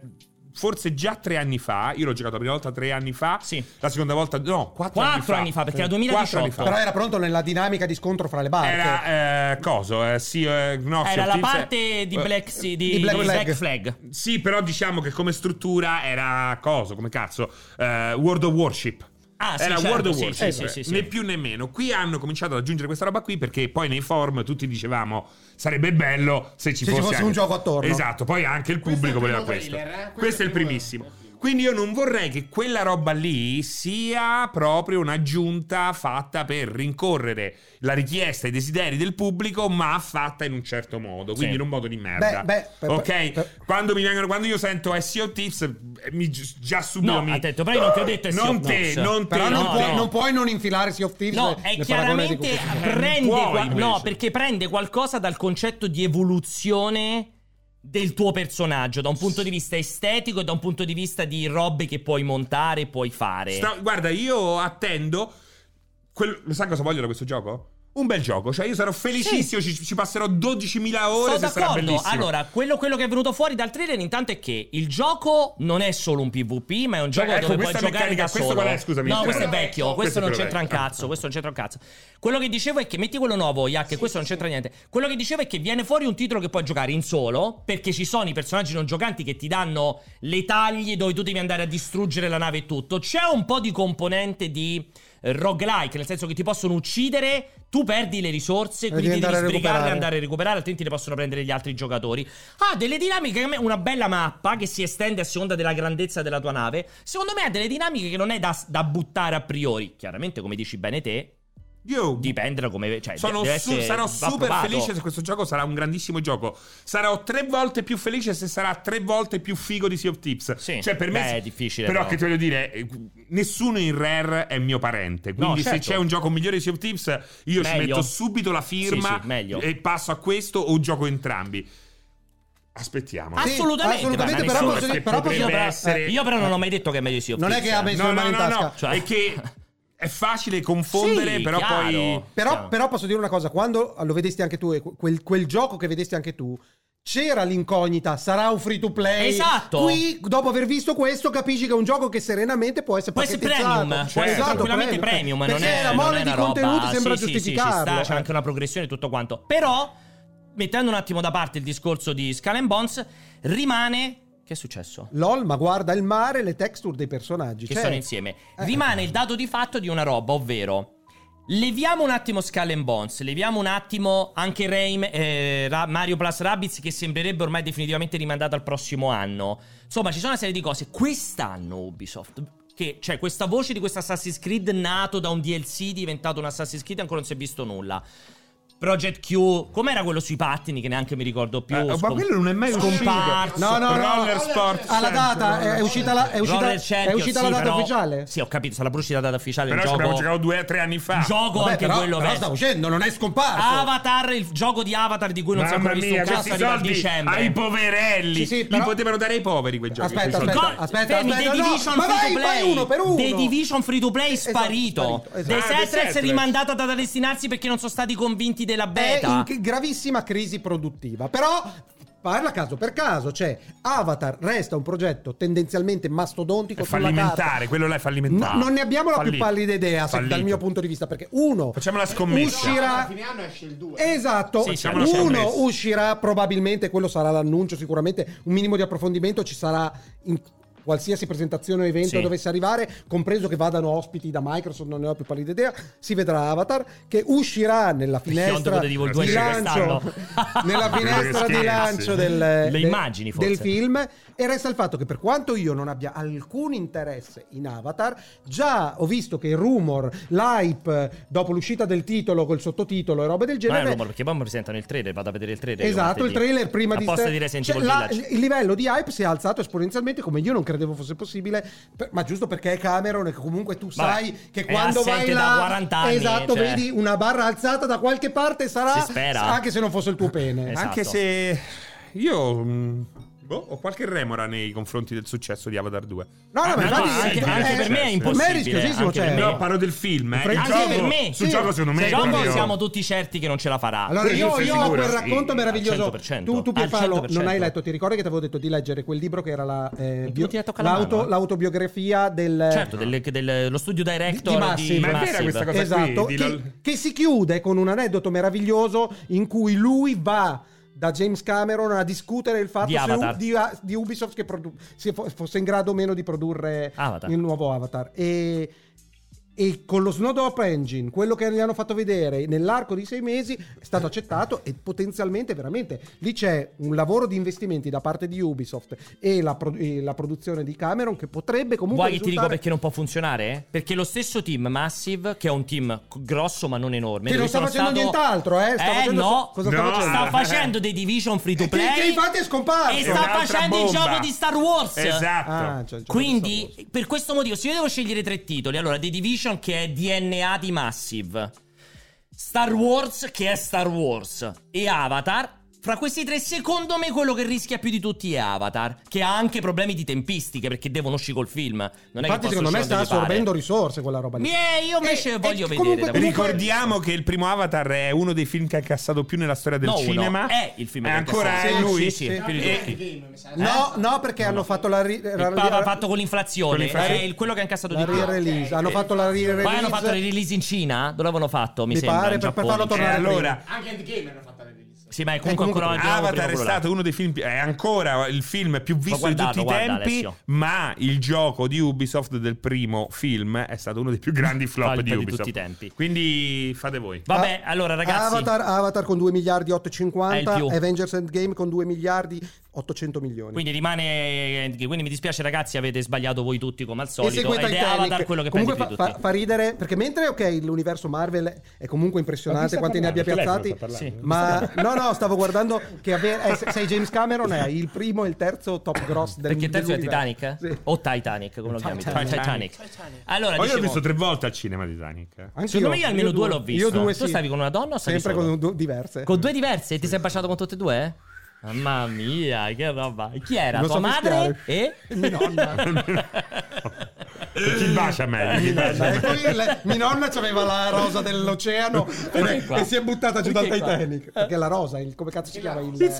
Speaker 2: Forse già tre anni fa, io l'ho giocato la prima volta tre anni fa,
Speaker 1: Sì.
Speaker 2: la seconda volta no, quattro,
Speaker 1: Quattro anni fa, perché era
Speaker 2: Sì.
Speaker 1: 2018.
Speaker 2: Quattro anni fa.
Speaker 3: Però era pronto nella dinamica di scontro fra le barche.
Speaker 2: Era eh, coso, eh, sì, eh, no, sì,
Speaker 1: Era la
Speaker 2: Phil-
Speaker 1: parte di
Speaker 2: eh,
Speaker 1: Black, Sea- di,
Speaker 3: di Black
Speaker 1: di
Speaker 3: Flag.
Speaker 1: Black Flag.
Speaker 2: Sì, però diciamo che come struttura era coso, come cazzo, eh, World of Warship.
Speaker 1: Ah, sì,
Speaker 2: era
Speaker 1: certo,
Speaker 2: World of
Speaker 1: sì,
Speaker 2: Warship,
Speaker 1: sì, sì, sì, sì.
Speaker 2: né più né meno. Qui hanno cominciato ad aggiungere questa roba qui perché poi nei forum tutti dicevamo sarebbe bello se ci
Speaker 3: Se ci
Speaker 2: fosse,
Speaker 3: fosse un
Speaker 2: anche-
Speaker 3: gioco attorno.
Speaker 2: Esatto, poi anche il
Speaker 5: Questo è
Speaker 2: pubblico
Speaker 5: il
Speaker 2: voleva
Speaker 5: primo
Speaker 2: questo.
Speaker 5: trailer, eh?
Speaker 2: Questo è il
Speaker 5: primo-
Speaker 2: primissimo. Quindi io non vorrei che quella roba lì sia proprio un'aggiunta fatta per rincorrere la richiesta e i desideri del pubblico, ma fatta in un certo modo, quindi in un modo di merda.
Speaker 3: Beh, beh, per-
Speaker 2: ok?
Speaker 3: per- per-
Speaker 2: Quando, mi vengono, quando io sento SEO tips, eh, mi, gi- già subito
Speaker 1: No,
Speaker 2: mi...
Speaker 1: attento, però io non ti ho detto SEO
Speaker 2: Non te,
Speaker 1: tips.
Speaker 2: non te,
Speaker 3: Però non,
Speaker 1: no,
Speaker 3: puoi,
Speaker 1: no.
Speaker 3: non puoi non infilare Sea of Thieves
Speaker 1: No,
Speaker 3: nel-
Speaker 1: è
Speaker 3: nel paragone
Speaker 1: chiaramente Eh,
Speaker 3: di Cookie Cookie.
Speaker 1: prende
Speaker 2: Puoi,
Speaker 1: qua- no,
Speaker 2: invece.
Speaker 1: perché prende qualcosa dal concetto di evoluzione del tuo personaggio da un punto di vista estetico e da un punto di vista di robe che puoi montare, puoi fare.
Speaker 2: Sta- guarda, io attendo. quel- lo sai cosa voglio da questo gioco? Un bel gioco, cioè io sarò felicissimo, ci, ci passerò 12.000 ore
Speaker 1: Sono
Speaker 2: se sarà
Speaker 1: d'accordo.
Speaker 2: bellissimo.
Speaker 1: Allora, quello, quello che è venuto fuori dal trailer intanto è che il gioco non è solo un PvP, ma è un
Speaker 2: Cioè,
Speaker 1: gioco
Speaker 2: ecco,
Speaker 1: dove puoi
Speaker 2: questa
Speaker 1: giocare
Speaker 2: meccanica-
Speaker 1: da
Speaker 2: questo
Speaker 1: solo.
Speaker 2: qual è? Scusami.
Speaker 1: no, questo è
Speaker 2: Questo è
Speaker 1: vecchio,
Speaker 2: questo
Speaker 1: questo,
Speaker 2: è
Speaker 1: non
Speaker 2: quello
Speaker 1: c'entra un
Speaker 2: vecchio.
Speaker 1: cazzo, questo non c'entra un cazzo. Quello che dicevo è che metti quello nuovo, Yak, questo non c'entra niente. Quello che dicevo è che viene fuori un titolo che puoi giocare in solo, perché ci sono i personaggi non giocanti che ti danno le taglie dove tu devi andare a distruggere la nave e tutto. C'è un po' di componente di eh, roguelike, nel senso che ti possono uccidere, tu perdi le risorse, quindi devi
Speaker 3: devi andare
Speaker 1: sbrigarle
Speaker 3: a
Speaker 1: e
Speaker 3: recuperare.
Speaker 1: andare a recuperare, altrimenti le possono prendere gli altri giocatori. Ha delle dinamiche, che a me- una bella mappa che si estende a seconda della grandezza della tua nave. Secondo me ha delle dinamiche che non è da, da buttare a priori. Chiaramente, come dici bene te,
Speaker 2: Io
Speaker 1: dipende da come... Cioè,
Speaker 2: sono
Speaker 1: deve
Speaker 2: su-
Speaker 1: essere-
Speaker 2: sarò
Speaker 1: va
Speaker 2: super
Speaker 1: provato.
Speaker 2: felice se questo gioco sarà un grandissimo gioco. Sarò tre volte più felice se sarà tre volte più figo di Sea of Tips.
Speaker 1: Sì.
Speaker 2: Cioè, per me
Speaker 1: Beh, è difficile,
Speaker 2: Però,
Speaker 1: però.
Speaker 2: che ti voglio dire, eh, nessuno in Rare è mio parente. Quindi,
Speaker 1: No, certo.
Speaker 2: se c'è un gioco migliore di Sea of Tips, io ci
Speaker 1: Meglio.
Speaker 2: metto subito la firma
Speaker 1: Sì, sì, meglio.
Speaker 2: e passo a questo o gioco entrambi. Aspettiamo.
Speaker 1: Ah,
Speaker 3: Sì,
Speaker 1: assolutamente,
Speaker 3: assolutamente,
Speaker 1: guarda,
Speaker 3: però
Speaker 1: nessuno-
Speaker 3: posso dire-
Speaker 2: perché
Speaker 3: però posso
Speaker 2: potrebbe
Speaker 3: dire- eh,
Speaker 2: essere-
Speaker 1: Io però non ho mai detto che è meglio sia
Speaker 3: Non è che ha messo
Speaker 2: No,
Speaker 3: le
Speaker 2: no,
Speaker 3: mani in
Speaker 2: no, no.
Speaker 3: tasca.
Speaker 1: Cioè-
Speaker 2: È che è facile confondere,
Speaker 1: Sì,
Speaker 2: però
Speaker 1: chiaro.
Speaker 2: poi.
Speaker 3: Però,
Speaker 1: Chiaro.
Speaker 3: però posso dire una cosa, quando lo vedesti anche tu, e quel, quel gioco che vedesti anche tu, c'era l'incognita, sarà un free to play.
Speaker 1: Esatto.
Speaker 3: Qui, dopo aver visto questo, capisci che è un gioco che serenamente può essere
Speaker 1: Può essere
Speaker 3: pacchettizzato.
Speaker 1: premium, può essere
Speaker 2: Esatto,
Speaker 1: tranquillamente premium,
Speaker 3: Perché
Speaker 1: non è
Speaker 3: la
Speaker 1: non
Speaker 3: mole
Speaker 1: è
Speaker 3: di
Speaker 1: una roba-
Speaker 3: contenuti sembra
Speaker 1: sì, sì, sì, ci
Speaker 3: giustificarlo. eh.
Speaker 1: sta, c'è anche una progressione e tutto quanto. Però, mettendo un attimo da parte il discorso di Skull and Bones, rimane... Che è successo?
Speaker 3: LOL, ma guarda il mare, le texture dei personaggi.
Speaker 1: che
Speaker 3: cioè,
Speaker 1: sono insieme.
Speaker 3: Eh.
Speaker 1: Rimane il dato di fatto di una roba, ovvero. Leviamo un attimo Skull and Bones, leviamo un attimo anche Raim, eh, Ra- Mario Plus Rabbids che sembrerebbe ormai definitivamente rimandato al prossimo anno. Insomma, ci sono una serie di cose. Quest'anno Ubisoft, che c'è questa voce di questo Assassin's Creed nato da un DLC diventato un Assassin's Creed, ancora non si è visto nulla. Project Q, com'era quello sui pattini che neanche mi ricordo più.
Speaker 2: Eh, ma
Speaker 1: Scom-
Speaker 2: quello non è mai uscito.
Speaker 1: scomparso.
Speaker 3: No, no, no.
Speaker 2: Roller Sport.
Speaker 3: Alla Ah, data, è, è uscita la, è uscita,
Speaker 1: Roller
Speaker 3: è
Speaker 1: Champions,
Speaker 3: uscita
Speaker 1: sì,
Speaker 3: la data
Speaker 1: però-
Speaker 3: ufficiale?
Speaker 1: Sì, ho capito, sarà pure uscita la data ufficiale.
Speaker 2: Però
Speaker 1: il
Speaker 2: ci
Speaker 1: gioco...
Speaker 2: abbiamo giocato due, tre anni fa.
Speaker 1: gioco
Speaker 3: Vabbè,
Speaker 1: anche
Speaker 3: però,
Speaker 1: quello Ah,
Speaker 3: però
Speaker 1: che-
Speaker 3: sta uscendo, non è scomparso.
Speaker 1: Avatar, il gioco di Avatar di cui non si è
Speaker 2: Mamma
Speaker 1: ancora visto
Speaker 2: mia,
Speaker 1: un cazzo
Speaker 2: questi
Speaker 1: arriva a
Speaker 2: soldi
Speaker 1: dicembre.
Speaker 2: ai poverelli.
Speaker 3: Sì, sì,
Speaker 2: Li
Speaker 3: però-
Speaker 2: potevano dare ai poveri quei giochi.
Speaker 3: Aspetta,
Speaker 2: quei soldi.
Speaker 3: aspetta.
Speaker 1: fermi,
Speaker 3: aspetta,
Speaker 1: The
Speaker 3: no,
Speaker 1: Division
Speaker 3: ma
Speaker 1: free
Speaker 3: vai,
Speaker 1: to play.
Speaker 3: vai uno per uno.
Speaker 1: The Division free to play
Speaker 3: Esatto,
Speaker 1: sparito.
Speaker 3: sparito, esatto.
Speaker 1: The
Speaker 2: Ah, The
Speaker 1: Settlers
Speaker 2: Settlers.
Speaker 1: rimandata da destinarsi perché non sono stati convinti della
Speaker 3: è
Speaker 1: beta.
Speaker 3: Eh, in che- gravissima crisi produttiva. Però parla caso per caso, cioè Avatar resta un progetto tendenzialmente mastodontico
Speaker 2: È
Speaker 3: sulla carta.
Speaker 2: fallimentare, quello là è
Speaker 3: No,
Speaker 2: fallimentare.
Speaker 3: non ne abbiamo la più
Speaker 2: Fallito.
Speaker 3: pallida idea, se-
Speaker 2: Fallito.
Speaker 3: dal mio punto di vista, perché uno
Speaker 2: Facciamo la scommessa.
Speaker 3: uscirà
Speaker 6: A fine anno esce il 2.
Speaker 3: Esatto,
Speaker 1: Sì, siamo
Speaker 2: alla
Speaker 3: uno
Speaker 2: scommessa.
Speaker 3: uscirà probabilmente, quello sarà l'annuncio sicuramente, un minimo di approfondimento ci sarà in qualsiasi presentazione o evento
Speaker 1: Sì.
Speaker 3: dovesse arrivare, compreso che vadano ospiti da Microsoft, non ne ho più pallida idea, si vedrà Avatar che uscirà nella finestra
Speaker 1: Beyond Good and Evil 2
Speaker 3: di
Speaker 1: esce
Speaker 3: lancio
Speaker 2: (laughs)
Speaker 1: quest'anno.
Speaker 2: Credo
Speaker 3: nella
Speaker 2: che
Speaker 3: finestra di
Speaker 2: scherzi.
Speaker 3: lancio del,
Speaker 1: Le
Speaker 3: del-
Speaker 1: immagini, forse.
Speaker 3: del film e resta il fatto che per quanto io non abbia alcun interesse in Avatar, già ho visto che il rumor, l'hype dopo l'uscita del titolo col sottotitolo e robe del
Speaker 1: Ma è
Speaker 3: genere
Speaker 1: un rumore, perché poi mi presentano il trailer, vado a vedere il trailer. io
Speaker 3: Esatto, il
Speaker 1: martedì.
Speaker 3: trailer prima di
Speaker 1: Apposta
Speaker 3: ste-
Speaker 1: di Resident Evil
Speaker 3: Cioè, la-
Speaker 1: Village.
Speaker 3: il livello di hype si è alzato esponenzialmente come io non credevo fosse possibile, per- ma giusto perché è Cameron e che comunque tu
Speaker 1: Vabbè,
Speaker 3: sai
Speaker 1: è
Speaker 3: che quando vai
Speaker 1: assente
Speaker 3: là
Speaker 1: da 40 anni,
Speaker 3: Esatto,
Speaker 1: cioè.
Speaker 3: vedi una barra alzata da qualche parte sarà
Speaker 1: Si spera.
Speaker 3: anche se non fosse il tuo pene.
Speaker 1: Esatto.
Speaker 2: Anche se io mh, boh, ho qualche remora nei confronti del successo di Avatar 2.
Speaker 3: No, no, ma
Speaker 1: Ah, no,
Speaker 3: infatti-
Speaker 1: anche, anche
Speaker 3: eh,
Speaker 1: per me è
Speaker 2: per
Speaker 1: impossibile.
Speaker 3: me è rischiosissimo,
Speaker 1: anche
Speaker 3: cioè.
Speaker 1: per me.
Speaker 2: No, parlo del film, eh. Il
Speaker 1: Anche
Speaker 2: gioco-
Speaker 1: per me.
Speaker 2: Sul
Speaker 3: Sì.
Speaker 2: gioco secondo me
Speaker 1: Se
Speaker 2: è
Speaker 1: no,
Speaker 2: proprio-
Speaker 1: siamo tutti certi che non ce la farà.
Speaker 3: Allora, io,
Speaker 2: Quello
Speaker 3: io ho
Speaker 2: sicuro,
Speaker 3: quel
Speaker 2: sì,
Speaker 3: racconto
Speaker 1: al
Speaker 3: meraviglioso.
Speaker 1: 100%.
Speaker 3: Tu, tu
Speaker 1: Al
Speaker 3: Pierpaolo,
Speaker 1: 100%.
Speaker 3: non hai letto, ti ricordi che ti avevo detto di leggere quel libro che era la, eh,
Speaker 1: non
Speaker 3: bio-
Speaker 1: ti ha toccato la
Speaker 3: l'auto-
Speaker 1: mano, eh?
Speaker 3: l'autobiografia del,
Speaker 1: Certo, del- del- lo studio director
Speaker 3: Eh,
Speaker 1: di
Speaker 3: Di Massive.
Speaker 1: Massive.
Speaker 2: Ma è vera questa cosa?
Speaker 3: esatto,
Speaker 2: qui, di
Speaker 3: che,
Speaker 2: Lol-
Speaker 3: che si chiude con un aneddoto meraviglioso in cui lui va da James Cameron a discutere il fatto
Speaker 1: Di
Speaker 3: se
Speaker 1: Avatar.
Speaker 3: U- di, di Ubisoft che produ- se fo- fosse in grado o meno di produrre
Speaker 1: Avatar.
Speaker 3: il nuovo Avatar e E con lo Snowdrop Engine, quello che gli hanno fatto vedere nell'arco di sei mesi è stato accettato e potenzialmente veramente lì c'è un lavoro di investimenti da parte di Ubisoft e la, pro- e la produzione di Cameron che potrebbe comunque.
Speaker 1: Vuoi che ti dico
Speaker 3: risultare-
Speaker 1: perché non può funzionare? Perché lo stesso team Massive, che è un team c- grosso ma non enorme,
Speaker 3: Che non
Speaker 1: dove
Speaker 3: sta
Speaker 1: sono
Speaker 3: facendo
Speaker 1: stato-
Speaker 3: nient'altro, eh? Sta
Speaker 1: eh,
Speaker 3: facendo-
Speaker 1: no,
Speaker 3: cosa sta
Speaker 2: No.
Speaker 3: facendo? Ah,
Speaker 1: sta facendo dei division free to
Speaker 3: Che-
Speaker 1: play.
Speaker 3: che infatti è scomparso.
Speaker 1: E
Speaker 2: È
Speaker 1: sta
Speaker 2: un'altra
Speaker 1: facendo il
Speaker 2: bomba.
Speaker 1: gioco di Star Wars.
Speaker 2: Esatto.
Speaker 3: Ah, cioè, cioè,
Speaker 1: Quindi,
Speaker 3: questo-
Speaker 1: per questo motivo, se io devo scegliere tre titoli, allora The Division che è DNA di Massive, Star Wars che è Star Wars e Avatar. Fra questi tre, secondo me quello che rischia più di tutti è Avatar, che ha anche problemi di tempistiche perché devono uscire col film. Non è che
Speaker 3: Infatti,
Speaker 1: possono
Speaker 3: secondo me
Speaker 1: uscire
Speaker 3: sta
Speaker 1: quando gli pare.
Speaker 3: assorbendo risorse quella roba lì.
Speaker 1: Eh, io invece
Speaker 3: E-
Speaker 1: voglio
Speaker 3: e
Speaker 1: vedere.
Speaker 3: comunque-
Speaker 1: da-
Speaker 2: Ricordiamo che il primo Avatar è uno dei film che ha cassato più nella storia del
Speaker 1: No, uno.
Speaker 2: cinema.
Speaker 1: È il film
Speaker 2: È
Speaker 1: che ha
Speaker 2: ancora
Speaker 1: cassato.
Speaker 2: è
Speaker 3: Sì,
Speaker 2: lui.
Speaker 1: sì, sì.
Speaker 3: Eh,
Speaker 7: No,
Speaker 1: più di
Speaker 7: no,
Speaker 1: tutti.
Speaker 7: i game, mi sa.
Speaker 4: eh.
Speaker 3: No, no, perché hanno fatto la. Ri-
Speaker 1: Il
Speaker 3: la-
Speaker 1: pa-
Speaker 3: la-
Speaker 1: fatto con
Speaker 2: Con
Speaker 1: l'inflazione,
Speaker 2: l'inflazione.
Speaker 1: è il- quello che hanno cassato
Speaker 3: la
Speaker 1: di più. Eh,
Speaker 3: re-release. Hanno fatto la re-release.
Speaker 1: Poi hanno fatto le release in Cina? Dove l'avevano fatto? Mi,
Speaker 3: Mi
Speaker 1: sembra.
Speaker 3: pare,
Speaker 1: in
Speaker 3: per- per
Speaker 1: Giappone,
Speaker 3: farlo
Speaker 1: in Cina.
Speaker 3: tornare-
Speaker 2: allora,
Speaker 7: Anche Endgame era fatta la release.
Speaker 1: Sì, ma è comunque,
Speaker 3: Eh, comunque
Speaker 1: ancora
Speaker 2: Avatar è
Speaker 1: Cioè, prima
Speaker 2: stato uno dei film più- è ancora il film più visto di
Speaker 1: guardato,
Speaker 2: tutti i
Speaker 1: guarda,
Speaker 2: tempi,
Speaker 1: Alessio.
Speaker 2: ma il gioco di Ubisoft del primo film è stato uno dei più grandi flop
Speaker 1: Flop
Speaker 2: di
Speaker 1: di
Speaker 2: Ubisoft
Speaker 1: tutti i tempi. Eh,
Speaker 2: Quindi fate voi.
Speaker 1: Vabbè, allora ragazzi.
Speaker 3: Ah, Avatar, Avatar con 2 miliardi e
Speaker 1: È
Speaker 3: 850,
Speaker 1: il più.
Speaker 3: Avengers Endgame con 2 miliardi e 800 milioni.
Speaker 1: Quindi rimane. Endgame. Quindi mi dispiace, ragazzi, avete sbagliato voi tutti come al
Speaker 3: E
Speaker 1: solito.
Speaker 3: segue
Speaker 1: Ed è
Speaker 3: Titanic.
Speaker 1: Avatar quello che
Speaker 3: comunque
Speaker 1: prende più di
Speaker 3: fa,
Speaker 1: tutti.
Speaker 3: fa- fa ridere perché mentre ok l'universo Marvel è comunque impressionante quanti ne abbia piazzati ma no no stavo guardando che ave- eh, se- sei James Cameron è il primo e il terzo top gross del
Speaker 1: Perché il terzo è
Speaker 3: dell'universo.
Speaker 1: Titanic? eh?
Speaker 3: Sì.
Speaker 1: O Titanic, come lo chiami? tu?
Speaker 2: Titanic.
Speaker 1: Titanic.
Speaker 2: Poi
Speaker 1: Allora,
Speaker 2: io l'ho
Speaker 1: dicevo,
Speaker 2: visto tre volte al cinema Titanic. eh.
Speaker 3: Anch'io.
Speaker 1: secondo me io almeno due l'ho visto.
Speaker 3: io due
Speaker 1: tu
Speaker 3: sì.
Speaker 1: stavi con una donna o stavi
Speaker 3: sempre
Speaker 1: solo?
Speaker 3: con due diverse
Speaker 1: Con due diverse e ti sei baciato con tutte e due? Mamma mia, che roba. Chi era?
Speaker 3: Non
Speaker 1: Tua
Speaker 3: so
Speaker 1: madre? E? (laughs)
Speaker 3: (laughs) mia nonna
Speaker 2: Chi bacia meglio?
Speaker 1: eh,
Speaker 2: Chi bacia
Speaker 3: e
Speaker 2: meglio?
Speaker 3: poi le- mia nonna aveva la
Speaker 1: (laughs)
Speaker 3: rosa dell'oceano e,
Speaker 1: qua?
Speaker 3: e si è buttata giù dal
Speaker 1: Perché qua?
Speaker 3: Titanic perché la rosa il, come cazzo si chiama il,
Speaker 2: been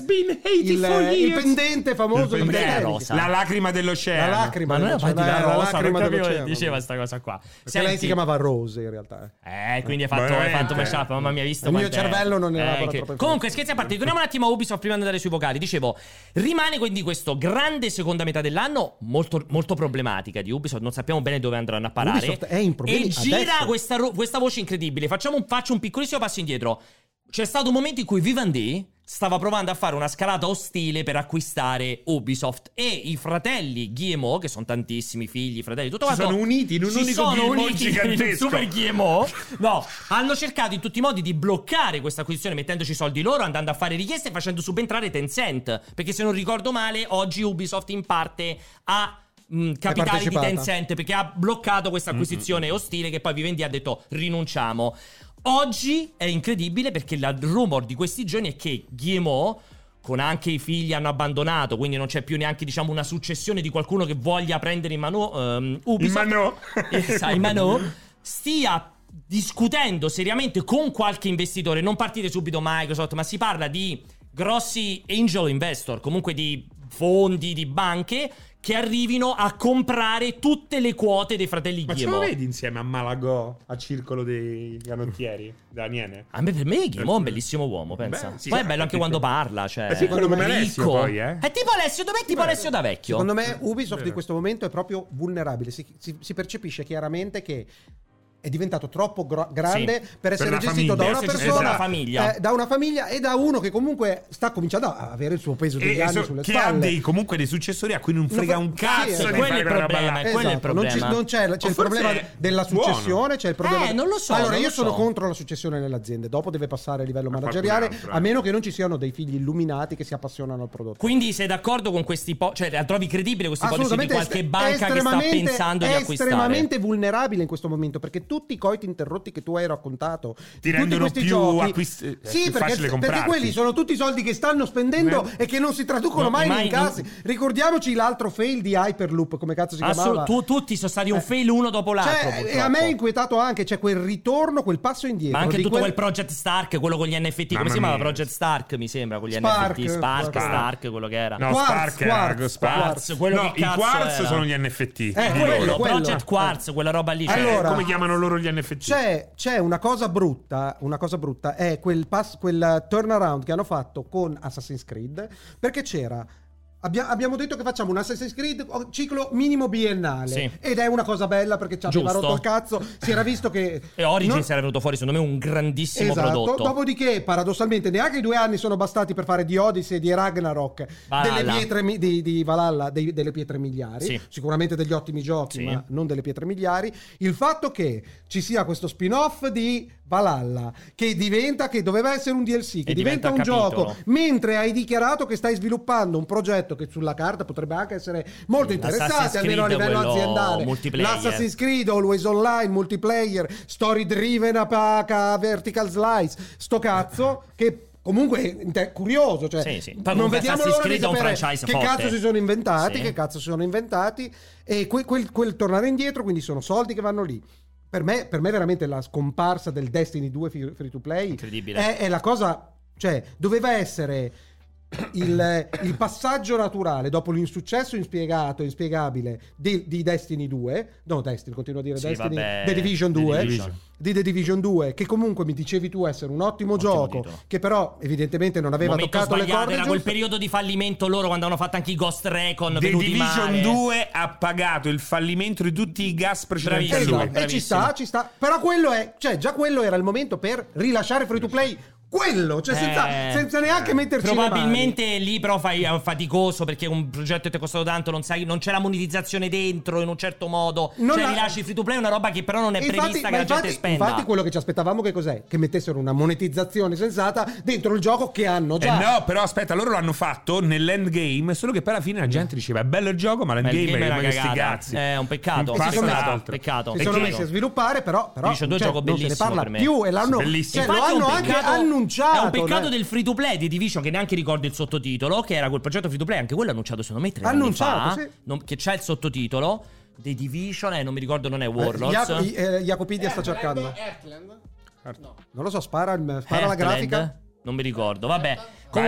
Speaker 3: il,
Speaker 1: eh,
Speaker 2: 84
Speaker 3: il
Speaker 2: years.
Speaker 3: pendente famoso
Speaker 2: Il
Speaker 3: del
Speaker 2: pendente.
Speaker 3: Titanic
Speaker 1: rosa.
Speaker 2: La lacrima dell'oceano.
Speaker 3: La lacrima,
Speaker 1: Eh, Ma non era
Speaker 3: cioè,
Speaker 1: partita
Speaker 3: la-
Speaker 1: la
Speaker 3: la
Speaker 1: rosa, non
Speaker 3: lacrima
Speaker 1: capivo che
Speaker 3: dell'oceano.
Speaker 1: diceva questa cosa qua.
Speaker 3: Perché lei
Speaker 1: Senti-
Speaker 3: si chiamava Rose in realtà.
Speaker 1: Eh, quindi hai fatto, hai
Speaker 2: Veramente.
Speaker 1: fatto mashup, mamma mia, hai visto
Speaker 3: Il mio
Speaker 1: quant'è? Eh,
Speaker 3: cervello non elabora
Speaker 1: che-
Speaker 3: troppo in
Speaker 1: Comunque, scherzi a parte, torniamo un attimo a Ubisoft prima di andare sui vocali. Dicevo, rimane quindi questo grande seconda metà dell'anno, molto, molto problematica di Ubisoft, non sappiamo bene dove andranno a parare.
Speaker 3: Ubisoft è in problemi
Speaker 1: E gira
Speaker 3: adesso.
Speaker 1: questa, ro- questa voce incredibile. Facciamo un, faccio un piccolissimo passo indietro. C'è stato un momento in cui Vivendi stava provando a fare una scalata ostile per acquistare Ubisoft e i fratelli Guillemot, che sono tantissimi figli, fratelli, tutto
Speaker 2: Si
Speaker 1: quanto,
Speaker 2: sono uniti in un
Speaker 1: si
Speaker 2: unico
Speaker 1: sono
Speaker 2: Guillemot
Speaker 1: uniti in un
Speaker 2: gigantesco.
Speaker 1: super GMO. No, hanno cercato in tutti i modi di bloccare questa acquisizione mettendoci i soldi loro, andando a fare richieste e facendo subentrare Tencent. Perché se non ricordo male, oggi Ubisoft in parte ha. mh, capitali di
Speaker 3: partecipata.
Speaker 1: Tencent perché ha bloccato questa acquisizione ostile che poi Vivendi ha detto rinunciamo. Oggi è incredibile perché il rumor di questi giorni è che Guillemot con anche i figli hanno abbandonato, quindi non c'è più neanche diciamo una successione di qualcuno che voglia prendere in mano ehm,
Speaker 2: In
Speaker 1: Ubisoft.
Speaker 2: mano.
Speaker 1: Sai, Eh, ma no, stia discutendo seriamente con qualche investitore. Non partite subito Microsoft, ma si parla di grossi angel investor, comunque di fondi, di banche che arrivino a comprare tutte le quote dei fratelli
Speaker 2: Ma ce lo
Speaker 1: Ghemo.
Speaker 2: vedi insieme a Malagò al circolo dei canottieri? Daniele?
Speaker 1: A me per me Ghemo è un bellissimo uomo, pensa.
Speaker 2: Eh, Beh, sì,
Speaker 1: poi è
Speaker 2: sì,
Speaker 1: bello anche
Speaker 2: capito.
Speaker 1: quando parla, cioè.
Speaker 2: Eh sì, quello come Alessio
Speaker 1: ricco.
Speaker 2: poi, eh.
Speaker 1: È tipo Alessio, dov'è tipo Alessio da vecchio?
Speaker 3: Secondo me Ubisoft
Speaker 2: Vero.
Speaker 3: in questo momento è proprio vulnerabile. Si, si- si percepisce chiaramente che è diventato troppo gro- grande per essere
Speaker 2: una
Speaker 3: gestito da
Speaker 2: famiglia.
Speaker 3: una
Speaker 1: Per essere
Speaker 3: persona,
Speaker 1: gestito da una famiglia.
Speaker 3: eh, da una famiglia e da uno che comunque sta cominciando a avere il suo peso
Speaker 2: E,
Speaker 3: degli
Speaker 2: e
Speaker 3: anni
Speaker 2: so-
Speaker 3: sulle
Speaker 2: che ha
Speaker 3: spalle.
Speaker 2: dei, comunque dei successori a cui non frega
Speaker 3: fa-
Speaker 2: un
Speaker 3: sì,
Speaker 2: cazzo
Speaker 3: eh,
Speaker 2: di
Speaker 1: quello
Speaker 2: fare
Speaker 1: è il
Speaker 2: quella roba là.
Speaker 1: problema, eh, quello è il
Speaker 3: Esatto, non, ci-
Speaker 1: problema.
Speaker 3: non c'è, c'è
Speaker 2: O
Speaker 3: il
Speaker 2: forse
Speaker 3: problema
Speaker 2: è
Speaker 3: della
Speaker 2: buono.
Speaker 3: successione, c'è il problema.
Speaker 1: Eh, non lo so,
Speaker 3: Allora,
Speaker 1: non
Speaker 3: io
Speaker 1: lo
Speaker 3: sono
Speaker 1: so.
Speaker 3: contro la successione nelle aziende, dopo deve passare a livello
Speaker 2: Ma
Speaker 3: manageriale,
Speaker 2: qualcun altro, eh.
Speaker 3: a meno che non ci siano dei figli illuminati che si appassionano al prodotto.
Speaker 1: Quindi sei d'accordo con questi po- cioè la trovi credibile questa ipotesi di qualche
Speaker 3: est-
Speaker 1: banca che sta
Speaker 3: estremamente-
Speaker 1: pensando di
Speaker 3: è
Speaker 1: acquistare?
Speaker 3: estremamente vulnerabile in questo momento perché tutti i coiti interrotti che tu hai raccontato tutti
Speaker 2: rendono
Speaker 3: questi
Speaker 2: più
Speaker 3: giochi,
Speaker 2: acquist- eh,
Speaker 3: sì
Speaker 2: più
Speaker 3: perché,
Speaker 2: facile
Speaker 3: perché
Speaker 2: comprarti.
Speaker 3: quelli sono tutti i soldi che stanno spendendo
Speaker 2: Eh.
Speaker 3: e che non si traducono
Speaker 1: No,
Speaker 3: mai,
Speaker 1: mai-
Speaker 3: nei incassi ricordiamoci l'altro fail di Hyperloop come cazzo si
Speaker 1: Assolut-
Speaker 3: chiamava
Speaker 1: tu- tutti sono stati un
Speaker 3: Eh.
Speaker 1: fail uno dopo l'altro.
Speaker 3: cioè, e
Speaker 1: purtroppo.
Speaker 3: a me è inquietato anche c'è quel ritorno quel passo indietro
Speaker 1: Ma anche
Speaker 3: di
Speaker 1: tutto quel... Project Stark, quello con gli NFT.
Speaker 2: Mamma
Speaker 1: come si chiamava?
Speaker 2: mia.
Speaker 1: Project Stark, mi sembra, con gli
Speaker 3: Spark,
Speaker 1: NFT. Spark,
Speaker 3: Spark.
Speaker 1: Stark, quello che era.
Speaker 2: No,
Speaker 3: Quartz,
Speaker 2: Spark era-
Speaker 3: Quartz,
Speaker 2: Spark-
Speaker 1: esatto. Quartz, quello
Speaker 2: no,
Speaker 1: che
Speaker 2: i
Speaker 1: cazzo
Speaker 2: Quartz
Speaker 1: era.
Speaker 2: sono gli NFT.
Speaker 3: Eh,
Speaker 2: non
Speaker 1: quello,
Speaker 2: loro.
Speaker 3: quello.
Speaker 1: Project Quartz, quella roba lì. cioè,
Speaker 3: Allora,
Speaker 2: Come chiamano loro gli NFT?
Speaker 3: C'è, c'è una cosa brutta, una cosa brutta è quel, pass- quel turnaround che hanno fatto con Assassin's Creed perché c'era Abbia- abbiamo detto che facciamo un Assassin's Creed o- ciclo minimo biennale.
Speaker 1: Sì.
Speaker 3: Ed è una cosa bella perché ci aveva
Speaker 1: Giusto.
Speaker 3: rotto il cazzo. Si era
Speaker 1: (laughs)
Speaker 3: visto che.
Speaker 1: E Origins
Speaker 3: non-
Speaker 1: era venuto fuori, secondo me, un grandissimo
Speaker 3: Esatto,
Speaker 1: prodotto.
Speaker 3: dopodiché paradossalmente neanche i due anni sono bastati per fare di Odyssey e di Ragnarok
Speaker 1: Valhalla.
Speaker 3: delle pietre mi- di, di Valhalla dei- delle pietre miliari,
Speaker 1: Sì.
Speaker 3: sicuramente degli ottimi giochi
Speaker 1: Sì.
Speaker 3: ma non delle pietre miliari, il fatto che ci sia questo spin-off di Valhalla che diventa, che doveva essere un DLC, che
Speaker 1: E diventa
Speaker 3: diventa, un
Speaker 1: capitolo.
Speaker 3: gioco, mentre hai dichiarato che stai sviluppando un progetto che sulla carta potrebbe anche essere molto
Speaker 1: L'Assassin's
Speaker 3: interessante, almeno a
Speaker 1: Mm, Creed,
Speaker 3: livello
Speaker 1: quello
Speaker 3: aziendale,
Speaker 1: multiplayer.
Speaker 3: l'Assassin's Creed, Always Online, Multiplayer, Story Driven, Apaca, Vertical Slice, sto cazzo che comunque è curioso, cioè
Speaker 1: Sì, sì. Poi
Speaker 3: non
Speaker 1: comunque
Speaker 3: vediamo
Speaker 1: Assassin's
Speaker 3: l'ora di
Speaker 1: Creed è un
Speaker 3: sapere
Speaker 1: franchise
Speaker 3: che
Speaker 1: forte.
Speaker 3: cazzo si sono inventati,
Speaker 1: Sì.
Speaker 3: che cazzo si sono inventati e que- quel, quel tornare indietro, quindi sono soldi che vanno lì. Per me, per me veramente la scomparsa del Destiny 2 fi- free to play
Speaker 1: Incredibile.
Speaker 3: è, è la cosa, cioè doveva essere il, il passaggio naturale dopo l'insuccesso inspiegato, inspiegabile di, di Destiny 2, no Destiny, continuo a dire
Speaker 1: Sì,
Speaker 3: Destiny,
Speaker 1: vabbè,
Speaker 3: The Division
Speaker 1: The
Speaker 3: 2,
Speaker 1: Division.
Speaker 3: di The Division 2, che comunque mi dicevi tu essere un ottimo,
Speaker 1: Ottimo
Speaker 3: gioco,
Speaker 1: titolo.
Speaker 3: che però evidentemente non aveva
Speaker 1: Momento
Speaker 3: toccato le
Speaker 1: sbagliato,
Speaker 3: corde
Speaker 1: era quel
Speaker 3: giuste.
Speaker 1: periodo di fallimento loro quando hanno fatto anche i Ghost Recon
Speaker 2: The
Speaker 1: venuti
Speaker 2: Division
Speaker 1: male.
Speaker 2: 2 ha pagato il fallimento di tutti i gas precedenti a
Speaker 1: Bravissimo.
Speaker 2: lui.
Speaker 3: Esatto, e ci sta, ci sta. Però quello è, cioè, già quello era il momento per rilasciare free to play. Quello, cioè, senza,
Speaker 1: Eh,
Speaker 3: senza neanche metterci
Speaker 1: Probabilmente lì però fai è faticoso perché un progetto che ti è costato tanto, non, sai, non c'è la monetizzazione dentro in un certo modo.
Speaker 3: Non
Speaker 1: cioè
Speaker 3: la-
Speaker 1: rilasci free to play, una roba che però non è
Speaker 3: le mani.
Speaker 1: prevista che
Speaker 3: ma
Speaker 1: la gente
Speaker 3: infatti-
Speaker 1: spenda.
Speaker 3: infatti quello che ci aspettavamo che cos'è? Che mettessero una monetizzazione sensata dentro il gioco che hanno
Speaker 2: Eh
Speaker 3: già.
Speaker 2: no, però aspetta, loro l'hanno fatto nell'endgame, solo che poi alla fine la gente diceva è bello il gioco, ma
Speaker 1: Ma il
Speaker 2: l'endgame
Speaker 1: game
Speaker 2: è
Speaker 1: era
Speaker 2: come questi
Speaker 1: cagata.
Speaker 2: cazzi.
Speaker 1: Eh, un peccato,
Speaker 2: Non
Speaker 1: un
Speaker 2: passa
Speaker 1: peccato,
Speaker 2: l'altro.
Speaker 1: peccato.
Speaker 3: Si
Speaker 2: E
Speaker 3: sono
Speaker 2: che-
Speaker 3: messi a sviluppare, però, però
Speaker 1: Dice, due
Speaker 3: cioè,
Speaker 1: gioco
Speaker 3: non se ne
Speaker 1: bellissimo
Speaker 3: parla
Speaker 1: per me.
Speaker 3: più e l'hanno,
Speaker 2: Bellissimo.
Speaker 3: cioè, lo
Speaker 1: Infatti è un
Speaker 3: hanno anche
Speaker 1: peccato-
Speaker 3: annunciato.
Speaker 1: È un peccato
Speaker 3: dai.
Speaker 1: del free to play di Division che neanche ricordo il sottotitolo, che era quel progetto free to play, anche quello annunciato secondo me tre
Speaker 3: Annunciato,
Speaker 1: anni fa,
Speaker 3: sì.
Speaker 1: non- che c'ha il sottotitolo. The Division, eh, non mi ricordo, non è
Speaker 3: Eh,
Speaker 1: Warlords.
Speaker 3: Iaco- i- eh, Iacopidia sta cercando.
Speaker 8: Heartland? No.
Speaker 3: Non lo so, spara, il- spara la
Speaker 1: Heartland?
Speaker 3: grafica.
Speaker 1: Non mi ricordo, vabbè.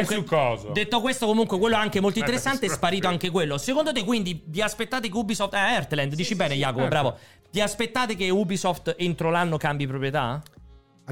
Speaker 2: su coso.
Speaker 1: detto questo, comunque, quello è anche molto
Speaker 2: Aspetta,
Speaker 1: interessante. È
Speaker 2: aspetta.
Speaker 1: sparito anche quello. Secondo te, quindi, vi aspettate che Ubisoft. Eh, Heartland, dici bene, Jacopo, bravo. Vi aspettate che Ubisoft entro l'anno cambi proprietà?
Speaker 3: Ah,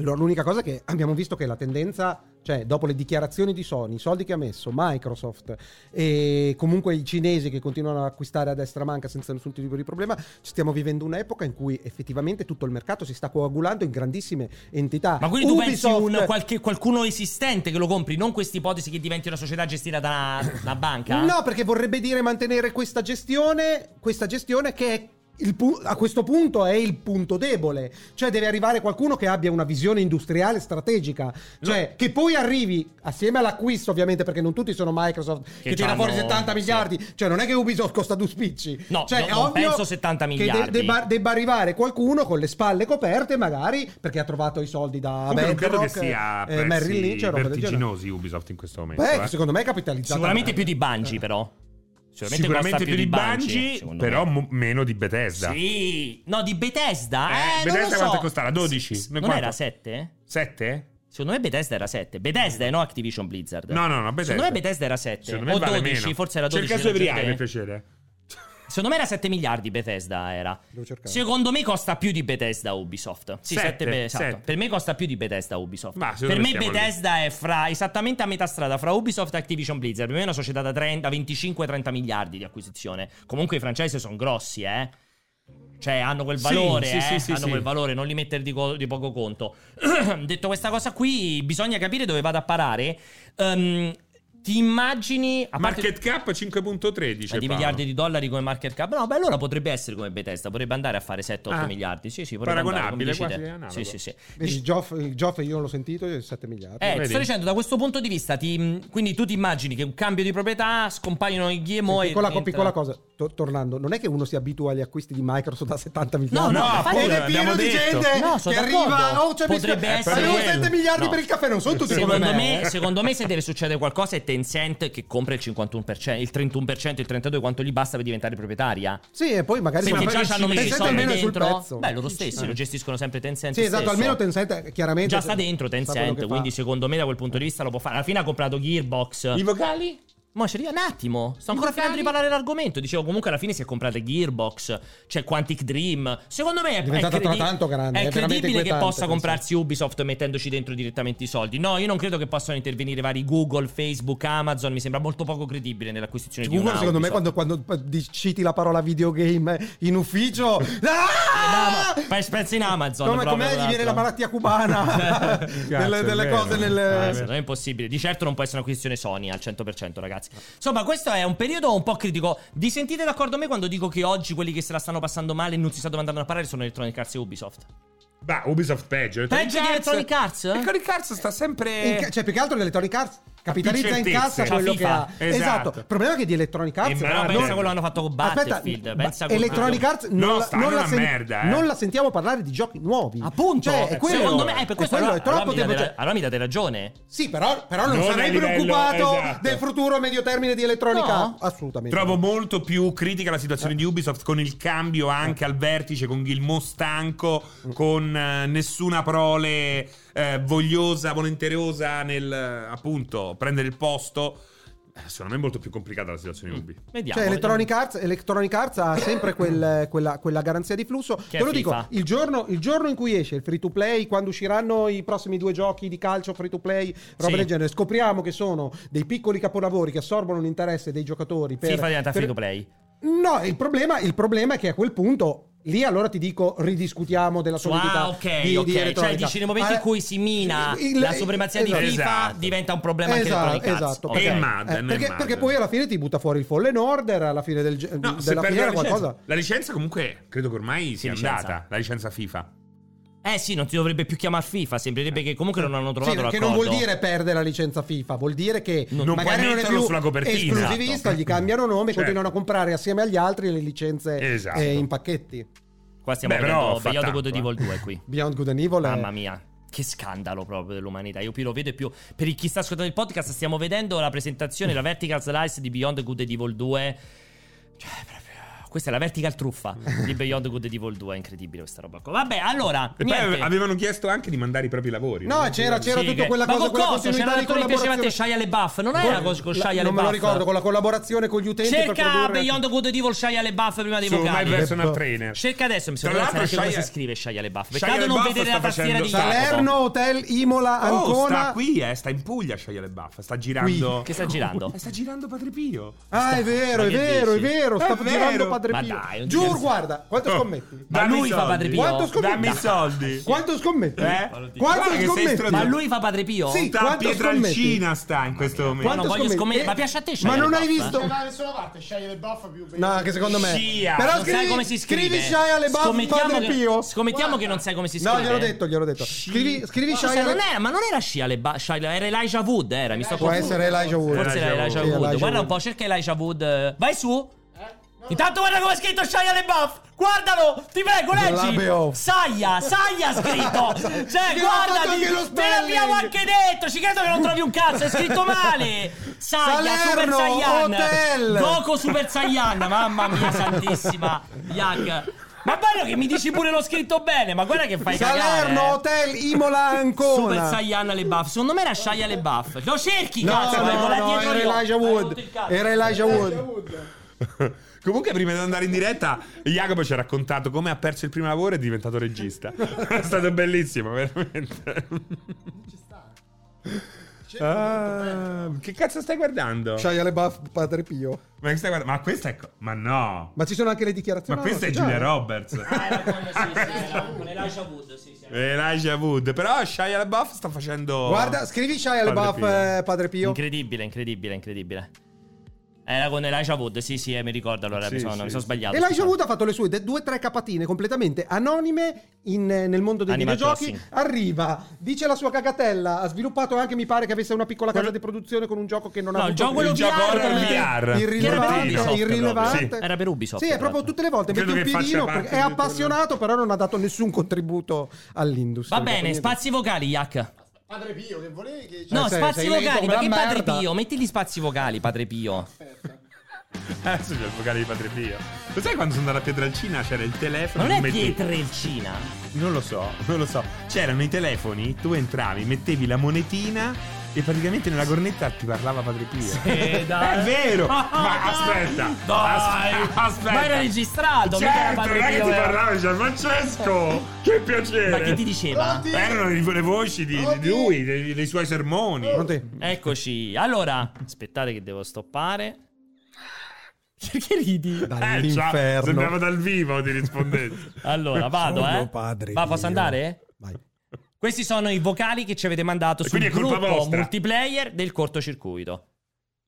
Speaker 3: Allora, l'unica cosa che abbiamo visto che la tendenza, cioè dopo le dichiarazioni di Sony, i soldi che ha messo Microsoft e comunque i cinesi che continuano ad acquistare a destra manca senza nessun tipo di problema, stiamo vivendo un'epoca in cui effettivamente tutto il mercato si sta coagulando in grandissime entità.
Speaker 1: Ma quindi tu
Speaker 3: Ubisoft-
Speaker 1: pensi un qualche- qualcuno esistente che lo compri, non questa ipotesi che diventi una società gestita da una, una banca?
Speaker 3: No, perché vorrebbe dire mantenere questa gestione, questa gestione che è il pu- a questo punto è il punto debole. Cioè deve arrivare qualcuno che abbia una visione industriale strategica. Cioè che poi arrivi assieme all'acquisto ovviamente perché non tutti sono Microsoft che, tira
Speaker 1: c'hanno-
Speaker 3: fuori 70
Speaker 1: sì.
Speaker 3: miliardi. Cioè non è che Ubisoft costa due spicci.
Speaker 1: No,
Speaker 3: cioè,
Speaker 1: no,
Speaker 3: è
Speaker 1: non
Speaker 3: ovvio
Speaker 1: penso 70
Speaker 3: che
Speaker 1: miliardi.
Speaker 3: debba, debba arrivare qualcuno con le spalle coperte magari perché ha trovato i soldi da
Speaker 2: Comunque non credo che
Speaker 3: Bedrock,
Speaker 2: sia eh.
Speaker 3: eh, Merrill Lynch
Speaker 2: prezzi
Speaker 3: e roba del genere.
Speaker 2: vertiginosi Ubisoft in questo momento.
Speaker 3: Beh,
Speaker 2: eh.
Speaker 3: secondo me è capitalizzato. Eh,
Speaker 1: Sicuramente più di Bungie, però. Sicuramente,
Speaker 2: Sicuramente
Speaker 1: costa
Speaker 2: più di Bungie,
Speaker 1: secondo me.
Speaker 2: però mo- meno di Bethesda.
Speaker 1: Sì, no, di Bethesda. Eh,
Speaker 2: Eh,
Speaker 1: non lo
Speaker 2: Bethesda
Speaker 1: so.
Speaker 2: quanto costava? 12?
Speaker 1: S-
Speaker 2: No,
Speaker 1: non
Speaker 2: quanto?
Speaker 1: era 7?
Speaker 2: 7?
Speaker 1: Secondo me Bethesda era 7. Bethesda e no Activision Blizzard.
Speaker 2: No, no, no, Bethesda.
Speaker 1: Secondo me Bethesda era 7.
Speaker 2: Secondo me
Speaker 1: o
Speaker 2: vale
Speaker 1: 12,
Speaker 2: meno.
Speaker 1: forse era 12.
Speaker 2: Cerca su
Speaker 1: non so
Speaker 2: Evriai,
Speaker 1: te.
Speaker 2: per piacere.
Speaker 1: Secondo me era 7 miliardi Bethesda era.
Speaker 3: Devo cercare.
Speaker 1: Secondo me costa più di Bethesda Ubisoft. Sì,
Speaker 2: Sette,
Speaker 1: 7, esatto.
Speaker 2: sette.
Speaker 1: Per me costa più di Bethesda Ubisoft.
Speaker 2: Ma secondo me
Speaker 1: per me
Speaker 2: siamo lì.
Speaker 1: Bethesda è fra esattamente a metà strada fra Ubisoft e Activision Blizzard. Per me è una società da 30, 25 30 miliardi di acquisizione. Comunque i franchise sono grossi, eh. Cioè, hanno quel
Speaker 2: Sì,
Speaker 1: valore,
Speaker 2: sì,
Speaker 1: eh?
Speaker 2: sì, sì,
Speaker 1: hanno
Speaker 2: sì.
Speaker 1: quel valore, non li mettere di, co- di poco conto. (clears throat) Detto questa cosa qui, bisogna capire dove vado a parare. Ehm, ti immagini. A parte-
Speaker 2: Market cap 5.13.
Speaker 1: ma di miliardi di dollari come market cap. No, beh, allora potrebbe essere come Bethesda, potrebbe andare a fare 7-8
Speaker 2: Ah.
Speaker 1: miliardi. Sì, sì, potrebbe
Speaker 2: Paragonabile,
Speaker 1: andare, come
Speaker 2: quasi
Speaker 1: dici te.
Speaker 2: analogo.
Speaker 1: Sì, sì, sì.
Speaker 3: Vedi, Joff, il Joff io l'ho sentito, è 7 miliardi.
Speaker 1: Eh, ti
Speaker 2: Vedi?
Speaker 1: sto dicendo, da questo punto di vista, ti- quindi tu ti immagini che un cambio di proprietà scompaiono i GMO e.
Speaker 3: piccola,
Speaker 1: entra-
Speaker 3: piccola cosa, to- tornando, non è che uno si abitua agli acquisti di Microsoft a 70
Speaker 1: No,
Speaker 3: miliardi.
Speaker 1: no,
Speaker 2: No,
Speaker 1: infatti-
Speaker 2: poi
Speaker 3: Ed è
Speaker 2: abbiamo
Speaker 3: pieno di
Speaker 2: detto.
Speaker 3: gente
Speaker 1: No, sono
Speaker 3: che
Speaker 1: d'accordo.
Speaker 3: arriva. Oh, c'è
Speaker 1: Potrebbe essere
Speaker 3: Avevo
Speaker 2: quello.
Speaker 3: 7 miliardi
Speaker 1: No. Eh,
Speaker 3: per il caffè, non sono tutti come
Speaker 1: Secondo
Speaker 3: me.
Speaker 1: me, secondo me se deve succedere qualcosa è Tencent che compra il 51%, il 31%, il 32% quanto gli basta per diventare proprietaria.
Speaker 3: Eh, Sì, e poi magari
Speaker 1: Perché
Speaker 3: sono-
Speaker 1: già ci hanno messo i
Speaker 3: Tencent
Speaker 1: soldi
Speaker 3: almeno è sul
Speaker 1: dentro.
Speaker 3: pezzo.
Speaker 1: Beh, loro stessi lo gestiscono sempre Tencent
Speaker 3: Sì, esatto,
Speaker 1: stesso.
Speaker 3: almeno Tencent eh, chiaramente
Speaker 1: Già sta
Speaker 3: se-
Speaker 1: dentro
Speaker 3: sa quello che
Speaker 1: Tencent,
Speaker 3: fa.
Speaker 1: quindi secondo me da quel punto di vista lo può fare. Alla fine ha comprato Gearbox.
Speaker 2: I vocali?
Speaker 1: Mo ci arriva un attimo. Sto ancora finendo di parlare dell'argomento. Dicevo, comunque, alla fine si è comprata Gearbox. C'è Quantic Dream. Secondo me è,
Speaker 3: diventata
Speaker 1: è credi-
Speaker 3: tra tanto grande,
Speaker 1: È
Speaker 3: è veramente
Speaker 1: credibile che
Speaker 3: inquietante,
Speaker 1: possa
Speaker 3: penso.
Speaker 1: comprarsi Ubisoft mettendoci dentro direttamente i soldi. No, io non credo che possano intervenire vari Google, Facebook, Amazon. Mi sembra molto poco credibile nell'acquisizione di
Speaker 3: Google,
Speaker 1: una
Speaker 3: secondo me,
Speaker 1: Ubisoft.
Speaker 3: quando, quando di- citi la parola videogame in
Speaker 1: (laughs)
Speaker 3: ufficio.
Speaker 1: Eh,
Speaker 3: Ah!
Speaker 1: No, ma pensi in Amazon.
Speaker 3: Come,
Speaker 1: proprio, esatto.
Speaker 3: com'è gli
Speaker 1: tra
Speaker 3: viene la
Speaker 1: l'altro.
Speaker 3: malattia cubana? (laughs) delle,
Speaker 2: Cazzo,
Speaker 3: delle
Speaker 2: Ah, è vero.
Speaker 3: cose nel.
Speaker 1: Eh, secondo me è impossibile. Di certo non può essere un'acquisizione Sony al 100%, ragazzi.
Speaker 3: Ah.
Speaker 1: Insomma, questo è un periodo un po' critico. Vi sentite d'accordo con me quando dico che oggi quelli che se la stanno passando male e non si sta domandando a parlare sono Electronic Arts e
Speaker 3: Eh,
Speaker 1: Ubisoft?
Speaker 2: Beh, Ubisoft peggio.
Speaker 1: Peggio di Electronic Arts? eh?
Speaker 2: Electronic Arts sta sempre.
Speaker 3: In ca- cioè, più che altro l'Electronic Arts capitalizza in
Speaker 2: Certezze.
Speaker 3: cassa
Speaker 2: C'ha
Speaker 3: quello
Speaker 1: FIFA.
Speaker 3: che ha.
Speaker 2: Esatto.
Speaker 3: Il problema è che di Electronic Arts.
Speaker 2: Eh, ma
Speaker 1: No,
Speaker 2: Ah,
Speaker 1: pensa
Speaker 2: no.
Speaker 1: a quello che hanno fatto con Battlefield.
Speaker 3: aspetta,
Speaker 1: pensa
Speaker 3: ma
Speaker 1: con-
Speaker 3: Electronic Arts non,
Speaker 2: No,
Speaker 3: la,
Speaker 2: sta
Speaker 3: non,
Speaker 2: una
Speaker 3: la sen-
Speaker 2: merda, eh.
Speaker 3: non la sentiamo parlare di giochi nuovi.
Speaker 1: Appunto,
Speaker 3: Cioè, è
Speaker 1: eh,
Speaker 3: quello-
Speaker 1: secondo me, eh, per
Speaker 3: è
Speaker 1: questo
Speaker 3: quello,
Speaker 1: allora,
Speaker 3: è troppo
Speaker 1: allora mi date
Speaker 3: tempo-
Speaker 1: ra- allora mi date ragione.
Speaker 3: Sì, però, però non,
Speaker 2: Non a
Speaker 3: sarei
Speaker 2: livello-
Speaker 3: preoccupato
Speaker 2: esatto.
Speaker 3: del futuro medio termine di Electronic
Speaker 1: No.
Speaker 3: Arts. Assolutamente.
Speaker 2: Trovo molto più critica la situazione
Speaker 3: Eh.
Speaker 2: di Ubisoft con il cambio anche al vertice, con Gilmo stanco,
Speaker 3: Mm.
Speaker 2: con eh, nessuna prole eh, vogliosa, volenterosa nel eh, appunto prendere il posto. Eh, Secondo me è molto più complicata la situazione di Ubi.
Speaker 1: Vediamo.
Speaker 3: Cioè, Electronic
Speaker 1: vediamo.
Speaker 3: Arts, Electronic Arts ha
Speaker 1: (coughs)
Speaker 3: sempre quel- quella, quella garanzia di flusso. Te
Speaker 1: è
Speaker 3: lo dico,
Speaker 1: FIFA.
Speaker 3: il giorno, il giorno in cui esce il free to play, quando usciranno i prossimi due giochi di calcio free to play, roba
Speaker 1: Sì.
Speaker 3: del genere, scopriamo che sono dei piccoli capolavori che assorbono l'interesse dei giocatori. Per,
Speaker 1: FIFA diventa
Speaker 3: per-
Speaker 1: free to play.
Speaker 3: No, il problema, il problema è che a quel punto. Lì allora ti dico, ridiscutiamo della
Speaker 1: Su-
Speaker 3: solidità
Speaker 1: ah, ok,
Speaker 3: di, di
Speaker 1: ok. cioè,
Speaker 3: Electronic
Speaker 1: dici, nel
Speaker 3: Arts.
Speaker 1: momento in
Speaker 3: Ah,
Speaker 1: cui si mina
Speaker 3: il-
Speaker 1: la supremazia
Speaker 3: esatto.
Speaker 1: di FIFA,
Speaker 2: Esatto.
Speaker 1: diventa un problema anche
Speaker 3: esatto,
Speaker 1: Electronic Arts.
Speaker 3: esatto.
Speaker 1: Ok.
Speaker 2: E
Speaker 3: perché-
Speaker 2: Madden,
Speaker 3: eh,
Speaker 2: e
Speaker 3: perché,
Speaker 2: Madden.
Speaker 3: perché poi alla fine ti butta fuori il Fallen Order, alla fine del, ge-
Speaker 2: No, se
Speaker 3: della
Speaker 2: perdi la
Speaker 3: finiera
Speaker 2: licenza.
Speaker 3: qualcosa.
Speaker 2: La licenza comunque credo che ormai sia
Speaker 1: licenza?
Speaker 2: andata, la licenza FIFA.
Speaker 1: Eh sì, non ti dovrebbe più chiamare FIFA, sembrerebbe che comunque non hanno
Speaker 3: Sì,
Speaker 1: trovato
Speaker 3: che
Speaker 1: l'accordo.
Speaker 3: non vuol dire perdere la licenza FIFA, vuol dire che
Speaker 2: Non puoi
Speaker 3: magari non è
Speaker 2: metterlo
Speaker 3: più
Speaker 2: sulla copertina.
Speaker 3: esclusivista,
Speaker 2: Esatto.
Speaker 3: gli cambiano nome e
Speaker 2: Certo.
Speaker 3: continuano a comprare assieme agli altri le licenze
Speaker 2: Esatto.
Speaker 3: eh, in pacchetti.
Speaker 1: Qua stiamo
Speaker 2: Beh, però
Speaker 1: vedendo
Speaker 2: fa
Speaker 1: Beyond
Speaker 2: tanto,
Speaker 1: God of
Speaker 2: eh.
Speaker 1: Evil 2
Speaker 3: (laughs)
Speaker 1: qui.
Speaker 3: Beyond Good and Evil è-
Speaker 1: Mamma mia. Che scandalo proprio dell'umanità. Io più lo vedo e più. Per chi sta ascoltando il podcast, stiamo vedendo la presentazione, la vertical slice di Beyond Good and Evil 2. Cioè, proprio. Questa è la vertical truffa di Beyond Good and Evil 2. È incredibile questa roba qua. Vabbè, allora.
Speaker 2: E
Speaker 1: niente.
Speaker 2: poi avevano chiesto anche di mandare i propri lavori.
Speaker 3: No,
Speaker 2: non
Speaker 3: c'era, c'era
Speaker 1: Sì,
Speaker 3: tutta
Speaker 1: che-
Speaker 3: quella
Speaker 1: Ma
Speaker 3: cosa,
Speaker 1: con
Speaker 3: quella
Speaker 1: coso? C'era
Speaker 3: continuità di
Speaker 1: l'attore che piaceva a te,
Speaker 3: collaborazione.
Speaker 1: Shia LeBuff. Non era con con Shia
Speaker 3: La-
Speaker 1: LeBuff.
Speaker 3: non me lo ricordo, con la collaborazione con gli utenti per
Speaker 1: Cerca
Speaker 3: produrre-
Speaker 1: Beyond Good and Evil Shia LeBuff prima dei
Speaker 2: Su My
Speaker 1: vocali.
Speaker 2: Personal
Speaker 3: Eh.
Speaker 2: Trainer.
Speaker 1: Cerca adesso, mi
Speaker 2: Tra
Speaker 1: sono perso
Speaker 2: l'altro
Speaker 1: anche come
Speaker 2: Shia-
Speaker 1: si scrive Shia LeBuff.
Speaker 2: Shia
Speaker 1: Peccato non
Speaker 2: LaBeouf
Speaker 1: vedere
Speaker 2: sta
Speaker 1: la tastiera
Speaker 2: facendo-
Speaker 1: di Jacopo.
Speaker 3: Salerno, Hotel, Imola,
Speaker 2: Oh, sta
Speaker 3: Ancona.
Speaker 2: qui, eh, sta in Puglia Shia LaBeouf, sta girando.
Speaker 1: Che sta girando?
Speaker 2: Eh, sta girando Padre Pio.
Speaker 3: Ah, è vero, è
Speaker 1: Ma che
Speaker 3: vero, è
Speaker 1: dici?
Speaker 3: vero,
Speaker 2: È
Speaker 3: sta
Speaker 2: vero.
Speaker 3: girando Padre
Speaker 1: Ma
Speaker 3: Pio.
Speaker 1: dai, non ti
Speaker 3: Giuro,
Speaker 1: penso.
Speaker 3: guarda, quanto
Speaker 2: Oh,
Speaker 3: scommetti?
Speaker 1: Ma
Speaker 2: dammi
Speaker 1: lui fa
Speaker 2: soldi.
Speaker 1: Padre Pio?
Speaker 3: Quanto scommetti?
Speaker 2: Dammi i soldi.
Speaker 3: Quanto scommetti?
Speaker 2: Eh?
Speaker 3: Quanto
Speaker 2: Guarda che sei
Speaker 3: scommetti?
Speaker 2: stronzo.
Speaker 1: Ma lui fa Padre Pio?
Speaker 3: Sì.
Speaker 2: Sta a
Speaker 3: Quanto
Speaker 2: Pietralcina sta in questo momento.
Speaker 1: Quanto- non voglio scommettere,
Speaker 3: Eh,
Speaker 1: ma piace a te Shia
Speaker 3: Ma non hai
Speaker 1: LaBeouf,
Speaker 9: Non
Speaker 3: visto?
Speaker 9: c'è da nessuna parte, scegli le buff più
Speaker 3: No, che secondo me.
Speaker 2: Scia.
Speaker 3: Però
Speaker 1: Non
Speaker 3: scrivi,
Speaker 1: sai come si scrive?
Speaker 3: scrivi Shia LeBuff Padre
Speaker 1: che,
Speaker 3: Pio.
Speaker 1: Scommettiamo che non sai come si scrive.
Speaker 3: No, gliel'ho detto, gliel'ho detto. Scrivi, scrivi
Speaker 1: Cioè,
Speaker 3: Shia
Speaker 1: non
Speaker 3: LeBuff.
Speaker 1: era, ma non era Shia LeBuff, Shia Le- era Elijah Wood, era, mi sto
Speaker 3: Può
Speaker 1: confondendo.
Speaker 3: essere Elijah Wood.
Speaker 1: Forse era
Speaker 2: Elijah
Speaker 1: Elijah
Speaker 2: Wood.
Speaker 1: Wood.
Speaker 3: Sì, Elijah
Speaker 1: guarda un
Speaker 3: Wood.
Speaker 1: po', cerca Elijah Wood. Vai su.
Speaker 4: Eh?
Speaker 1: Intanto guarda come è scritto Shia LeBuff. Guardalo, ti prego,
Speaker 3: Labeo.
Speaker 1: leggi. Saia, Saia ha
Speaker 3: (laughs)
Speaker 1: scritto. Cioè,
Speaker 3: Gliel'ha fatto
Speaker 1: guardati,
Speaker 3: anche lo
Speaker 1: te
Speaker 3: spelling.
Speaker 1: l'abbiamo anche detto. Ci credo che non trovi un cazzo, è scritto male. Saia, Super
Speaker 3: Salerno,
Speaker 1: Saiyan.
Speaker 3: Hotel.
Speaker 1: Goku Super Saiyan, mamma mia santissima. Yak. Ma bello che mi dici pure l'ho scritto bene, ma guarda che fai cagare.
Speaker 3: Salerno,
Speaker 1: eh.
Speaker 3: Hotel, Imola,
Speaker 1: Super
Speaker 3: Ancona.
Speaker 1: Saiyan alle buff. Secondo me era Shia alle buff. Lo cerchi,
Speaker 3: No,
Speaker 1: cazzo, vai,
Speaker 3: no,
Speaker 1: con la
Speaker 3: no,
Speaker 1: dietro
Speaker 3: era
Speaker 1: io.
Speaker 3: Elijah
Speaker 1: Hai
Speaker 3: Wood. Eh.
Speaker 1: rotto il cazzo.
Speaker 3: Era Elijah Wood.
Speaker 2: Comunque, prima di andare in diretta, Jacopo ci ha raccontato come ha perso il primo lavoro e è diventato
Speaker 3: (laughs)
Speaker 2: regista. è stato bellissimo, veramente. Ah, che cazzo stai guardando?
Speaker 3: Shia LeBuff Padre Pio.
Speaker 2: Ma, che stai guardando? ma questa è. co- Ma no.
Speaker 3: Ma ci sono anche le
Speaker 2: Ma
Speaker 3: dichiarazioni.
Speaker 2: questa
Speaker 3: no,
Speaker 2: è
Speaker 3: c'è già. eh.
Speaker 2: Giulia Roberts.
Speaker 3: (laughs)
Speaker 1: Ah, era con, sì, sì, era con Elijah Wood, sì, sì.
Speaker 2: Elijah Wood. Però Shia LaBeouf sta facendo.
Speaker 3: Guarda, scrivi Shia
Speaker 2: Padre
Speaker 3: LeBuff
Speaker 2: Pio.
Speaker 3: eh, Padre Pio.
Speaker 1: Incredibile, incredibile, incredibile. Era con Elijah Wood, sì, sì, eh, mi ricordo, allora
Speaker 2: Sì,
Speaker 1: mi, sono,
Speaker 2: sì.
Speaker 1: mi sono sbagliato.
Speaker 3: Elijah
Speaker 1: scusa.
Speaker 3: Wood ha fatto le sue de- due o tre capatine completamente anonime in, eh, nel mondo dei
Speaker 1: Animal
Speaker 3: videogiochi.
Speaker 1: Crossing.
Speaker 3: Arriva, dice la sua cagatella. Ha sviluppato anche, mi pare che avesse una piccola casa
Speaker 2: Quello-
Speaker 3: di produzione con un gioco che non
Speaker 1: No, il
Speaker 3: ha avuto
Speaker 1: gioco quello
Speaker 2: il gioco
Speaker 1: VR,
Speaker 2: horror VR.
Speaker 1: eh,
Speaker 3: irrilevante,
Speaker 1: Era per Ubisoft,
Speaker 3: irrilevante.
Speaker 2: proprio,
Speaker 1: sì. Era per Ubisoft,
Speaker 3: Sì, è
Speaker 1: tra
Speaker 3: proprio
Speaker 1: l'altro.
Speaker 3: tutte le volte mette
Speaker 2: Credo
Speaker 3: un
Speaker 2: che faccia
Speaker 3: piedino
Speaker 2: parte
Speaker 3: perché è
Speaker 2: di quello-
Speaker 3: appassionato, però non ha dato nessun contributo all'industria.
Speaker 1: Va bene, spazi vocali, Yak.
Speaker 9: Padre Pio, che volevi che...
Speaker 1: No,
Speaker 3: Cioè, sei-
Speaker 1: spazi
Speaker 3: sei lento
Speaker 1: vocali,
Speaker 3: come
Speaker 1: ma che
Speaker 3: una
Speaker 1: padre
Speaker 3: merda.
Speaker 1: Pio? Metti gli spazi vocali, padre Pio.
Speaker 2: (laughs) Adesso c'è il vocale di Padre Pio. Lo sai quando sono andato a Pietralcina c'era il telefono?
Speaker 1: Ma non
Speaker 2: tu
Speaker 1: è
Speaker 2: mettevi-
Speaker 1: pietrelcina.
Speaker 2: Non lo so, non lo so. C'erano i telefoni, tu entravi, mettevi la monetina E praticamente nella cornetta ti parlava Padre Pio. (laughs)
Speaker 1: Eh, dai.
Speaker 2: È vero! Ma
Speaker 1: Dai.
Speaker 2: aspetta!
Speaker 1: Dai.
Speaker 2: as- aspetta!
Speaker 1: Ma era registrato, mica era
Speaker 2: Certo,
Speaker 1: Padre
Speaker 2: non è che
Speaker 1: Pio,
Speaker 2: ti
Speaker 1: era-
Speaker 2: parlava di Francesco! Che piacere!
Speaker 1: Ma che ti
Speaker 3: (laughs)
Speaker 1: diceva?
Speaker 10: Pronti?
Speaker 2: Erano le le voci di, di lui, dei, dei suoi sermoni.
Speaker 3: Pronti?
Speaker 1: Eccoci. Allora, aspettate che devo stoppare. Perché ridi?
Speaker 2: Eh, già,
Speaker 3: Dall'inferno.
Speaker 2: sembrava dal vivo ti
Speaker 3: (laughs)
Speaker 2: rispondete.
Speaker 1: Allora, vado,
Speaker 3: Sono
Speaker 1: eh.
Speaker 3: padre
Speaker 1: Va, posso
Speaker 3: mio.
Speaker 1: andare?
Speaker 3: Vai.
Speaker 1: Questi sono i vocali che ci avete mandato sul
Speaker 2: quindi è colpa
Speaker 1: gruppo
Speaker 2: vostra.
Speaker 1: multiplayer del cortocircuito.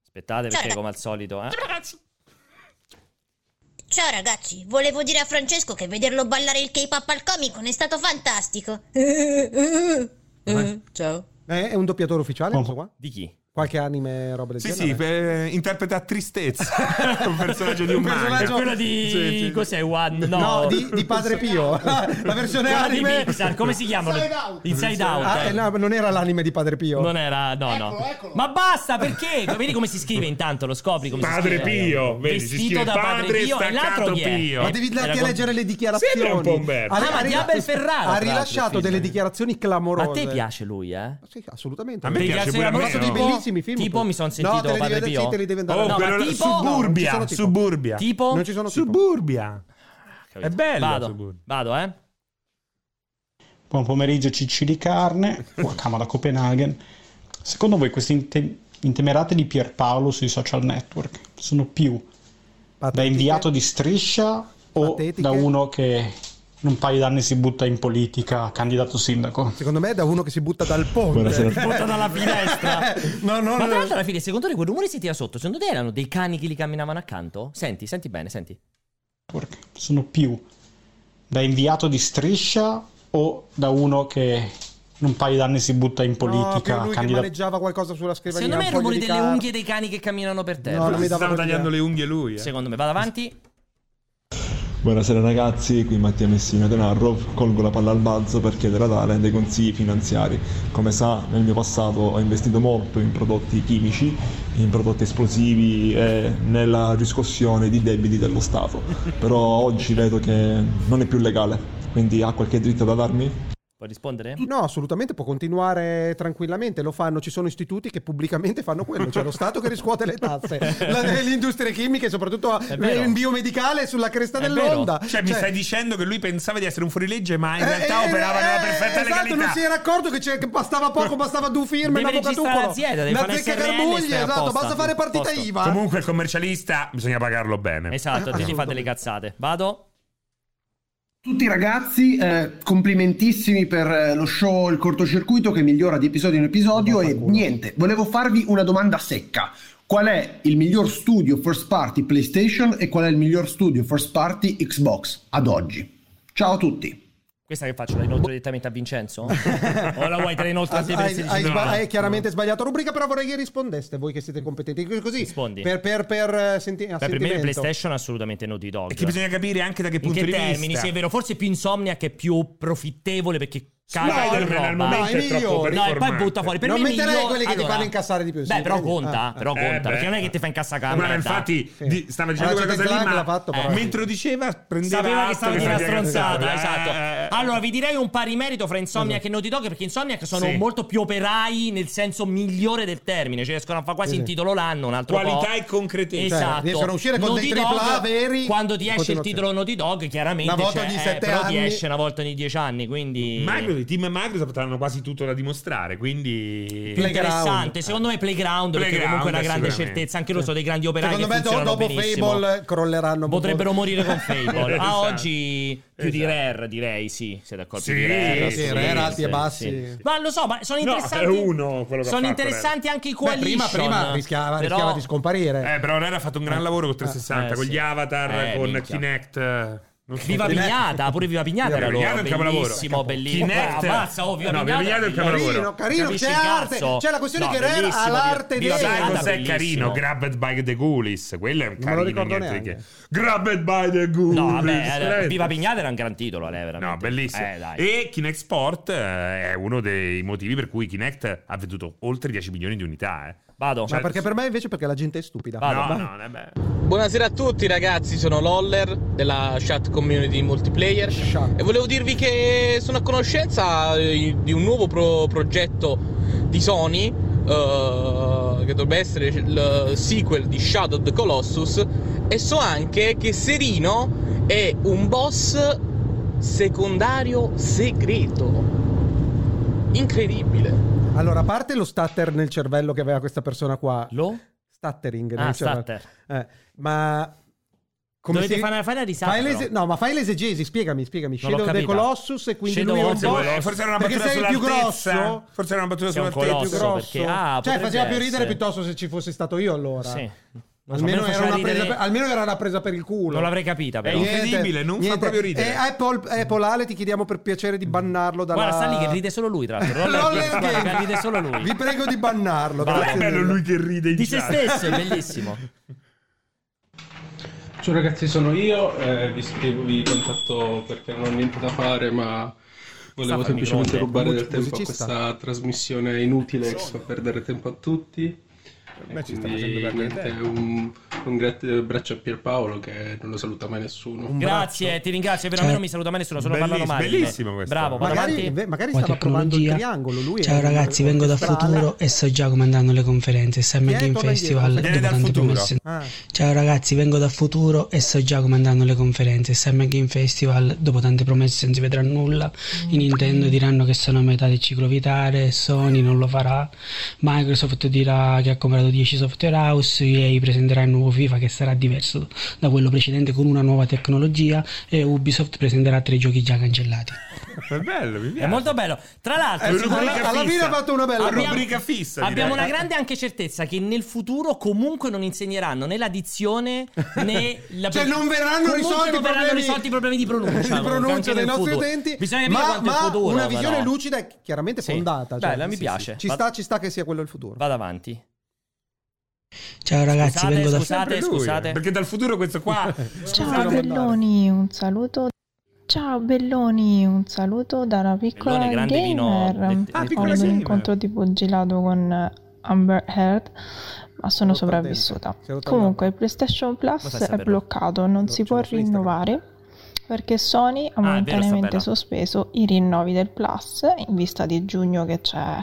Speaker 1: Aspettate perché
Speaker 9: Certo.
Speaker 1: come al solito, eh.
Speaker 9: Ciao ragazzi, volevo dire a Francesco che vederlo ballare il K-pop al Comic-Con è stato fantastico. Ciao.
Speaker 3: Eh, è un doppiatore
Speaker 2: Oh.
Speaker 3: ufficiale, questo qua?
Speaker 1: Di chi?
Speaker 3: Qualche anime, roba del
Speaker 2: Sì, sì,
Speaker 3: genere?
Speaker 2: per- interpreta tristezza. un personaggio di un,
Speaker 3: Un personaggio-
Speaker 1: È
Speaker 2: manga.
Speaker 1: quello di
Speaker 2: Sì, sì.
Speaker 1: cos'è One? No,
Speaker 3: No, di, di
Speaker 2: (laughs)
Speaker 3: Padre Pio. la versione
Speaker 1: Quella di
Speaker 3: anime.
Speaker 1: Pixar, come si chiamano?
Speaker 10: Inside Out.
Speaker 1: Inside Out.
Speaker 3: Ah,
Speaker 1: eh.
Speaker 3: eh, no, non era l'anime di Padre Pio.
Speaker 1: Non era, no,
Speaker 10: Eccolo,
Speaker 1: no.
Speaker 10: eccolo.
Speaker 1: Ma basta perché? Vedi come si scrive intanto, lo scopri come si
Speaker 2: Padre
Speaker 1: scrive.
Speaker 2: Pio, vedi, si
Speaker 1: Vestito
Speaker 2: scrive
Speaker 1: da Padre
Speaker 2: padre
Speaker 1: Pio, e l'altro
Speaker 2: staccato
Speaker 1: chi è?
Speaker 2: Pio.
Speaker 3: Ma devi andarti a
Speaker 1: Era-
Speaker 3: leggere le dichiarazioni.
Speaker 2: Sembra un po' Umberto.
Speaker 1: Ah, ma di Abel Ferrara,
Speaker 3: Ha
Speaker 1: tra l'altro,
Speaker 3: rilasciato
Speaker 1: il film.
Speaker 3: delle dichiarazioni
Speaker 1: Ma
Speaker 3: clamorose.
Speaker 1: a te piace lui, eh?
Speaker 3: Sì, assolutamente.
Speaker 2: A me
Speaker 1: Dei
Speaker 2: piace
Speaker 1: cazzo
Speaker 2: pure a
Speaker 1: di
Speaker 2: me, no?
Speaker 1: amore,
Speaker 3: dei bellissimi film.
Speaker 1: Tipo,
Speaker 3: pure.
Speaker 1: mi son
Speaker 3: No,
Speaker 1: sentito
Speaker 3: te li devi
Speaker 1: Padre
Speaker 3: vedere-
Speaker 1: Pio.
Speaker 3: Sì, te li devi andare
Speaker 2: Oh,
Speaker 3: a
Speaker 1: No, ma
Speaker 2: quello là-
Speaker 1: tipo-
Speaker 2: Suburbia,
Speaker 3: no, non ci sono tipo.
Speaker 2: Suburbia.
Speaker 1: Tipo
Speaker 3: Non ci sono tipo.
Speaker 2: Suburbia.
Speaker 1: Capito?
Speaker 2: È bello,
Speaker 1: Vado,
Speaker 2: Suburbia. (laughs)
Speaker 1: vado, eh.
Speaker 7: Buon pomeriggio cicci di carne, Wakama da Copenaghen. Secondo voi queste inte- intemerate di Pierpaolo sui social network sono più da
Speaker 3: Patetiche.
Speaker 7: inviato di striscia o
Speaker 3: Patetiche.
Speaker 7: da uno che in un paio d'anni si butta in politica, candidato sindaco?
Speaker 3: Secondo me è da uno che si butta dal ponte.
Speaker 7: Buonasera.
Speaker 1: Butta dalla finestra.
Speaker 3: (laughs) no, Eh, no,
Speaker 1: Ma tra
Speaker 3: no.
Speaker 1: l'altro alla fine, secondo te quel rumore si tira sotto? Secondo te erano dei cani che li camminavano accanto? Senti, senti bene, senti.
Speaker 7: Network. Sono più da inviato di striscia o da uno che in un paio d'anni si butta in
Speaker 3: No,
Speaker 7: politica,
Speaker 3: più lui che
Speaker 7: candidato
Speaker 3: maneggiava qualcosa sulla scrivania.
Speaker 1: Secondo me è
Speaker 3: un
Speaker 1: il rumore
Speaker 3: foglio di
Speaker 1: delle
Speaker 3: carta.
Speaker 1: unghie dei cani che camminano per terra.
Speaker 3: No, non
Speaker 2: Si
Speaker 3: mi dava
Speaker 2: stava
Speaker 3: per
Speaker 2: tagliando
Speaker 3: dire.
Speaker 2: le unghie lui. eh.
Speaker 1: Secondo me, vado avanti.
Speaker 11: Buonasera ragazzi, qui Mattia Messina Denarro, colgo la palla al balzo per chiedere ad Ale dei consigli finanziari. Come sa, nel mio passato ho investito molto in prodotti chimici, in prodotti esplosivi e nella riscossione di debiti dello Stato, però oggi vedo che non è più legale, quindi ha qualche diritto da darmi?
Speaker 1: Puoi rispondere?
Speaker 3: No, assolutamente può continuare tranquillamente. Lo fanno, ci sono istituti che pubblicamente fanno quello. C'è lo Stato che riscuote le tasse,
Speaker 1: (laughs)
Speaker 3: la, le industrie chimiche, soprattutto a-
Speaker 1: vero.
Speaker 3: in biomedicale sulla cresta
Speaker 1: È
Speaker 3: dell'onda.
Speaker 2: Cioè, mi stai dicendo che lui pensava di essere un fuorilegge, ma in realtà
Speaker 3: Eh, eh,
Speaker 2: operava nella
Speaker 3: eh,
Speaker 2: perfetta
Speaker 3: esatto,
Speaker 2: legalità.
Speaker 3: non si era accorto che, c'è- che bastava poco, bastava due
Speaker 1: Deve
Speaker 3: firme, una
Speaker 1: registrare
Speaker 3: avvocatucolo.
Speaker 1: l'azienda, deve
Speaker 3: la
Speaker 1: fare
Speaker 3: zecca
Speaker 1: SRL, stai
Speaker 3: carbuglia,
Speaker 1: a
Speaker 3: esatto,
Speaker 1: posto,
Speaker 3: basta fare partita
Speaker 1: posto.
Speaker 3: IVA.
Speaker 2: Comunque il commercialista bisogna pagarlo bene.
Speaker 1: Esatto, ti fa delle cazzate. Vado.
Speaker 12: Tutti ragazzi, eh, complimentissimi per eh, lo show Il cortocircuito che migliora di episodio in episodio e niente, volevo farvi una domanda secca. Qual è il miglior studio first party PlayStation e qual è il miglior studio first party Xbox ad oggi? Ciao a tutti.
Speaker 1: Questa che faccio? La inoltre direttamente a
Speaker 3: (laughs)
Speaker 1: Vincenzo? o la vuoi te la inoltre a
Speaker 3: Hai,
Speaker 1: te per il 16
Speaker 3: hai sba-
Speaker 1: novembre?
Speaker 3: hai chiaramente sbagliato rubrica, però vorrei che rispondeste voi che siete competenti. Così
Speaker 1: Rispondi.
Speaker 3: per, per, per, eh, senti- a
Speaker 1: Beh, per me il
Speaker 3: sentimento.
Speaker 1: PlayStation è assolutamente Naughty Dog.
Speaker 2: E che bisogna capire anche da che
Speaker 1: In
Speaker 2: punto
Speaker 1: che
Speaker 2: di
Speaker 1: termini?
Speaker 2: vista.
Speaker 1: Sì, è vero, forse è più insomnia che è più profittevole perché caga
Speaker 2: Spider-Man
Speaker 1: in
Speaker 2: al
Speaker 1: roba.
Speaker 2: momento
Speaker 3: No,
Speaker 2: è
Speaker 3: i
Speaker 2: troppo
Speaker 3: migliori.
Speaker 1: No, e poi
Speaker 2: performante.
Speaker 1: butta fuori. Per
Speaker 3: Non
Speaker 1: me
Speaker 3: metterei
Speaker 1: miglior-
Speaker 3: quelli che ti
Speaker 1: allora-
Speaker 3: fanno incassare di più, sì,
Speaker 1: Beh, però
Speaker 3: quindi-
Speaker 1: conta,
Speaker 3: ah,
Speaker 1: però
Speaker 2: Eh,
Speaker 1: conta,
Speaker 2: beh.
Speaker 1: perché non è che ti fa incassare la
Speaker 2: Guarda,
Speaker 1: merda.
Speaker 2: infatti,
Speaker 3: Sì.
Speaker 2: di- stava dicendo
Speaker 3: Allora,
Speaker 2: quella cosa
Speaker 3: Clank
Speaker 2: lì, ma
Speaker 3: l'ha fatto, però.
Speaker 2: mentre lo diceva, prendeva
Speaker 1: Sapeva che
Speaker 2: atto
Speaker 1: stava di una
Speaker 2: si era
Speaker 1: stronzata,
Speaker 2: cazzato.
Speaker 1: esatto.
Speaker 2: Eh, eh, eh.
Speaker 1: Allora, vi direi un pari merito fra Insomniac e Naughty Dog, perché Insomniac sono
Speaker 2: Sì.
Speaker 1: molto più operai nel senso migliore del termine, cioè riescono a fare quasi
Speaker 3: Sì,
Speaker 1: in
Speaker 3: sì.
Speaker 1: titolo l'anno, un altro po'.
Speaker 2: Qualità e concretezza.
Speaker 1: Esatto.
Speaker 3: Cioè, riescono a uscire con dei
Speaker 1: Naughty
Speaker 3: AAA
Speaker 1: Dog,
Speaker 3: veri.
Speaker 1: Quando ti esce il
Speaker 3: Continuazione.
Speaker 1: titolo Naughty Dog, chiaramente
Speaker 3: Una volta
Speaker 1: cioè,
Speaker 3: ogni
Speaker 1: eh,
Speaker 3: sette
Speaker 1: però ti
Speaker 3: anni.
Speaker 1: esce una volta ogni dieci anni, quindi
Speaker 2: Microsoft, i team Microsoft hanno quasi tutto da dimostrare, quindi...
Speaker 3: Play-
Speaker 1: interessante.
Speaker 3: Playground.
Speaker 1: Secondo me Playground, perché
Speaker 2: Playground,
Speaker 1: comunque è una grande
Speaker 2: sicuramente.
Speaker 1: certezza, anche loro sono dei grandi operai
Speaker 3: Secondo
Speaker 1: che
Speaker 3: me do-
Speaker 1: funzionano
Speaker 3: dopo
Speaker 1: benissimo.
Speaker 3: Fable crolleranno.
Speaker 1: Potrebbero morire
Speaker 3: (laughs)
Speaker 2: (laughs)
Speaker 1: con Fable.
Speaker 2: Esatto.
Speaker 1: A oggi più di
Speaker 2: Esatto.
Speaker 1: Rare, direi, sì. Siete d'accordo?
Speaker 2: Sì,
Speaker 1: più di Rare,
Speaker 2: sì,
Speaker 1: assolutamente,
Speaker 3: Rare alti e bassi.
Speaker 1: Ma lo so, ma sono
Speaker 2: No,
Speaker 1: interessanti.
Speaker 2: è uno quello che ha
Speaker 1: sono
Speaker 2: fatto
Speaker 1: interessanti anche i
Speaker 3: Beh,
Speaker 1: coalition.
Speaker 3: prima, prima rischiava,
Speaker 1: però-
Speaker 3: rischiava di scomparire.
Speaker 2: Eh, però Rare ha fatto un gran lavoro con 360,
Speaker 1: Eh,
Speaker 2: con
Speaker 1: sì.
Speaker 2: gli avatar,
Speaker 1: Eh,
Speaker 2: con
Speaker 1: minchia.
Speaker 2: Kinect. eh, Non so
Speaker 1: Viva
Speaker 2: come-
Speaker 1: Pignata, pure Viva Pignata
Speaker 2: Viva
Speaker 1: era loro.
Speaker 2: Pignata è un capolavoro.
Speaker 1: Bellissimo, bellissimo.
Speaker 2: Kinect-
Speaker 1: Ah, Ammazza, oh, Viva
Speaker 2: No, Viva Pignata è un
Speaker 1: bellissimo.
Speaker 2: lavoro.
Speaker 3: Carino, carino,
Speaker 1: Capisci
Speaker 3: c'è
Speaker 1: il
Speaker 3: arte.
Speaker 1: cazzo?
Speaker 3: C'è la questione
Speaker 1: No,
Speaker 3: che Rare
Speaker 1: bellissimo,
Speaker 3: ha l'arte
Speaker 1: Viva- Viva
Speaker 2: Sai
Speaker 1: Pignata,
Speaker 3: dentro.
Speaker 2: cos'è
Speaker 1: bellissimo.
Speaker 2: carino? Grabbed by the Ghoulies. Quello è un
Speaker 3: Non me lo
Speaker 2: carino,
Speaker 3: ricordo
Speaker 2: niente di che.
Speaker 3: neanche.
Speaker 2: Grabbed by the Ghoulies.
Speaker 1: No, vabbè, eh,
Speaker 2: Eh,
Speaker 1: Viva Pignata era un gran titolo, eh, veramente.
Speaker 2: No, bellissimo.
Speaker 1: Eh, dai.
Speaker 2: e Kinect Sport eh, è uno dei motivi per cui Kinect ha venduto oltre 10 milioni di unità. Eh.
Speaker 1: Vado.
Speaker 2: Cioè,
Speaker 3: Ma perché per me invece perché la gente è stupida.
Speaker 1: Vado.
Speaker 2: no,
Speaker 1: ma-
Speaker 2: no, eh, beh.
Speaker 13: Buonasera a tutti ragazzi, sono Loller della chat community multiplayer
Speaker 3: Sciacco.
Speaker 13: e volevo dirvi che sono a conoscenza eh, di un nuovo pro- progetto di Sony eh, eh, che dovrebbe essere il eh, sequel di Shadow of the Colossus e so anche che Serino è un boss secondario segreto. Incredibile.
Speaker 3: Allora, a parte lo stutter nel cervello che aveva questa persona qua.
Speaker 1: Lo?
Speaker 3: Stuttering.
Speaker 1: Ah,
Speaker 3: nel cervello.
Speaker 1: stutter.
Speaker 3: Eh, ma...
Speaker 1: Dovete fare- fare la risata,
Speaker 3: fai l'ese-
Speaker 1: però.
Speaker 3: No, ma fai l'esegesi, spiegami, spiegami.
Speaker 1: Non l'ho
Speaker 3: Shadow of the
Speaker 1: capita.
Speaker 3: Colossus e quindi
Speaker 1: Shadow
Speaker 3: lui è un
Speaker 1: of the
Speaker 3: po'-
Speaker 1: Colossus.
Speaker 2: Forse era una
Speaker 3: Perché
Speaker 2: battuta
Speaker 3: sei il più
Speaker 2: sull'altezza.
Speaker 3: grosso.
Speaker 2: Forse era una battuta
Speaker 1: Sei un
Speaker 2: sull'altezza.
Speaker 3: più
Speaker 1: colosso,
Speaker 3: grosso.
Speaker 1: perché- ah,
Speaker 3: cioè,
Speaker 1: potrebbe
Speaker 3: faceva più ridere
Speaker 1: essere.
Speaker 3: piuttosto se ci fossi stato io allora.
Speaker 1: Sì. Non so, a
Speaker 3: Almeno,
Speaker 1: me
Speaker 3: era
Speaker 1: faceva
Speaker 3: una
Speaker 1: ridere-
Speaker 3: presa, per- almeno era una presa per il culo.
Speaker 1: Non l'avrei capita, però.
Speaker 2: Eh, incredibile, non fa proprio ridere.
Speaker 3: Eh, Apple, Apple Ale, ti chiediamo per piacere di bannarlo dalla...
Speaker 1: Guarda, sta lì
Speaker 3: (laughs)
Speaker 1: che ride solo lui, tra l'altro.
Speaker 3: Roller
Speaker 1: Guarda,
Speaker 3: Game.
Speaker 1: guarda, ride solo lui.
Speaker 3: Vi prego di bannarlo.
Speaker 1: Bravo.
Speaker 2: È
Speaker 3: grazie
Speaker 2: bello
Speaker 3: mille.
Speaker 2: lui che ride in
Speaker 1: Di se
Speaker 2: chat.
Speaker 1: stesso, è bellissimo.
Speaker 14: Ciao ragazzi, sono io, eh, vi scrivo, vi contatto perché non ho niente da fare, ma volevo
Speaker 1: Sta
Speaker 14: semplicemente
Speaker 1: microfono,
Speaker 14: rubare
Speaker 3: music-
Speaker 14: del tempo a
Speaker 3: musicista.
Speaker 14: questa trasmissione inutile che fa perdere tempo a tutti. E
Speaker 2: Beh, ci sta
Speaker 14: quindi
Speaker 2: facendo perdere
Speaker 14: niente,
Speaker 2: tempo.
Speaker 14: un, un grazie abbraccio a Pierpaolo che non lo saluta mai nessuno.
Speaker 1: Grazie, ti ringrazio. Per
Speaker 3: Cioè,
Speaker 1: me non mi saluta mai nessuno, solo
Speaker 2: Belliss-
Speaker 1: parlano male. di me.
Speaker 2: bellissimo questo.
Speaker 1: Bravo, vado
Speaker 3: Magari,
Speaker 1: avanti.
Speaker 3: ve- magari
Speaker 15: Poi
Speaker 3: stava provando il
Speaker 15: tecnologia.
Speaker 3: triangolo. Lui
Speaker 15: Ciao
Speaker 3: è-
Speaker 15: ragazzi, vengo dal
Speaker 3: orchestrale.
Speaker 15: futuro e so già come andranno le conferenze. Sam
Speaker 3: Vieni
Speaker 15: Game
Speaker 3: con me
Speaker 15: Festival
Speaker 3: dietro.
Speaker 15: dopo
Speaker 2: Vieni dal
Speaker 15: tante
Speaker 2: futuro.
Speaker 15: promesse.
Speaker 3: Ah.
Speaker 15: Ciao ragazzi, vengo dal futuro e so già come andranno le conferenze. Sam Game Festival dopo tante promesse non si vedrà nulla. I Nintendo diranno che sono a metà del ciclo vitale, Sony non lo farà, Microsoft dirà che ha comprato 10 software house, EA presenterà il nuovo FIFA che sarà diverso da quello precedente con una nuova tecnologia e Ubisoft presenterà tre giochi già cancellati.
Speaker 2: È bello, mi piace.
Speaker 1: È molto bello. Tra l'altro,
Speaker 2: È
Speaker 1: ci-
Speaker 2: rubrica
Speaker 1: alla-
Speaker 3: Eh Alla fine
Speaker 2: fissa.
Speaker 3: ha fatto una bella
Speaker 2: Abbiamo-
Speaker 3: roba.
Speaker 2: rubrica fissa, direi.
Speaker 1: Abbiamo una grande anche certezza che nel futuro comunque non insegneranno né la dizione
Speaker 3: (laughs)
Speaker 1: né la
Speaker 3: Cioè, non verranno
Speaker 1: Comunque
Speaker 3: risolti i
Speaker 1: non verranno
Speaker 3: problemi-
Speaker 1: risolti i problemi di
Speaker 3: (laughs) Di
Speaker 1: pronuncia. comunque,
Speaker 3: pronuncia
Speaker 1: anche
Speaker 3: dei
Speaker 1: nel
Speaker 3: nostri
Speaker 1: futuro.
Speaker 3: utenti,
Speaker 1: Bisogna capire
Speaker 3: ma,
Speaker 1: quanto è
Speaker 3: ma
Speaker 1: il futuro.
Speaker 3: una
Speaker 1: però.
Speaker 3: visione lucida e chiaramente
Speaker 1: Sì.
Speaker 3: fondata. Cioè,
Speaker 1: Bella, mi piace.
Speaker 3: Ci,
Speaker 1: Va-
Speaker 3: sta, ci sta che sia quello il futuro.
Speaker 1: Vado avanti.
Speaker 15: Ciao ragazzi,
Speaker 1: Scusate,
Speaker 15: vengo da
Speaker 1: scusate,
Speaker 2: Sempre lui,
Speaker 3: eh,
Speaker 1: scusate.
Speaker 2: Perché dal futuro questo qua...
Speaker 3: Ciao, Belloni,
Speaker 15: un saluto. Ciao Belloni, un saluto dalla
Speaker 1: piccola Bellone, grande gamer. vino,
Speaker 3: eh.
Speaker 1: det- Ah, det- piccola
Speaker 2: Ho un gamer. incontro
Speaker 15: tipo gelato con eh, Amber Heard, ma sono
Speaker 3: Rotta al dente. sopravvissuta. Si è rotta Comunque,
Speaker 15: il PlayStation
Speaker 1: Ma
Speaker 15: Plus
Speaker 1: sai è saperlo?
Speaker 15: bloccato, non
Speaker 3: si può rinnovare
Speaker 15: perché Sony ha
Speaker 1: Ah, è vero, sta bella.
Speaker 15: sospeso i rinnovi del Plus in vista di giugno che c'è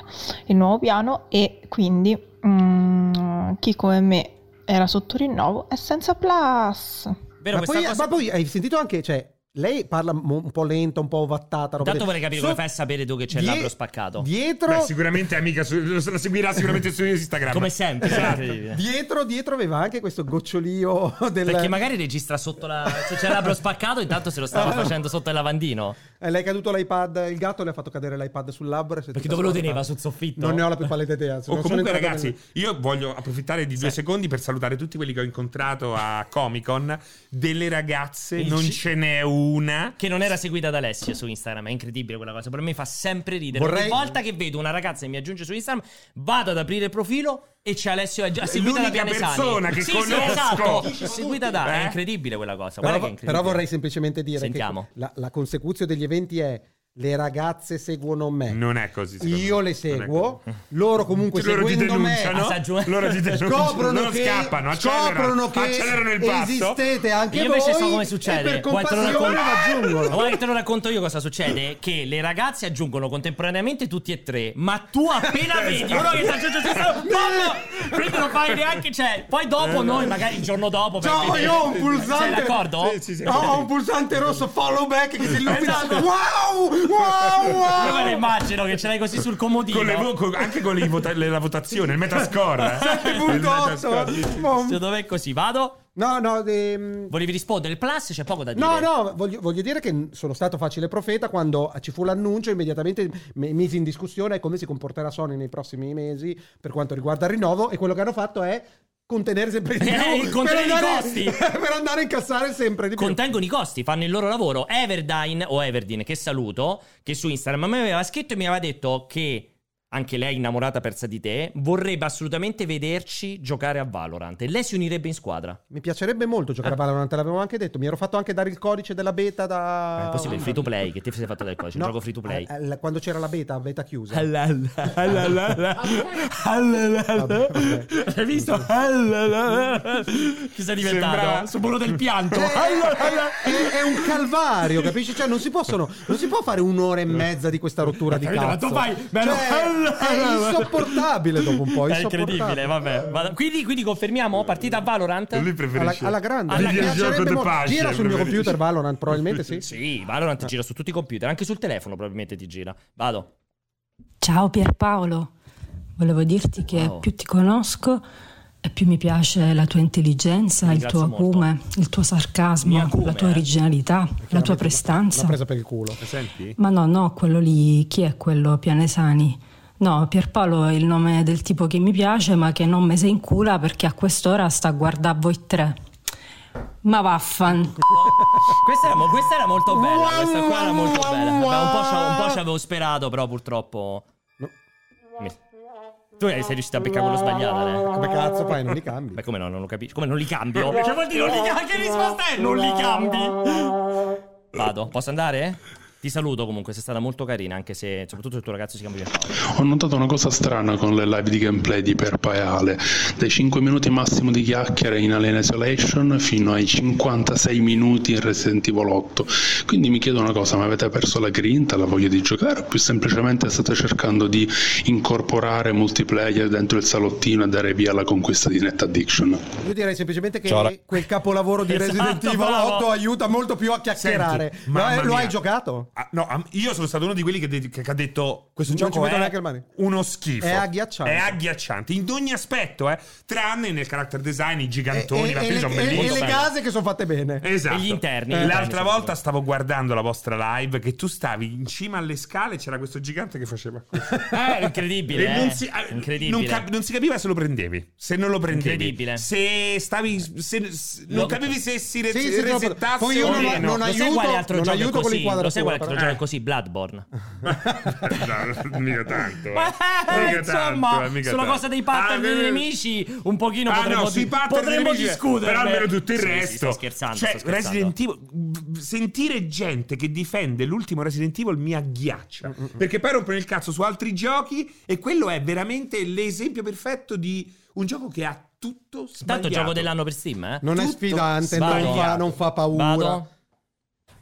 Speaker 15: il nuovo piano e quindi mm, chi come me era sotto rinnovo è senza Plus.
Speaker 1: Vero,
Speaker 3: ma,
Speaker 1: questa
Speaker 3: poi,
Speaker 1: cosa...
Speaker 3: ma poi hai sentito anche, cioè, lei parla mo- un po' lenta, un po' ovattata. roba
Speaker 1: Intanto
Speaker 3: del-
Speaker 1: vorrei capire come fai a sapere tu che c'è il
Speaker 3: die-
Speaker 1: labbro spaccato.
Speaker 3: Dietro,
Speaker 2: Beh, sicuramente è amica, su- lo la seguirà sicuramente su Instagram.
Speaker 1: Come sempre,
Speaker 2: Esatto.
Speaker 1: incredibile.
Speaker 3: dietro, dietro aveva anche questo gocciolio (laughs) del...
Speaker 1: Perché magari registra sotto la. Se c'è il labbro spaccato, intanto se lo
Speaker 3: Ah.
Speaker 1: stava facendo sotto il lavandino.
Speaker 3: Eh, le è caduto l'iPad, il gatto le ha fatto cadere l'iPad sul labbro. e si è
Speaker 1: Perché
Speaker 3: tutta
Speaker 1: dove lo
Speaker 3: spaventata.
Speaker 1: teneva? Sul soffitto?
Speaker 3: Non ne ho la più pallida idea.
Speaker 2: O
Speaker 3: Cioè, non sono
Speaker 2: comunque,
Speaker 3: entrato
Speaker 2: ragazzi,
Speaker 3: nel-
Speaker 2: io voglio approfittare di due secondi per salutare tutti quelli che ho incontrato a Comic Con. Delle ragazze,
Speaker 1: Il
Speaker 2: non
Speaker 1: ci-
Speaker 2: ce n'è una.
Speaker 1: Che non era seguita da Alessio su Instagram, è incredibile quella cosa. Per me fa sempre ridere.
Speaker 3: Vorrei-
Speaker 1: Ogni volta che vedo una ragazza che mi aggiunge su Instagram, vado ad aprire il profilo e c'è Alessio è già seguita da
Speaker 2: l'unica
Speaker 1: Diane Sani.
Speaker 2: persona che
Speaker 1: sì,
Speaker 2: conosco.
Speaker 1: Sì, esatto.
Speaker 2: Dici, ma
Speaker 1: Seguita
Speaker 2: tutti,
Speaker 1: da. È
Speaker 2: eh?
Speaker 1: incredibile quella cosa. Guarda che
Speaker 3: Però,
Speaker 1: è
Speaker 3: però
Speaker 1: incredibile.
Speaker 3: vorrei semplicemente dire
Speaker 1: Sentiamo.
Speaker 3: che la, la consecuzio degli eventi è le ragazze seguono me.
Speaker 2: Non è così. secondo
Speaker 3: Io
Speaker 2: me.
Speaker 3: le
Speaker 2: Non è (laughs)
Speaker 3: seguo,
Speaker 2: così. Cioè,
Speaker 3: loro comunque
Speaker 2: loro ti
Speaker 3: seguendo
Speaker 2: denunciano,
Speaker 3: me
Speaker 1: Ah, sa giù-
Speaker 2: loro ti denunciano,
Speaker 3: scoprono
Speaker 2: loro
Speaker 3: che,
Speaker 2: scappano,
Speaker 3: scoprono
Speaker 2: accelerano,
Speaker 3: che
Speaker 2: accelerano il passo.
Speaker 3: esistete anche
Speaker 1: Io
Speaker 3: voi
Speaker 1: invece so come
Speaker 3: e
Speaker 1: succede.
Speaker 3: per
Speaker 1: Guarda, te lo
Speaker 3: compassione vi
Speaker 1: raccon- (laughs) Ma
Speaker 3: aggiungono.
Speaker 1: Guarda che te lo racconto io cosa succede. Che le ragazze aggiungono contemporaneamente tutti e tre. Ma tu
Speaker 3: (laughs)
Speaker 1: appena vedi
Speaker 3: Esatto.
Speaker 1: uno che sta aggiungendo su Instagram, bombo! Quindi non fai neanche... Cioè, poi dopo noi, magari il giorno dopo... per
Speaker 3: Eh. Ciao,
Speaker 1: vedere-
Speaker 3: io ho un pulsante.
Speaker 1: Sei
Speaker 2: (laughs)
Speaker 1: d'accordo?
Speaker 2: Sì, sì, sì.
Speaker 3: No, ho un pulsante rosso follow back che si illumina.
Speaker 1: Esatto.
Speaker 3: Wow!
Speaker 1: Io me lo
Speaker 3: Wow! wow.
Speaker 1: immagino che ce l'hai così sul comodino.
Speaker 2: Con le vo- con- anche con le vota- le- la votazione, il
Speaker 3: (laughs)
Speaker 2: metascore. eh. Il metascore, sì, sì.
Speaker 3: 7.8. Mom.
Speaker 1: Secondo me è così. Vado?
Speaker 3: No, no, ehm,
Speaker 1: Volevi rispondere? Il plus c'è poco da dire.
Speaker 3: No, no, voglio, voglio dire che sono stato facile profeta quando ci fu l'annuncio, immediatamente mi- misi in discussione come si comporterà Sony nei prossimi mesi per quanto riguarda il rinnovo e quello che hanno fatto è contenere sempre di più
Speaker 1: Eh,
Speaker 3: per,
Speaker 1: contenere i
Speaker 3: andare,
Speaker 1: costi.
Speaker 3: (laughs) per andare a incassare sempre di più.
Speaker 1: Contengono i costi, fanno il loro lavoro. Everdine o Everdine, che saluto, che su Instagram a me aveva scritto e mi aveva detto che anche lei, innamorata persa di te, vorrebbe assolutamente vederci giocare a Valorant. E lei si unirebbe in squadra.
Speaker 3: Mi piacerebbe molto giocare a
Speaker 1: Eh.
Speaker 3: Valorant, te l'avevo anche detto, mi ero fatto anche dare il codice della beta da
Speaker 1: È impossibile, il free to play, che ti sei fatto del codice,
Speaker 3: Ah, No,
Speaker 1: un gioco free to play. Eh,
Speaker 3: eh, eh, quando c'era la beta, beta chiusa. Vabbè, vabbè.
Speaker 1: L'hai visto? Chi sei
Speaker 2: Sembra- Eh,
Speaker 1: diventato? Sul muro del pianto.
Speaker 3: È, Eh, è un calvario, capisci? Cioè, non si possono. Non si può fare un'ora e mezza di questa rottura di
Speaker 1: Eh. Capito? Ma
Speaker 3: cazzo.
Speaker 1: tu fai- bello.
Speaker 3: Cioè, È insopportabile dopo un po'.
Speaker 1: È incredibile,
Speaker 3: insopportabile.
Speaker 1: vabbè. Vada- Quindi, quindi confermiamo partita a Valorant?
Speaker 2: Lui preferisce-
Speaker 3: Alla, alla grande.
Speaker 1: Alla
Speaker 3: Mi
Speaker 1: grande.
Speaker 3: piacerebbe
Speaker 1: Videogioco de
Speaker 3: molto.
Speaker 1: pace,
Speaker 3: Gira sul mio
Speaker 1: preferisci.
Speaker 3: computer Valorant, probabilmente
Speaker 1: (laughs)
Speaker 3: sì.
Speaker 1: Sì, Valorant ti gira su tutti i computer, anche sul telefono probabilmente ti gira. Vado.
Speaker 16: Ciao Pierpaolo, volevo dirti che più ti conosco e più mi piace la tua intelligenza, il tuo
Speaker 3: Ringrazio molto.
Speaker 16: acume, il tuo sarcasmo, la
Speaker 1: eh.
Speaker 16: tua originalità, eh. la tua
Speaker 3: L'ha
Speaker 16: prestanza.
Speaker 3: presa per il culo.
Speaker 2: Senti?
Speaker 16: Ma no, no, quello lì, chi è quello Pianesani? No, Pierpaolo è il nome del tipo che mi piace, ma che non me se incula perché a quest'ora sta a guardare voi tre. Ma vaffan.
Speaker 1: Questa era, mo- questa era molto bella. Questa qua era molto bella. Vabbè, un, po ci- un po' ci avevo sperato, però purtroppo. Mi- Tu sei riuscito a beccare quello sbagliato, Ale.
Speaker 3: Come cazzo fai? Non li cambi.
Speaker 1: Oh. Beh, come no, non lo capisco. Come non li cambio?
Speaker 17: Che
Speaker 1: Cioè, vuol dire non li cambi? Che risposta è? Non li cambi? Vado, posso andare? Ti saluto comunque, sei stata molto carina, anche se soprattutto il tuo ragazzo si chiama Pierpaolo.
Speaker 14: Ho notato una cosa strana con le live di gameplay di Perpa e Ale, dai 5 minuti massimo di chiacchiere in Alien Isolation fino ai 56 minuti in Resident Evil 8. Quindi mi chiedo una cosa, ma avete perso la grinta, la voglia di giocare o più semplicemente state cercando di incorporare multiplayer dentro il salottino e dare via alla conquista di Net Addiction?
Speaker 3: Io direi semplicemente che
Speaker 14: Ciao, ra-
Speaker 3: quel capolavoro di
Speaker 2: Esatto,
Speaker 3: Resident Evil
Speaker 2: bravo.
Speaker 3: 8 aiuta molto più a chiacchierare.
Speaker 2: Senti,
Speaker 3: Ma
Speaker 2: mamma
Speaker 3: lo hai
Speaker 2: mia.
Speaker 3: giocato?
Speaker 2: Ah, no, am- io sono stato uno di quelli che, de- che- che ha detto questo
Speaker 3: Non ci
Speaker 2: gioco
Speaker 3: vedo
Speaker 2: è
Speaker 3: neanche il mani."
Speaker 2: uno schifo.
Speaker 3: È agghiacciante.
Speaker 2: È agghiacciante in ogni aspetto, eh, tranne nel character design, i gigantoni,
Speaker 3: E-
Speaker 2: la
Speaker 3: e,
Speaker 2: sono
Speaker 3: le, eh, e- e
Speaker 2: bellissimi.
Speaker 3: le case che sono fatte bene.
Speaker 2: Esatto.
Speaker 3: Eh,
Speaker 2: L'altra volta stavo guardando la vostra live che tu stavi in cima alle scale e c'era questo gigante che faceva
Speaker 1: (laughs)
Speaker 2: così.
Speaker 1: Eh, incredibile.
Speaker 2: E
Speaker 1: eh.
Speaker 2: non si- ah,
Speaker 1: incredibile.
Speaker 2: Non, cap- non si capiva se lo prendevi, se non lo prendevi.
Speaker 1: Incredibile.
Speaker 2: Se stavi. se- se- non
Speaker 1: Lo-
Speaker 2: capivi se si re-
Speaker 1: Sì,
Speaker 3: sì,
Speaker 2: se
Speaker 3: troppo-
Speaker 2: resettasse
Speaker 3: poi io
Speaker 2: o
Speaker 3: non-
Speaker 2: meno.
Speaker 3: non
Speaker 1: Lo sai
Speaker 3: aiuto-
Speaker 1: quale altro
Speaker 3: non
Speaker 1: gioco è
Speaker 3: aiuto con
Speaker 1: così? Lo sai
Speaker 3: l'inquadratura,
Speaker 1: quale altro
Speaker 3: però. eh.
Speaker 1: gioco è così?
Speaker 2: (laughs)
Speaker 1: Bloodborne.
Speaker 2: (laughs) No, mica
Speaker 1: (laughs)
Speaker 2: tanto. eh.
Speaker 1: Eh,
Speaker 2: Mica
Speaker 1: insomma,
Speaker 2: tanto, eh, mica
Speaker 1: sulla
Speaker 2: tanto.
Speaker 1: cosa dei pattern
Speaker 2: Ah,
Speaker 1: dei
Speaker 2: eh,
Speaker 1: nemici, un pochino
Speaker 2: ah,
Speaker 1: potremmo,
Speaker 2: no, sui
Speaker 1: di-
Speaker 2: pattern
Speaker 1: potremmo
Speaker 2: dei nemici, eh,
Speaker 1: discutere.
Speaker 2: Però almeno tutto il
Speaker 1: Sì, sì,
Speaker 2: resto.
Speaker 1: sto scherzando,
Speaker 2: Cioè,
Speaker 1: sto scherzando.
Speaker 2: Resident Evil- b- Sentire gente che difende l'ultimo Resident Evil mi agghiaccia. Perché poi rompono il cazzo su altri giochi. E quello è veramente l'esempio perfetto di un gioco che ha tutto sbagliato.
Speaker 1: Tanto gioco dell'anno per Steam, eh?
Speaker 3: Non è
Speaker 2: Tutto
Speaker 3: sfidante, non
Speaker 1: sbagliato.
Speaker 3: fa, non fa paura.
Speaker 1: Vado.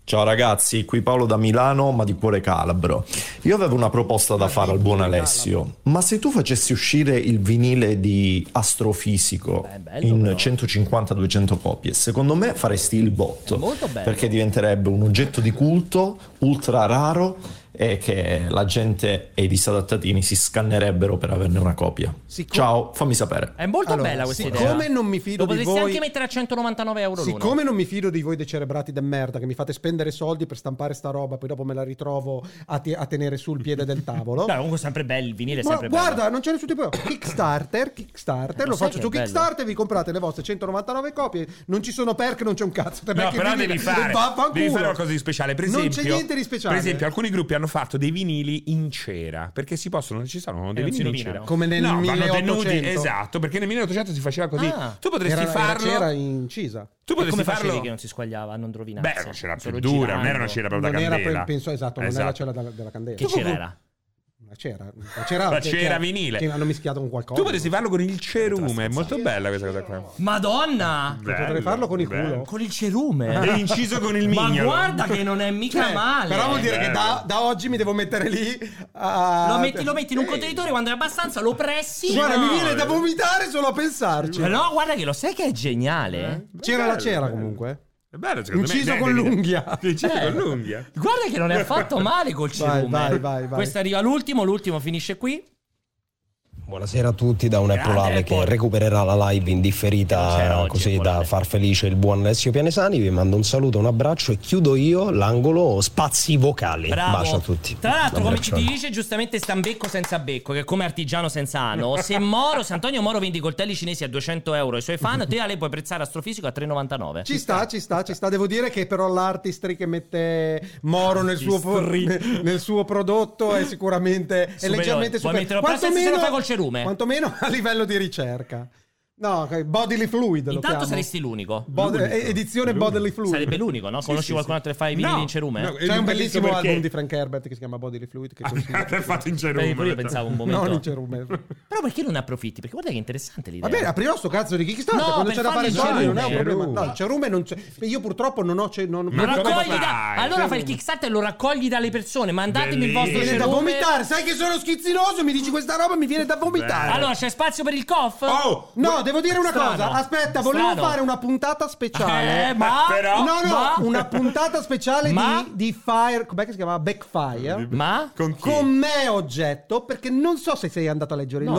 Speaker 18: Ciao ragazzi, qui Paolo da Milano, ma di cuore calabro. Io avevo una proposta da fare al buon Alessio, ma se tu facessi uscire il vinile di Astrofisico
Speaker 1: bello,
Speaker 18: in 150-200 copie, secondo me faresti il botto,
Speaker 1: molto bello.
Speaker 18: perché diventerebbe un oggetto di culto, ultra raro e che la gente e i disadattatini si scannerebbero per averne una copia. Ciao, fammi sapere.
Speaker 1: È molto
Speaker 3: Allora,
Speaker 1: bella questa idea.
Speaker 3: siccome non mi fido
Speaker 1: Lo
Speaker 3: di
Speaker 1: potresti
Speaker 3: voi-
Speaker 1: anche mettere a 199 euro l'uno.
Speaker 3: Siccome non mi fido di voi decerebrati de merda che mi fate spendere soldi per stampare sta roba, poi dopo me la ritrovo a, te- a tenere sul piede del
Speaker 2: (laughs)
Speaker 3: tavolo.
Speaker 1: Dai, comunque sempre bello, il vinile è
Speaker 3: Ma
Speaker 1: sempre bello.
Speaker 3: guarda, non c'è nessun tipo di (coughs) Kickstarter, Kickstarter,
Speaker 1: Eh,
Speaker 3: lo,
Speaker 1: lo sai
Speaker 3: faccio
Speaker 1: che
Speaker 3: su
Speaker 1: è bello?
Speaker 3: Kickstarter, vi comprate le vostre 199 copie, non ci sono perk, non c'è un cazzo. te
Speaker 2: No,
Speaker 3: becchi il
Speaker 2: però
Speaker 3: vinile
Speaker 2: devi
Speaker 3: e
Speaker 2: fare,
Speaker 3: vaffanculo.
Speaker 2: devi fare qualcosa di speciale. Per
Speaker 3: non
Speaker 2: esempio,
Speaker 3: c'è niente di speciale.
Speaker 2: Per esempio, alcuni gruppi hanno fatto dei vinili in cera perché si possono, ci
Speaker 1: Eh,
Speaker 2: sono dei
Speaker 3: non si
Speaker 2: vinili in
Speaker 3: rovinano.
Speaker 2: cera.
Speaker 3: Come nel
Speaker 2: no, vanno
Speaker 3: 1800.
Speaker 2: tenuti- esatto, perché nel 1800 si faceva così.
Speaker 3: Ah.
Speaker 2: tu potresti
Speaker 3: Era- era
Speaker 2: farlo.
Speaker 3: cera incisa.
Speaker 2: Tu
Speaker 1: E
Speaker 2: potresti
Speaker 1: come facevi
Speaker 2: farlo.
Speaker 1: che non si squagliava, a non rovinarsi?
Speaker 2: Beh, era una cera più
Speaker 1: Solo
Speaker 2: dura, non era
Speaker 1: girando.
Speaker 2: una cera proprio da
Speaker 3: Non era
Speaker 2: candela.
Speaker 3: pre- penso- esatto, non era la cera della- della candela.
Speaker 1: Che
Speaker 3: Tu
Speaker 1: cera
Speaker 3: proprio-
Speaker 1: era?
Speaker 3: La cera, la cera,
Speaker 2: La
Speaker 3: che-
Speaker 2: cera
Speaker 3: che-
Speaker 2: vinile.
Speaker 3: Che hanno mischiato con qualcosa.
Speaker 2: Tu potresti farlo con il cerume, è molto bella questa cosa qua.
Speaker 1: Madonna!
Speaker 2: Bello,
Speaker 3: Potrei farlo con il
Speaker 2: bello.
Speaker 3: culo.
Speaker 1: Con il cerume.
Speaker 2: (laughs) E inciso con il
Speaker 1: Ma
Speaker 2: mignolo.
Speaker 1: guarda che non è mica
Speaker 3: Cioè,
Speaker 1: male.
Speaker 3: Però vuol dire che
Speaker 2: Bello.
Speaker 3: da, da oggi mi devo mettere lì a...
Speaker 1: Lo metti, lo metti in un
Speaker 3: Sì.
Speaker 1: contenitore quando è abbastanza, lo pressi.
Speaker 3: Guarda, mi
Speaker 1: No.
Speaker 3: viene da vomitare solo a pensarci.
Speaker 1: Ma no, guarda che lo sai che è geniale.
Speaker 3: C'era la
Speaker 1: Bello,
Speaker 3: cera
Speaker 1: bello.
Speaker 3: comunque.
Speaker 2: Eh? È bello, secondo
Speaker 3: Inciso
Speaker 2: me.
Speaker 3: con
Speaker 2: Dai, devi-
Speaker 3: l'unghia. Eh.
Speaker 2: Inciso con l'unghia.
Speaker 1: Guarda che non è affatto male col
Speaker 3: (laughs) Vai,
Speaker 1: cerume.
Speaker 3: vai, vai, vai.
Speaker 1: Questo arriva l'ultimo, l'ultimo finisce qui.
Speaker 19: Buonasera a tutti da un Apple Ale che recupererà la live indifferita così da far felice il buon Alessio Pianesani. Vi mando un saluto, un abbraccio e chiudo io l'angolo spazi vocali.
Speaker 1: Bravo.
Speaker 19: Bacio a tutti.
Speaker 1: Tra l'altro, come ci
Speaker 19: Abbraccione.
Speaker 1: dice giustamente Stambecco senza becco, che è come artigiano senza ano,
Speaker 3: (laughs)
Speaker 1: se Moro, se Antonio Moro vende i coltelli cinesi a 200 euro ai suoi fan, te Ale puoi prezzare astrofisico a 3,99.
Speaker 3: Ci sta, ci sta, ci sta. Devo dire che però l'artistry che mette Moro nel suo,
Speaker 1: Artistry.
Speaker 3: nel suo prodotto è sicuramente è
Speaker 1: Superiore. Vuoi
Speaker 3: leggermente superiore.
Speaker 1: metterlo- però se- se lo fa col cerume.
Speaker 3: quantomeno a livello di ricerca. No, ok, bodily fluid. lo
Speaker 1: Intanto
Speaker 3: chiamo.
Speaker 1: saresti l'unico.
Speaker 3: Bod-
Speaker 1: L'unico.
Speaker 3: eh, edizione
Speaker 1: L'unico.
Speaker 3: Bodily Fluid.
Speaker 1: Sarebbe eh. l'unico, no?
Speaker 3: Sì,
Speaker 1: Conosci
Speaker 3: sì,
Speaker 1: qualcun altro che fa i
Speaker 3: No,
Speaker 1: vinili in cerume?
Speaker 3: no, C'è un bellissimo album di Frank Herbert che si chiama Bodily Fluid.
Speaker 1: Ah,
Speaker 3: Che
Speaker 2: (laughs)
Speaker 3: consiglio.
Speaker 2: fatto in
Speaker 1: Beh, pure io pensavo un momento.
Speaker 3: Non in
Speaker 1: (laughs)
Speaker 3: cerume.
Speaker 1: Però perché non ne approfitti? Perché guarda che interessante l'idea.
Speaker 3: Va bene, apriamo sto cazzo di Kickstarter
Speaker 1: No,
Speaker 3: quando
Speaker 1: per
Speaker 3: c'è da
Speaker 1: farli
Speaker 3: fare i
Speaker 1: in
Speaker 3: soldi, non è un
Speaker 1: cerume.
Speaker 3: problema. No, il cerume non c'è. Io purtroppo non ho. ce- non,
Speaker 1: Ma
Speaker 3: non-
Speaker 1: raccogli
Speaker 3: non-
Speaker 1: da- Allora fai il Kickstarter e lo raccogli dalle persone. Mandatemi il vostro
Speaker 3: Mi viene da
Speaker 1: cerume.
Speaker 3: vomitare, sai che sono schizzinoso, mi dici questa roba, mi viene da vomitare.
Speaker 1: Allora, c'è spazio per il coff?
Speaker 2: Oh!
Speaker 3: No, devo dire una
Speaker 1: Strano.
Speaker 3: cosa. Aspetta, volevo
Speaker 1: Strano.
Speaker 3: fare una puntata speciale.
Speaker 1: Eh, ma- Però-
Speaker 3: no, no,
Speaker 1: ma-
Speaker 3: una puntata speciale
Speaker 1: (laughs) Ma-
Speaker 3: di, di Fire. Com'è che si chiamava? Backfire.
Speaker 1: Ma
Speaker 2: con,
Speaker 3: me oggetto, perché non so se sei andato a leggere
Speaker 1: No.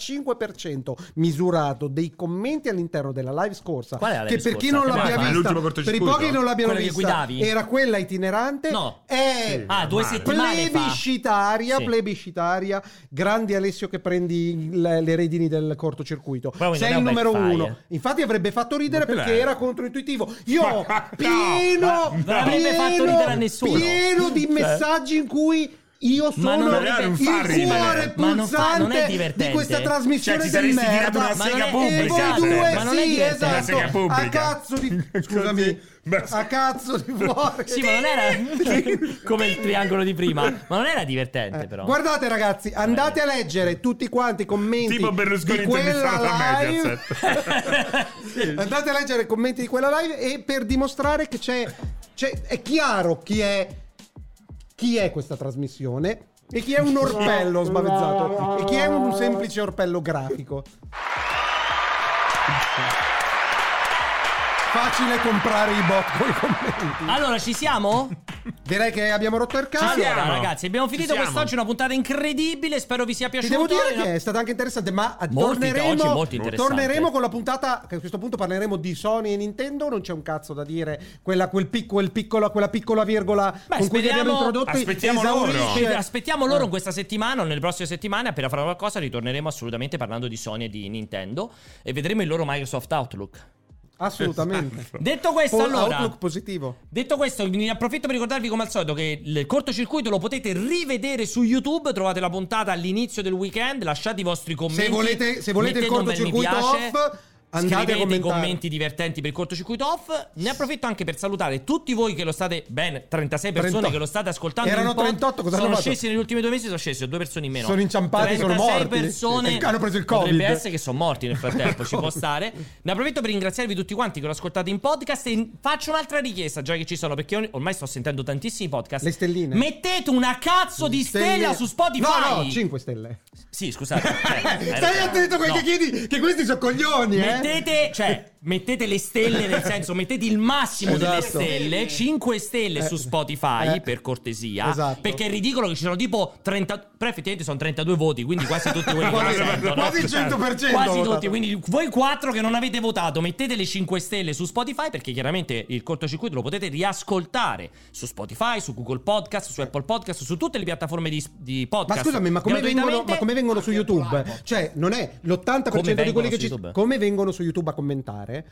Speaker 3: l'85% misurato dei commenti all'interno della live scorsa.
Speaker 1: Qual è la live
Speaker 3: che per chi
Speaker 1: scorsa?
Speaker 3: non
Speaker 1: Che
Speaker 3: l'abbia
Speaker 1: cosa?
Speaker 3: vista,
Speaker 1: L'ultimo
Speaker 3: per i
Speaker 1: cortocircuito?
Speaker 3: pochi che non l'abbiano
Speaker 1: Quella che
Speaker 3: vista,
Speaker 1: guidavi?
Speaker 3: era quella itinerante.
Speaker 1: No.
Speaker 3: È
Speaker 1: Ah, due settimane fa.
Speaker 3: plebiscitaria,
Speaker 1: Sì.
Speaker 3: plebiscitaria. Grandi Alessio che prendi le, le redini del cortocircuito.
Speaker 1: Però quindi
Speaker 3: Sei il
Speaker 1: non è un
Speaker 3: numero
Speaker 1: backfire.
Speaker 3: uno. Infatti avrebbe fatto ridere
Speaker 1: Ma
Speaker 3: perché
Speaker 1: cos'è?
Speaker 3: era controintuitivo. Io
Speaker 1: Ma- no,
Speaker 3: pieno,
Speaker 1: ma- non avrebbe fatto
Speaker 3: pieno-
Speaker 1: ridere a nessuno.
Speaker 3: pieno di
Speaker 1: Cioè.
Speaker 3: messaggi in cui io sono
Speaker 1: Ma non
Speaker 3: il
Speaker 1: avrebbe- fa
Speaker 3: cuore
Speaker 1: ridere. Ma non fa- non è
Speaker 3: pulsante
Speaker 1: divertente.
Speaker 3: di questa
Speaker 2: Cioè,
Speaker 3: trasmissione
Speaker 2: ti
Speaker 3: del
Speaker 2: saresti tirato
Speaker 3: merda.
Speaker 2: una sega
Speaker 3: non è-
Speaker 2: pubblica,
Speaker 3: e voi
Speaker 2: Sandro.
Speaker 3: due
Speaker 2: Ma
Speaker 1: non è
Speaker 3: sì,
Speaker 1: divertente.
Speaker 3: esatto.
Speaker 2: Una sega pubblica.
Speaker 3: A cazzo
Speaker 2: (laughs)
Speaker 3: di scusami. a cazzo di fuori.
Speaker 1: Sì, ma non
Speaker 3: (laughs)
Speaker 1: era come il triangolo di prima. Ma non era
Speaker 3: Eh,
Speaker 1: divertente, però.
Speaker 3: Guardate ragazzi, andate a leggere tutti quanti i commenti
Speaker 2: Tipo Berlusconi
Speaker 3: di quella
Speaker 2: intervistato da
Speaker 3: live.
Speaker 2: Mediaset.
Speaker 3: (laughs) Andate a leggere i commenti di quella live e per dimostrare che c'è, c'è- è chiaro chi è chi è questa trasmissione e chi è un orpello sbavizzato e chi è un semplice orpello grafico. Facile comprare i bot con i commenti.
Speaker 1: Allora, ci siamo?
Speaker 3: Direi che abbiamo rotto il cazzo.
Speaker 1: Allora, ragazzi, abbiamo
Speaker 3: Ci
Speaker 1: finito
Speaker 3: siamo.
Speaker 1: quest'oggi una puntata incredibile. Spero vi sia
Speaker 3: Ti
Speaker 1: piaciuta.
Speaker 3: devo dire
Speaker 1: Una-
Speaker 3: che è stata anche interessante, ma eh,
Speaker 1: Molto, oggi
Speaker 3: torneremo,
Speaker 1: è molto interessante.
Speaker 3: torneremo con la puntata. Che a questo punto parleremo di Sony e Nintendo. Non c'è un cazzo da dire. Quella, quel pic- quel piccolo- quella piccola virgola
Speaker 1: Beh,
Speaker 3: con cui li abbiamo
Speaker 1: speriamo-
Speaker 3: introdotti.
Speaker 1: aspettiamo loro.
Speaker 3: esaurisce-
Speaker 1: Aspettiamo loro
Speaker 3: Eh.
Speaker 1: in questa settimana o nelle prossime settimane. Appena farò qualcosa, ritorneremo assolutamente parlando di Sony e di Nintendo. E vedremo il loro Microsoft Outlook.
Speaker 3: Eh, Assolutamente.
Speaker 1: Detto questo,
Speaker 3: Po-
Speaker 1: allora.
Speaker 3: Ecco. Outlook positivo.
Speaker 1: Detto questo, ne approfitto per ricordarvi come al solito che il cortocircuito lo potete rivedere su YouTube, trovate la puntata all'inizio del weekend, lasciate i vostri commenti.
Speaker 3: Se volete, se volete il
Speaker 1: mettete un bel mi
Speaker 3: cortocircuito
Speaker 1: piace,
Speaker 3: off, andate a
Speaker 1: Scrivete i
Speaker 3: commentare.
Speaker 1: commenti divertenti per il cortocircuito off. Ne approfitto anche per salutare tutti voi che lo state. Ben, 36 persone
Speaker 3: 38.
Speaker 1: che lo state ascoltando.
Speaker 3: Erano
Speaker 1: in pod-
Speaker 3: 38, cosa hanno
Speaker 1: Sono
Speaker 3: fatto?
Speaker 1: scesi negli ultimi due mesi, sono scesi, ho due persone in meno.
Speaker 3: Sono inciampati, sono
Speaker 1: 36
Speaker 3: morti.
Speaker 1: persone.
Speaker 3: E hanno preso il
Speaker 1: Potrebbe
Speaker 3: Covid.
Speaker 1: essere che sono morti nel frattempo,
Speaker 3: (laughs)
Speaker 1: ci può stare. Ne approfitto per ringraziarvi tutti quanti che lo ascoltate in podcast. E faccio un'altra richiesta, già che ci sono, perché or- ormai sto sentendo tantissimi podcast.
Speaker 3: Le stelline.
Speaker 1: Mettete una cazzo di
Speaker 3: Stelle-
Speaker 1: stella su Spotify.
Speaker 3: No, no,
Speaker 1: (laughs)
Speaker 3: 5 stelle.
Speaker 1: Sì,
Speaker 3: (laughs)
Speaker 1: scusate. cioè, hai
Speaker 3: Stai
Speaker 1: ragione.
Speaker 3: attento eh? a quel
Speaker 1: No.
Speaker 3: che chiedi, che questi sono coglioni, eh.
Speaker 1: Mettete, cioè, mettete le stelle,
Speaker 3: (laughs)
Speaker 1: nel senso, mettete il massimo delle
Speaker 3: Esatto.
Speaker 1: stelle, 5 stelle
Speaker 3: Eh.
Speaker 1: su Spotify,
Speaker 3: Eh.
Speaker 1: per cortesia.
Speaker 3: Esatto.
Speaker 1: Perché è ridicolo che ci sono tipo 30. Però effettivamente sono 32 voti, quindi quasi tutti
Speaker 3: (laughs)
Speaker 1: quelli che
Speaker 3: Quasi-
Speaker 1: lo sentono.
Speaker 3: quasi il 100%
Speaker 1: Quasi
Speaker 3: ho votato.
Speaker 1: tutti. Quindi voi quattro che non avete votato, mettete le 5 stelle su Spotify, perché chiaramente il cortocircuito lo potete riascoltare su Spotify, su Google Podcast, su Apple Podcast, su tutte le piattaforme di, di
Speaker 3: Ma
Speaker 1: podcast.
Speaker 3: scusami, ma come, vengono, ma
Speaker 1: Gratuitamente.
Speaker 3: come vengono su YouTube? Cioè, non è
Speaker 1: Come
Speaker 3: l'80% di
Speaker 1: vengono
Speaker 3: quelli che
Speaker 1: su
Speaker 3: ci
Speaker 1: YouTube?
Speaker 3: come vengono su YouTube a commentare?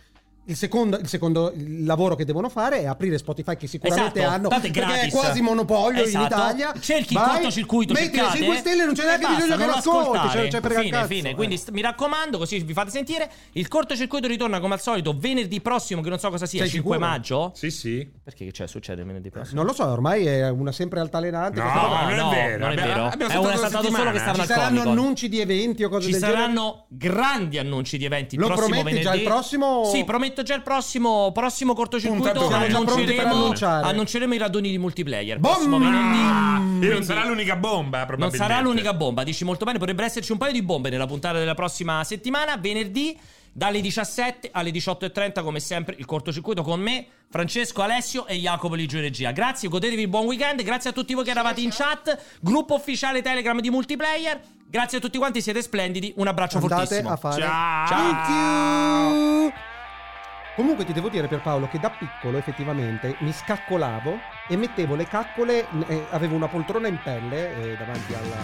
Speaker 3: Il secondo, il secondo lavoro che devono fare è aprire Spotify, che sicuramente
Speaker 1: Esatto,
Speaker 3: hanno
Speaker 1: tanto è
Speaker 3: perché è
Speaker 1: gratis.
Speaker 3: quasi monopolio in
Speaker 1: Esatto.
Speaker 3: Italia.
Speaker 1: Cerchi il
Speaker 3: Vai,
Speaker 1: cortocircuito,
Speaker 3: metti le
Speaker 1: cercate,
Speaker 3: 5 stelle, non c'è
Speaker 1: e
Speaker 3: neanche
Speaker 1: basta,
Speaker 3: bisogno che
Speaker 1: non
Speaker 3: lo ascolti.
Speaker 1: ascoltare.
Speaker 3: Cioè, c'è per il
Speaker 1: fine,
Speaker 3: cazzo.
Speaker 1: fine. Quindi st- mi raccomando, così vi fate sentire. Il cortocircuito ritorna come al solito venerdì prossimo, che non so cosa sia,
Speaker 3: Sei
Speaker 1: 5
Speaker 3: sicuro?
Speaker 1: maggio.
Speaker 2: Sì, sì.
Speaker 1: Perché che c'è? Succede venerdì prossimo.
Speaker 3: Non lo so, ormai è una sempre altalenante.
Speaker 2: No,
Speaker 3: questa roba.
Speaker 2: Ah, non è
Speaker 1: no,
Speaker 2: vero.
Speaker 1: non è
Speaker 2: Abbiamo-
Speaker 1: vero.
Speaker 2: abbiamo
Speaker 1: È un- è
Speaker 2: saltato
Speaker 1: stato
Speaker 2: la
Speaker 1: solo che
Speaker 2: settimana.
Speaker 1: stavano
Speaker 3: Ci
Speaker 1: al
Speaker 3: saranno
Speaker 1: Comic-Con.
Speaker 3: annunci di eventi o cose
Speaker 1: Ci
Speaker 3: del genere.
Speaker 1: saranno grandi annunci di eventi. Il
Speaker 3: Lo
Speaker 1: prossimo
Speaker 3: prometti già
Speaker 1: venerdì.
Speaker 3: il prossimo-
Speaker 1: Sì, prometto già il prossimo, prossimo cortocircuito.
Speaker 2: Puntatone. Siamo già
Speaker 3: pronti per
Speaker 1: annunceremo,
Speaker 3: annunciare.
Speaker 1: annunceremo i raduni di multiplayer.
Speaker 3: Bomba!
Speaker 1: Prossimo venerdì.
Speaker 2: E Ah, non sarà l'unica bomba,
Speaker 1: Non
Speaker 2: probabilmente.
Speaker 1: sarà l'unica bomba, dici molto bene, potrebbero esserci un paio di bombe nella puntata della prossima settimana, venerdì dalle 17 alle 18.30 come sempre il cortocircuito con me, Francesco Alessio e Jacopo Ligio in Regia. Grazie, godetevi il buon weekend, grazie a tutti voi che eravate in chat, gruppo ufficiale Telegram di multiplayer, grazie a tutti quanti, siete splendidi, un abbraccio
Speaker 3: Andate
Speaker 1: fortissimo.
Speaker 3: a fare.
Speaker 1: Ciao!
Speaker 3: Thank you. Comunque ti devo dire Pierpaolo che da piccolo effettivamente mi scaccolavo e mettevo le caccole, eh, avevo una poltrona in pelle eh, davanti alla,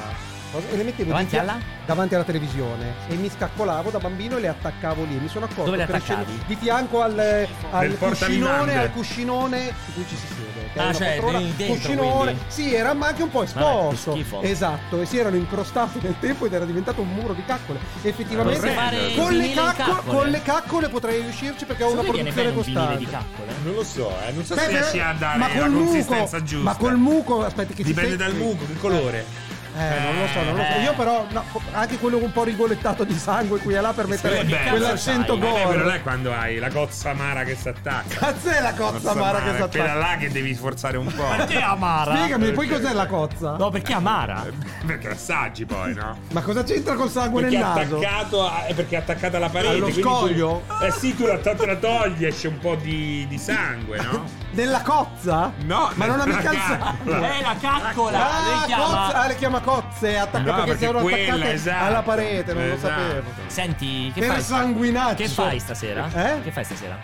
Speaker 3: cose e le mettevo
Speaker 20: Davanti
Speaker 3: di fia-
Speaker 20: alla?
Speaker 3: davanti alla televisione e mi scaccolavo da bambino e le attaccavo lì. Mi sono accorto
Speaker 20: Dove le
Speaker 3: crescendo-
Speaker 20: attaccavi?
Speaker 3: di fianco al, al
Speaker 20: Nel
Speaker 3: cuscinone,
Speaker 20: portalimande.
Speaker 3: al cuscinone su cui ci si siede. che è
Speaker 20: Ah,
Speaker 3: una
Speaker 20: cioè,
Speaker 3: poltrona,
Speaker 20: lì dentro,
Speaker 3: cuscinone.
Speaker 20: quindi.
Speaker 3: Sì, era ma anche un po'
Speaker 20: Vabbè, che
Speaker 3: esposto.
Speaker 20: schifo.
Speaker 3: esatto, e si erano incrostati nel tempo ed era diventato un muro di caccole. Effettivamente
Speaker 20: Dovrei fare
Speaker 3: con
Speaker 20: il
Speaker 3: le
Speaker 20: vinile in
Speaker 3: caccole,
Speaker 20: caccole.
Speaker 3: con le caccole potrei riuscirci perché ho
Speaker 20: Sai
Speaker 3: una
Speaker 20: che viene
Speaker 3: produzione
Speaker 20: bene un vinile
Speaker 3: costante.
Speaker 20: di
Speaker 2: Non lo so, eh, non so
Speaker 3: Beh,
Speaker 2: se
Speaker 3: però-
Speaker 2: riesci a dare
Speaker 3: ma
Speaker 2: la
Speaker 3: col
Speaker 2: consistenza
Speaker 3: muco,
Speaker 2: giusta.
Speaker 3: ma col muco, aspetta che
Speaker 2: Dipende
Speaker 3: si
Speaker 2: dal
Speaker 3: secchi.
Speaker 2: muco, che colore.
Speaker 3: Eh, non lo so, non lo so.
Speaker 2: Eh.
Speaker 3: Io però no, anche quello un po' rigolettato di sangue qui e là per mettere quell'accento
Speaker 2: Vabbè, quello là
Speaker 3: gore.
Speaker 2: è quando hai la cozza amara che si attacca.
Speaker 3: Cazzo è la cozza amara che si attacca?
Speaker 2: Quella là che devi sforzare un po'.
Speaker 3: Perché amara? Spiegami, poi cos'è la cozza?
Speaker 2: No, perché
Speaker 3: Eh.
Speaker 2: amara? Perché assaggi poi, no?
Speaker 3: Ma cosa c'entra col sangue
Speaker 2: Perché è
Speaker 3: nel naso?
Speaker 2: attaccato a- è perché è attaccata alla parete.
Speaker 3: Allo
Speaker 2: quindi tu-
Speaker 3: scoglio?
Speaker 2: eh sì, tu la, to- te la togli, esce un po' di, di sangue, no?
Speaker 3: Nella cozza?
Speaker 2: No,
Speaker 3: ma non ha
Speaker 2: nella
Speaker 3: mica il sangue.
Speaker 2: caccola. Eh, la caccola,
Speaker 3: Ah,
Speaker 2: le chiama-
Speaker 3: cozza, ah, le chiama cozze, è attaccata
Speaker 2: Eh, No,
Speaker 3: perché
Speaker 2: perché
Speaker 3: sono
Speaker 2: quella,
Speaker 3: attaccate
Speaker 2: esatto,
Speaker 3: alla parete, non
Speaker 2: esatto.
Speaker 3: lo sapevo.
Speaker 21: Senti, che
Speaker 3: Per
Speaker 21: fai?
Speaker 3: sanguinaccio.
Speaker 21: Che fai stasera? Che fai stasera?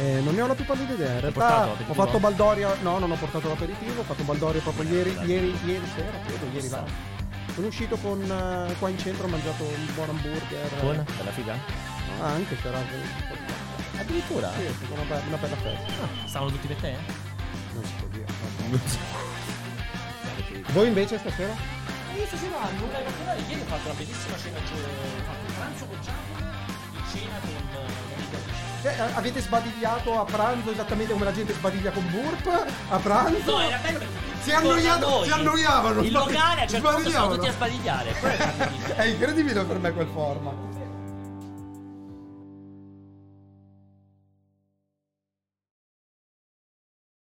Speaker 3: Eh, non ne ho la più pallida idea. In realtà
Speaker 21: portato
Speaker 3: ho
Speaker 21: aperitivo?
Speaker 3: fatto baldoria. No, non ho portato l'aperitivo. Ho fatto baldoria proprio ieri, ieri, ieri sera, credo, ieri va. Sono uscito con eh, qua in centro, ho mangiato un buon hamburger.
Speaker 21: Con? Bella figa?
Speaker 3: Ah, anche c'era anche un po' di pasta.
Speaker 21: Addirittura?
Speaker 3: Sì, è stata una, be- una bella festa.
Speaker 21: Stavano tutti per te? eh?
Speaker 3: Non si può dire. Voi invece stasera?
Speaker 21: Io stasera nulla in particolare, ieri ho fatto una bellissima cena, cioè, ho fatto un pranzo con Giacomo e cena con eh, amico
Speaker 3: Cioè, a- avete sbadigliato a pranzo esattamente come la gente sbadiglia con burp? A pranzo?
Speaker 21: No, era bello perché
Speaker 3: Si
Speaker 21: intorno a
Speaker 3: annoiavano-
Speaker 21: noi,
Speaker 3: si annoiavano,
Speaker 21: Il
Speaker 3: sbadi- (laughs)
Speaker 21: locale a un certo punto stavano
Speaker 3: sbadigliavano.
Speaker 21: tutti a sbadigliare. Poi-
Speaker 3: È incredibile per me quel format.